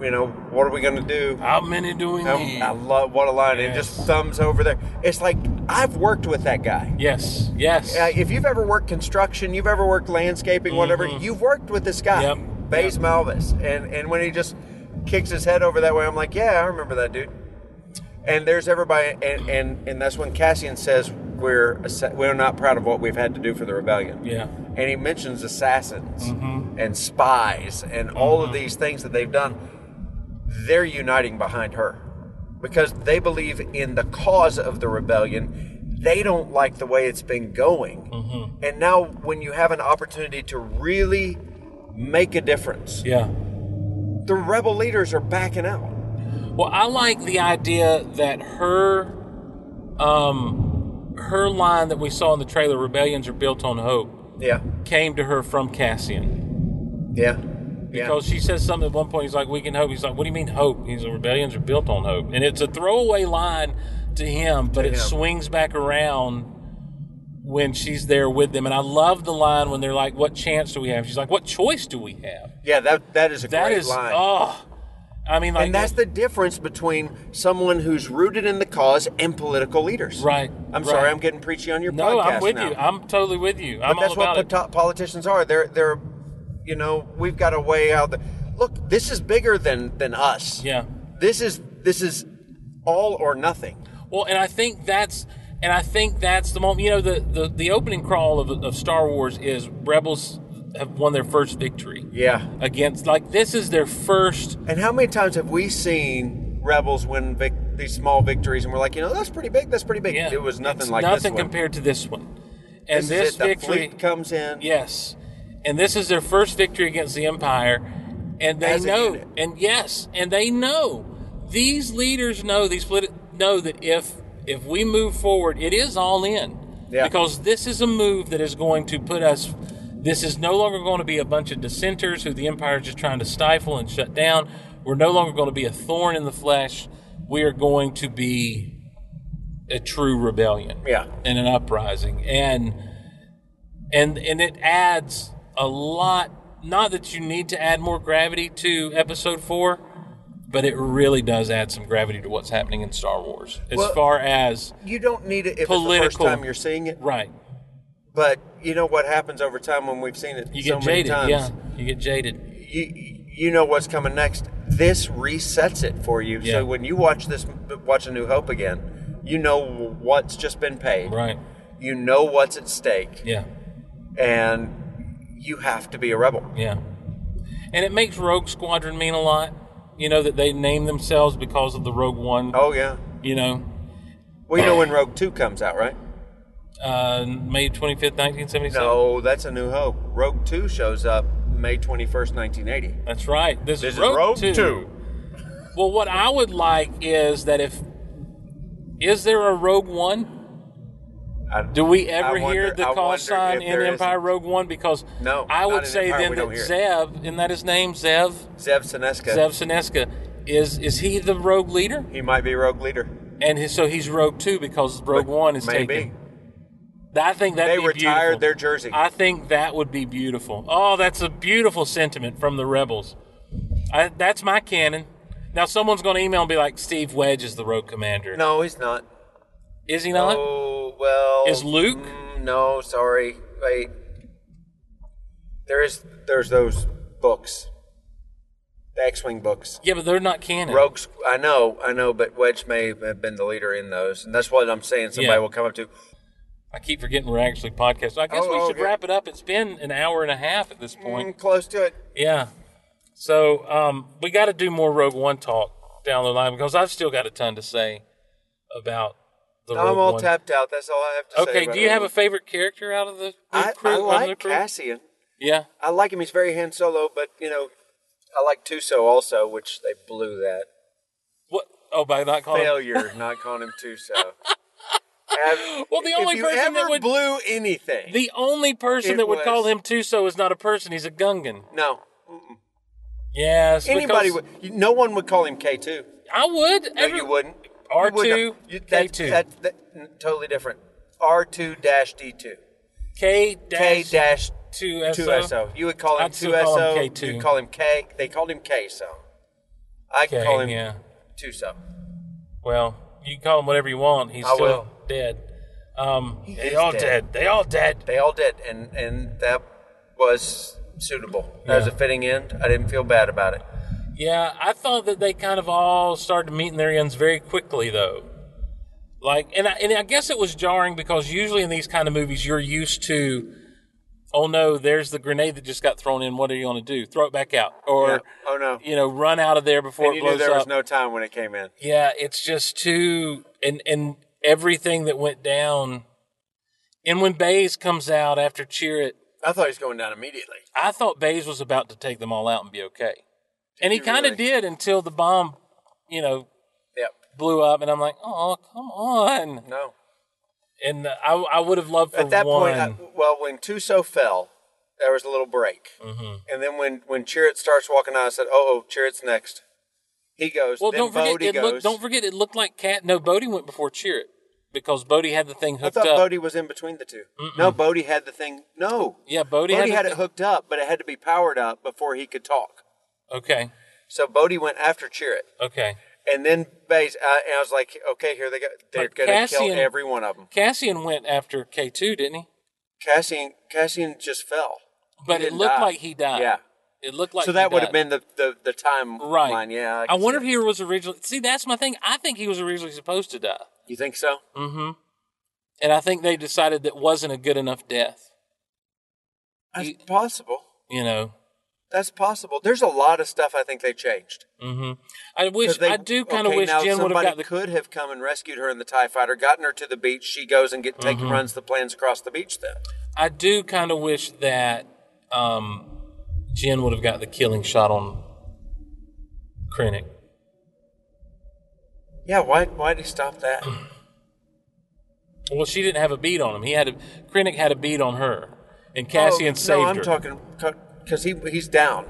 Speaker 6: You know what are we gonna do? Oh,
Speaker 1: How many do we need?
Speaker 6: I, I love what a line! It
Speaker 1: Yes.
Speaker 6: just thumbs over there. It's like I've worked with that guy.
Speaker 1: yes, yes.
Speaker 6: Uh, if you've ever worked construction, you've ever worked landscaping, whatever, you've worked with this guy,
Speaker 1: Mm-hmm. Yep,
Speaker 6: Baze Malvis, and and when he just kicks his head over that way, I'm like, yeah, I remember that dude. And there's everybody, and and, and that's when Cassian says we're assa- we're not proud of what we've had to do for the rebellion.
Speaker 1: Yeah.
Speaker 6: and he mentions assassins
Speaker 1: Mm-hmm.
Speaker 6: and spies and all of these things that they've done. They're uniting behind her because they believe in the cause of the rebellion. They don't like the way it's been going.
Speaker 1: Mm-hmm.
Speaker 6: And now, when you have an opportunity to really make a difference,
Speaker 1: yeah.
Speaker 6: the rebel leaders are backing out.
Speaker 1: Well, I like the idea that her, um, her line that we saw in the trailer, "Rebellions are built on hope,"
Speaker 6: Yeah,
Speaker 1: came to her from Cassian
Speaker 6: yeah,
Speaker 1: because she says something at one point. He's like, "We can hope." He's like, "What do you mean hope?" He's like, "Rebellions are built on hope," and it's a throwaway line to him, but it
Speaker 6: him.
Speaker 1: swings back around when she's there with them. And I love the line when they're like, "What chance do we have?" She's like, "What choice do we have?"
Speaker 6: yeah, yeah. That that is a
Speaker 1: That
Speaker 6: great
Speaker 1: is,
Speaker 6: line.
Speaker 1: oh, I mean, like,
Speaker 6: and that's the difference between someone who's rooted in the cause and political leaders.
Speaker 1: Right,
Speaker 6: I'm
Speaker 1: right.
Speaker 6: sorry, I'm getting preachy on your podcast.
Speaker 1: no, I'm with
Speaker 6: now.
Speaker 1: you. I'm totally with you. I'm
Speaker 6: but that's
Speaker 1: all about
Speaker 6: what
Speaker 1: it.
Speaker 6: pot- politicians are. They're they're, you know, we've got a way out. The, look, this is bigger than than us.
Speaker 1: Yeah.
Speaker 6: This is this is all or nothing.
Speaker 1: Well, and I think that's and I think that's the moment. You know, the the, the opening crawl of, of Star Wars is rebels have won their first victory
Speaker 6: Yeah.
Speaker 1: against like this is their first
Speaker 6: And how many times have we seen rebels win vic- these small victories, and we're like, you know, that's pretty big. That's pretty big.
Speaker 1: yeah,
Speaker 6: It was nothing
Speaker 1: it's
Speaker 6: like this
Speaker 1: nothing
Speaker 6: one.
Speaker 1: compared to this one and
Speaker 6: This
Speaker 1: this,
Speaker 6: is it. the
Speaker 1: victory
Speaker 6: fleet comes in.
Speaker 1: yes and this is their first victory against the empire and they
Speaker 6: As a
Speaker 1: know
Speaker 6: unit.
Speaker 1: and yes and they know these leaders know these politi- know that if if we move forward it is all in
Speaker 6: Yeah.
Speaker 1: because this is a move that is going to put us this is no longer going to be a bunch of dissenters who the empire is just trying to stifle and shut down we're no longer going to be a thorn in the flesh we are going to be a true rebellion
Speaker 6: Yeah.
Speaker 1: and an uprising and and and it adds a lot not that you need to add more gravity to episode 4 but it really does add some gravity to what's happening in Star Wars as
Speaker 6: Well-
Speaker 1: far as
Speaker 6: You don't need it if it's the
Speaker 1: Political.
Speaker 6: first time you're seeing it,
Speaker 1: right.
Speaker 6: but you know what happens over time when we've seen it
Speaker 1: You
Speaker 6: so
Speaker 1: get
Speaker 6: many
Speaker 1: jaded,
Speaker 6: times.
Speaker 1: yeah. You get jaded.
Speaker 6: you you know what's coming next. This resets it for you.
Speaker 1: Yeah.
Speaker 6: So when you watch this, watch A New Hope again, you know what's just been paid.
Speaker 1: Right.
Speaker 6: You know what's at stake,
Speaker 1: Yeah.
Speaker 6: and you have to be a rebel.
Speaker 1: Yeah. And it makes Rogue Squadron mean a lot. You know that they name themselves because of the Rogue One.
Speaker 6: Oh yeah.
Speaker 1: You know,
Speaker 6: Well, you know when Rogue Two comes out, right?
Speaker 1: uh, May twenty fifth, nineteen seventy seven.
Speaker 6: No, that's A New Hope. Rogue Two shows up May twenty first, nineteen eighty.
Speaker 1: That's right. This,
Speaker 6: This
Speaker 1: is Rogue,
Speaker 6: is
Speaker 1: 2.
Speaker 6: Rogue Two.
Speaker 1: Well, what I would like is that if is there a Rogue One?
Speaker 6: I-
Speaker 1: Do we ever
Speaker 6: I wonder-
Speaker 1: hear the
Speaker 6: I
Speaker 1: call
Speaker 6: wonder
Speaker 1: sign
Speaker 6: if
Speaker 1: in
Speaker 6: there
Speaker 1: Empire
Speaker 6: isn't.
Speaker 1: Rogue One? Because
Speaker 6: No,
Speaker 1: I
Speaker 6: not
Speaker 1: would
Speaker 6: in
Speaker 1: say
Speaker 6: Empire, we
Speaker 1: then
Speaker 6: don't
Speaker 1: that
Speaker 6: hear it.
Speaker 1: Zev, isn't that his name? Zev,
Speaker 6: Zev Sineska.
Speaker 1: Zev Sineska, is is he the Rogue leader?
Speaker 6: He might be Rogue Leader.
Speaker 1: And his, so he's Rogue Two because Rogue One is
Speaker 6: Maybe.
Speaker 1: taken. I think that
Speaker 6: They retired their jersey.
Speaker 1: I think that would be beautiful. Oh, that's a beautiful sentiment from the rebels. I, that's my canon. Now someone's going to email and be like, "Steve Wedge is the rogue commander."
Speaker 6: No, he's not.
Speaker 1: is he not?
Speaker 6: Oh well.
Speaker 1: Is Luke?
Speaker 6: Mm, no, sorry. Wait. There is there's those books, the X-wing books.
Speaker 1: Yeah, but they're not canon.
Speaker 6: Rogue. Squ- I know, I know, but Wedge may have been the leader in those, and that's what I'm saying. Somebody
Speaker 1: Yeah.
Speaker 6: will come up to.
Speaker 1: I keep forgetting we're actually podcasting. I guess
Speaker 6: Oh,
Speaker 1: we
Speaker 6: oh,
Speaker 1: should
Speaker 6: yeah.
Speaker 1: wrap it up. It's been an hour and a half at this point.
Speaker 6: Mm, close to it.
Speaker 1: Yeah. So um, we got to do more Rogue One talk down the line because I've still got a ton to say about the Rogue
Speaker 6: I'm all
Speaker 1: One.
Speaker 6: tapped out. That's all I have to say.
Speaker 1: Okay,
Speaker 6: about
Speaker 1: do you
Speaker 6: it.
Speaker 1: have a favorite character out of the, the
Speaker 6: I,
Speaker 1: crew?
Speaker 6: I
Speaker 1: of the
Speaker 6: like
Speaker 1: crew?
Speaker 6: Cassian.
Speaker 1: Yeah.
Speaker 6: I like him. He's very Han Solo, but you know, I like Tuso also, which they blew that.
Speaker 1: What? Oh, by not calling.
Speaker 6: failure not calling him Tuso. Have-
Speaker 1: Well, the only
Speaker 6: if you
Speaker 1: person
Speaker 6: ever
Speaker 1: that would-
Speaker 6: blew anything.
Speaker 1: The only person
Speaker 6: It
Speaker 1: that would call
Speaker 6: was-
Speaker 1: him Tuso is not a person. He's a Gungan.
Speaker 6: no,
Speaker 1: Yes.
Speaker 6: anybody
Speaker 1: because
Speaker 6: would. you- No one would call him K two.
Speaker 1: I would.
Speaker 6: No, you wouldn't. You
Speaker 1: R2,
Speaker 6: would not. You- that-
Speaker 1: K2.
Speaker 6: That's that, n- totally different. R two dash D two.
Speaker 1: K
Speaker 6: K
Speaker 1: dash
Speaker 6: dash
Speaker 1: two
Speaker 6: two S O. You would call him
Speaker 1: I'd still
Speaker 6: two S
Speaker 1: call him
Speaker 6: O.
Speaker 1: K2.
Speaker 6: You call him K. They called him K so. I
Speaker 1: Okay,
Speaker 6: call him
Speaker 1: yeah.
Speaker 6: Tuso.
Speaker 1: Well, you can call him whatever you want. He's
Speaker 6: I
Speaker 1: still
Speaker 6: will.
Speaker 1: dead. Um, they
Speaker 6: is
Speaker 1: all
Speaker 6: dead.
Speaker 1: dead. They all dead.
Speaker 6: They all did, and and that was suitable. That was a
Speaker 1: Yeah.
Speaker 6: fitting end. I didn't feel bad about it.
Speaker 1: Yeah, I thought that they kind of all started meeting their ends very quickly, though. Like, and I, and I guess it was jarring because usually in these kind of movies, you're used to, oh no, there's the grenade that just got thrown in. What are you going to do? Throw it back out, or
Speaker 6: Yeah. Oh, no.
Speaker 1: you know, run out of there before
Speaker 6: And
Speaker 1: it
Speaker 6: you
Speaker 1: blows
Speaker 6: knew there
Speaker 1: up.
Speaker 6: was no time when it came in.
Speaker 1: yeah, it's just too, and and everything that went down, and when Baze comes out after Cheer It,
Speaker 6: I thought he was going down immediately.
Speaker 1: I thought Baze was about to take them all out and be okay, and he
Speaker 6: you
Speaker 1: kind of
Speaker 6: really?
Speaker 1: did until the bomb, you know,
Speaker 6: Yep.
Speaker 1: blew up, and I'm like, oh, come on.
Speaker 6: No.
Speaker 1: And uh, I, I would have loved for
Speaker 6: At that
Speaker 1: one.
Speaker 6: point, I, well, when Tuso fell, there was a little break,
Speaker 1: Mm-hmm.
Speaker 6: and then when when Chirrut starts walking out, I said, "Oh, oh, Chirrut's next." He goes.
Speaker 1: well,
Speaker 6: then
Speaker 1: don't forget,
Speaker 6: Bodhi
Speaker 1: it
Speaker 6: goes.
Speaker 1: looked, don't forget, it looked like Cat. No, Bodie went before Cheer It because Bodie had the thing
Speaker 6: I
Speaker 1: hooked
Speaker 6: thought
Speaker 1: up.
Speaker 6: Bodhi was in between the 2 No, Bodhi had the thing. No,
Speaker 1: yeah, Bodie,
Speaker 6: Bodhi, had,
Speaker 1: the
Speaker 6: it hooked up, but it had to be powered up before he could talk.
Speaker 1: thing- Okay,
Speaker 6: So Bodhi went after Chirrut,
Speaker 1: okay.
Speaker 6: and then Baze. I, and I was like, "Okay, here they go. They're
Speaker 1: But
Speaker 6: going to kill
Speaker 1: Cassian-
Speaker 6: every one of them."
Speaker 1: Cassian went after K two, didn't he?
Speaker 6: Cassian Cassian just fell.
Speaker 1: But
Speaker 6: He
Speaker 1: it
Speaker 6: didn't
Speaker 1: looked
Speaker 6: die.
Speaker 1: like he died.
Speaker 6: Yeah.
Speaker 1: it looked like
Speaker 6: so
Speaker 1: he
Speaker 6: that would have
Speaker 1: died.
Speaker 6: been the the, the time
Speaker 1: right.
Speaker 6: line. Yeah.
Speaker 1: I,
Speaker 6: can see
Speaker 1: wonder if
Speaker 6: it.
Speaker 1: he was originally. See, that's my thing. I think he was originally supposed to die,
Speaker 6: you think so.
Speaker 1: Mm, and I think they decided that wasn't a good enough death.
Speaker 6: That's
Speaker 1: You-
Speaker 6: possible.
Speaker 1: You know,
Speaker 6: That's possible. There's a lot of stuff I think they changed.
Speaker 1: I
Speaker 6: 'Cause
Speaker 1: wish
Speaker 6: they-
Speaker 1: I do kind of
Speaker 6: okay,
Speaker 1: wish
Speaker 6: now
Speaker 1: Jen would have
Speaker 6: somebody
Speaker 1: got the
Speaker 6: could have come and rescued her in the Tie Fighter, gotten her to the beach. She goes and get take
Speaker 1: Mm-hmm.
Speaker 6: runs the plans across the beach. Then
Speaker 1: I do kind of wish that um, Jen would have got the killing shot on Krennic.
Speaker 6: yeah, why why did he stop that?
Speaker 1: Well, she didn't have a bead on him. He had a Krennic had a bead on her, and Cassian
Speaker 6: oh,
Speaker 1: saved
Speaker 6: no, I'm
Speaker 1: her.
Speaker 6: talking because he he's down,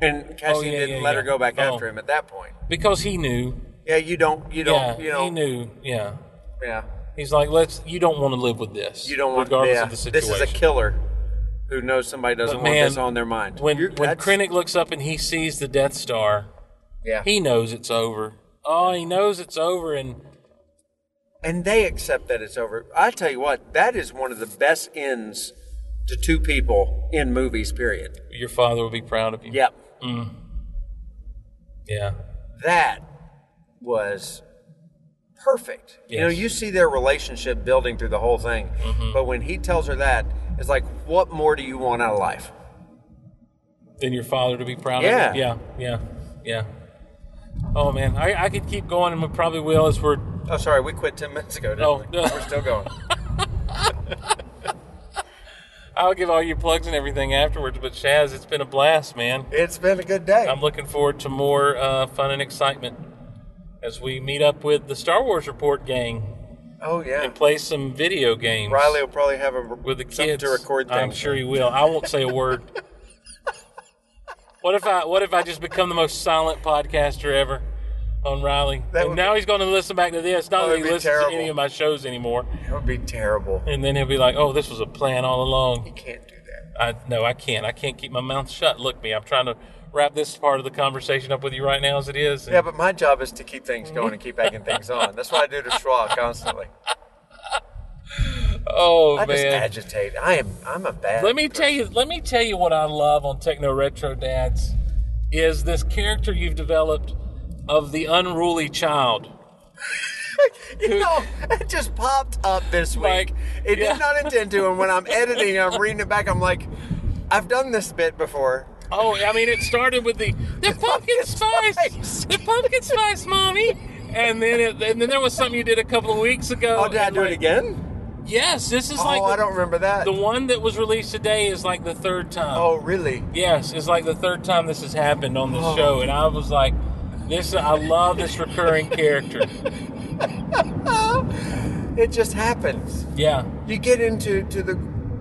Speaker 6: and Cassian
Speaker 1: Oh, yeah,
Speaker 6: didn't
Speaker 1: yeah,
Speaker 6: let
Speaker 1: yeah.
Speaker 6: her go back
Speaker 1: Oh.
Speaker 6: after him at that point.
Speaker 1: because he knew.
Speaker 6: Yeah, you don't you don't
Speaker 1: yeah,
Speaker 6: you know
Speaker 1: he knew. Yeah,
Speaker 6: yeah.
Speaker 1: he's like, let's. You don't want to live with this.
Speaker 6: You don't want
Speaker 1: regardless
Speaker 6: yeah,
Speaker 1: of the situation.
Speaker 6: This is a killer who knows somebody doesn't
Speaker 1: But
Speaker 6: want
Speaker 1: man,
Speaker 6: this on their mind.
Speaker 1: When
Speaker 6: You're-
Speaker 1: when
Speaker 6: that's-
Speaker 1: Krennic looks up and he sees the Death Star,
Speaker 6: Yeah.
Speaker 1: He knows it's over. Oh, he knows it's over, and
Speaker 6: and they accept that it's over. I tell you what, that is one of the best ends to two people in movies. Period.
Speaker 1: your father will be proud of you.
Speaker 6: Yep,
Speaker 1: Yeah.
Speaker 6: that was perfect. You know,
Speaker 1: Yes. Mm-hmm.
Speaker 6: you see their relationship building through the whole thing, but when he tells her that, it's like, what more do you want out of life?
Speaker 1: Then your father to be proud
Speaker 6: Yeah.
Speaker 1: of you. Yeah. Yeah. Yeah. Oh, man. I, I could keep going, and we probably will as we're.
Speaker 6: Oh, sorry, we quit ten minutes ago. Didn't
Speaker 1: Oh,
Speaker 6: we?
Speaker 1: no.
Speaker 6: we're still going.
Speaker 1: I'll give all your plugs and everything afterwards, but Shaz, it's been a blast, man.
Speaker 6: It's been a good day.
Speaker 1: I'm looking forward to more uh, fun and excitement as we meet up with the Star Wars Report gang
Speaker 6: oh yeah,
Speaker 1: and play some video games.
Speaker 6: Riley will probably have a
Speaker 1: with the
Speaker 6: something
Speaker 1: kids
Speaker 6: to record. Things.
Speaker 1: I'm sure he will. I won't say a word. what if I what if I just become the most silent podcaster ever on Riley?
Speaker 6: That
Speaker 1: and
Speaker 6: would
Speaker 1: now he's going to listen back to this. Not that
Speaker 6: Oh, that'd
Speaker 1: he
Speaker 6: be
Speaker 1: listens
Speaker 6: terrible.
Speaker 1: to any of my shows anymore.
Speaker 6: that would be terrible.
Speaker 1: And then he'll be like, "Oh, this was a plan all
Speaker 6: You
Speaker 1: along."
Speaker 6: can't do that.
Speaker 1: I no, I can't. I can't keep my mouth shut. Look, me, I'm trying to wrap this part of the conversation up with you right now as it is. And
Speaker 6: Yeah, but my job is to keep things going and keep egging things on. That's what I do to Schwa constantly.
Speaker 1: oh
Speaker 6: I just
Speaker 1: man,
Speaker 6: agitate. I am. I'm a bad.
Speaker 1: Let me tell you. Let me tell you what I love on Techno Retro Dads is this character you've developed of the unruly child.
Speaker 6: You know, it just popped up this week.
Speaker 1: Like,
Speaker 6: it
Speaker 1: yeah.
Speaker 6: did not intend to, and when I'm editing, I'm reading it back. I'm like, I've done this bit before.
Speaker 1: Oh, I mean, it started with the the pumpkin spice,
Speaker 6: spice.
Speaker 1: the pumpkin spice, mommy, and then it, and then there was something you did a couple of weeks ago.
Speaker 6: Oh, did I do it again?
Speaker 1: Yes, this is
Speaker 6: Oh,
Speaker 1: like
Speaker 6: I
Speaker 1: the,
Speaker 6: don't remember that.
Speaker 1: the one that was released today is like the third time.
Speaker 6: Oh, really?
Speaker 1: Yes, it's like the third time this has happened on
Speaker 6: Oh.
Speaker 1: this show, and I was like, this I love this recurring character.
Speaker 6: It just happens.
Speaker 1: Yeah.
Speaker 6: You get into to the.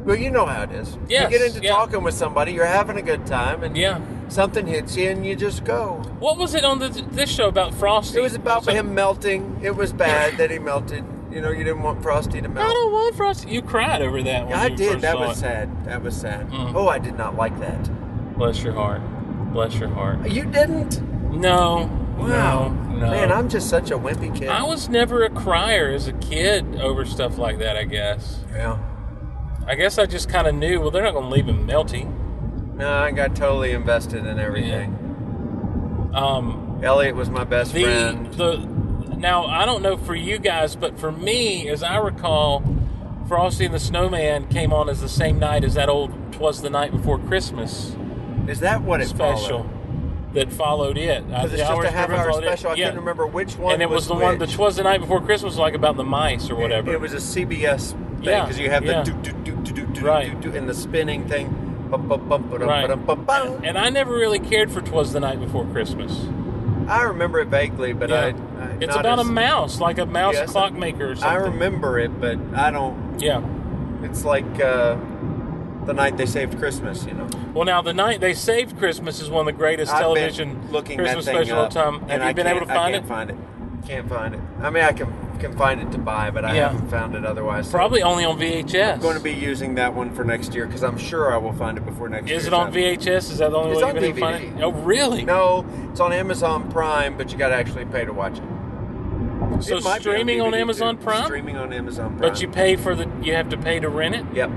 Speaker 6: Well, you know how it is.
Speaker 1: Yes,
Speaker 6: you get into
Speaker 1: yeah.
Speaker 6: talking with somebody, you're having a good time, and
Speaker 1: Yeah.
Speaker 6: something hits you, and you just go.
Speaker 1: What was it on the, this show about Frosty?
Speaker 6: It was about
Speaker 1: So-
Speaker 6: him melting. It was bad that he melted. You know, you didn't want Frosty to melt.
Speaker 1: I don't want Frosty. You cried over that one.
Speaker 6: Yeah, I did. That was sad. That was sad.
Speaker 1: Mm.
Speaker 6: Oh, I did not like that.
Speaker 1: Bless your heart. Bless your heart.
Speaker 6: You didn't?
Speaker 1: No. No. No.
Speaker 6: Man, I'm just such a wimpy kid.
Speaker 1: I was never a crier as a kid over stuff like that. I guess.
Speaker 6: yeah.
Speaker 1: I guess I just kind of knew. Well, they're not going to leave him melty.
Speaker 6: No, I got totally invested in everything.
Speaker 1: Um,
Speaker 6: Elliot was my best
Speaker 1: the
Speaker 6: friend.
Speaker 1: the now I don't know for you guys, but for me, as I recall, Frosty and the Snowman came on as the same night as that old "Twas the Night Before Christmas"
Speaker 6: Is that what it
Speaker 1: special
Speaker 6: followed?
Speaker 1: that followed it. Uh, I-
Speaker 6: Because it's
Speaker 1: I
Speaker 6: just a
Speaker 1: always
Speaker 6: half
Speaker 1: remember
Speaker 6: hour
Speaker 1: followed it.
Speaker 6: special. I
Speaker 1: Yeah.
Speaker 6: couldn't remember which one.
Speaker 1: And it was, the one
Speaker 6: which.
Speaker 1: that was the night before Christmas, like about the mice or whatever.
Speaker 6: It was a CBS thing
Speaker 1: Yeah,
Speaker 6: because you have
Speaker 1: yeah.
Speaker 6: the do do do do do do
Speaker 1: Right.
Speaker 6: do do and the spinning thing. Bum, bum, bum, ba-dum,
Speaker 1: Right.
Speaker 6: ba-dum, bum, bum.
Speaker 1: and I never really cared for "Twas the Night Before Christmas."
Speaker 6: I remember it vaguely, but I,
Speaker 1: Yeah.
Speaker 6: I
Speaker 1: it's
Speaker 6: not
Speaker 1: about
Speaker 6: as-
Speaker 1: a mouse, like a mouse
Speaker 6: Yes,
Speaker 1: clockmaker or something.
Speaker 6: I remember it, but I don't.
Speaker 1: Yeah.
Speaker 6: It's like uh, the night they saved Christmas, you know.
Speaker 1: Well, now the night they saved Christmas is one of the greatest
Speaker 6: I've been
Speaker 1: television
Speaker 6: looking
Speaker 1: Christmas
Speaker 6: that thing
Speaker 1: special
Speaker 6: up,
Speaker 1: of all time.
Speaker 6: and
Speaker 1: Have
Speaker 6: I
Speaker 1: you been able to
Speaker 6: can't-
Speaker 1: find it?
Speaker 6: I can't Find it. Can't find it. I mean, I can can find it to buy, but I
Speaker 1: Yeah.
Speaker 6: haven't found it otherwise. So
Speaker 1: Probably only on VHS.
Speaker 6: I'm going to be using that one for next year because I'm sure I will find it before next year.
Speaker 1: Is it on VHS? Is that the only
Speaker 6: It's
Speaker 1: way
Speaker 6: on
Speaker 1: you're going to find it?
Speaker 6: DVD.
Speaker 1: Oh, really?
Speaker 6: No, it's on Amazon Prime, but you got to actually pay to watch it.
Speaker 1: so
Speaker 6: It might be on
Speaker 1: streaming on,
Speaker 6: DVD,
Speaker 1: Amazon
Speaker 6: too.
Speaker 1: Prime,
Speaker 6: Streaming on Amazon Prime.
Speaker 1: but you pay for the. You have to pay to rent it.
Speaker 6: Yep.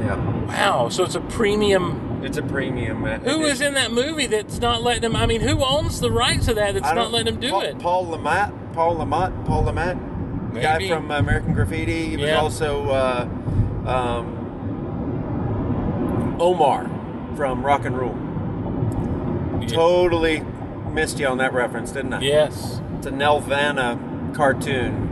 Speaker 6: Yeah.
Speaker 1: Wow. So it's a premium.
Speaker 6: It's a premium. uh,
Speaker 1: Who is
Speaker 6: edition.
Speaker 1: in that movie that's not letting them? I mean, who owns the rights to that? That's
Speaker 6: I
Speaker 1: not
Speaker 6: don't-
Speaker 1: letting them do
Speaker 6: Paul,
Speaker 1: it.
Speaker 6: Paul Lamont. Paul Lamont. Paul Lamont. The guy
Speaker 1: Maybe.
Speaker 6: from American Graffiti. He was
Speaker 1: Yeah.
Speaker 6: also uh, um, Omar from Rock and Roll.
Speaker 1: Yeah.
Speaker 6: Totally missed you on that reference, didn't I?
Speaker 1: Yes.
Speaker 6: It's a Nelvana cartoon.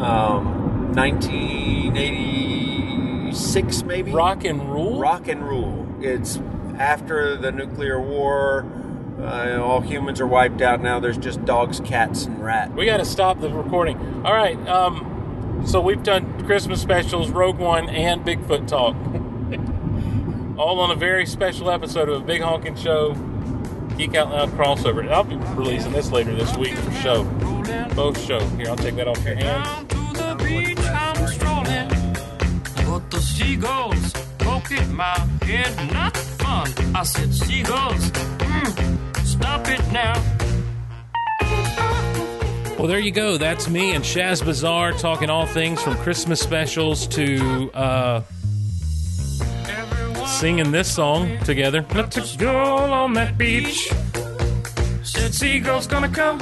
Speaker 6: Um, 1986, maybe?
Speaker 1: Rock and rule.
Speaker 6: Rock and rule. It's after the nuclear war. Uh, all humans are wiped out now. There's just dogs, cats, and rats.
Speaker 1: We got to stop the recording. All right. Um, so we've done Christmas specials, Rogue One, and Bigfoot Talk. All on a very special episode of a Big Honkin' Show Geek Out Loud crossover. And I'll be releasing this later this week for show. Both show. Here, I'll take that off your hands.
Speaker 5: Down to the beach I'm strolling, but the seagulls poking my head. Not fun. I said seagulls, mm, Stop it now.
Speaker 1: Well, there you go. That's me and Shaz Bazaar talking all things from Christmas specials to uh,
Speaker 5: Everyone
Speaker 1: singing this song together. Let's go on that beach.
Speaker 5: said seagulls gonna come.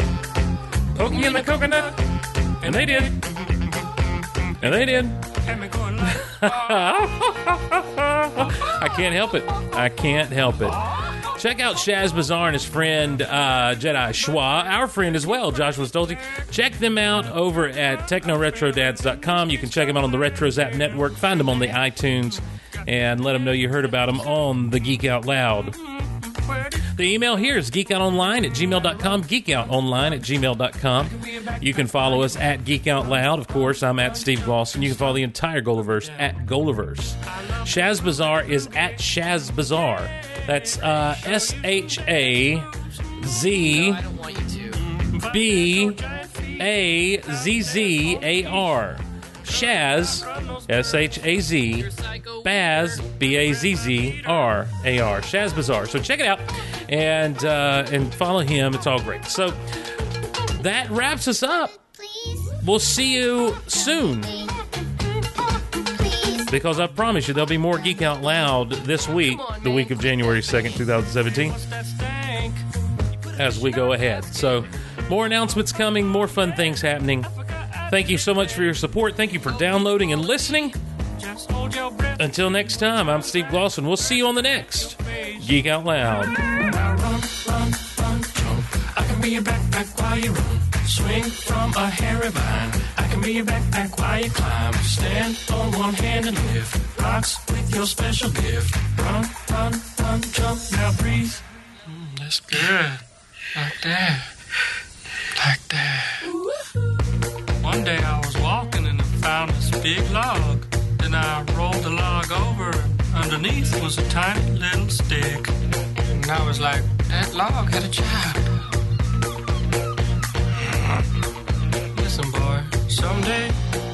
Speaker 1: Poke me in the coconut. And they did. And they did.
Speaker 5: And me going like,
Speaker 1: I can't help it. I can't help it. Check out Shaz Bazaar and his friend uh, Jedi Schwa, our friend as well, Joshua Stolze. Check them out over at technoretrodads.com. You can check them out on the Retro Zap Network. Find them on the iTunes and let them know you heard about them on the Geek Out Loud. The email here is geekoutonline at gmail.com, geekoutonline at gmail.com. You can follow us at Geek Out Loud, of course. I'm at Steve Glosson. You can follow the entire Goliverse at Goliverse. Shaz Bazaar is at Shaz Bazaar. That's uh, S H A Z
Speaker 8: I don't want you to.
Speaker 1: B A Z Z A R. Shaz, S H A Z,
Speaker 8: Psycho
Speaker 1: Baz, B A Z Z R A R, Shaz Bazaar. So check it out and uh, and follow him. It's all great. So that wraps us up. We'll see you soon because I promise you there'll be more Geek Out Loud this week, the week of January 2nd, 2017
Speaker 5: that stank.
Speaker 1: as we go ahead. So, more announcements coming, more fun things happening. Thank you so much for your support. Thank you for downloading and listening.
Speaker 5: Just hold your breath.
Speaker 1: Until next time, I'm Steve Glosson. We'll see you on the next Geek Out Loud.
Speaker 5: Now run, run, run, jump. I can be your backpack while you run. Swing from a hairy vine. I can be your backpack while you climb. Stand on one hand and lift rocks with your special gift. Run, run, run, jump. Now breathe. Mm, that's good. Like that. Like that. One day I was walking and I found this big log. Then I rolled the log over. Underneath was a tiny little stick. And I was like, that log had a child. Listen, boy, someday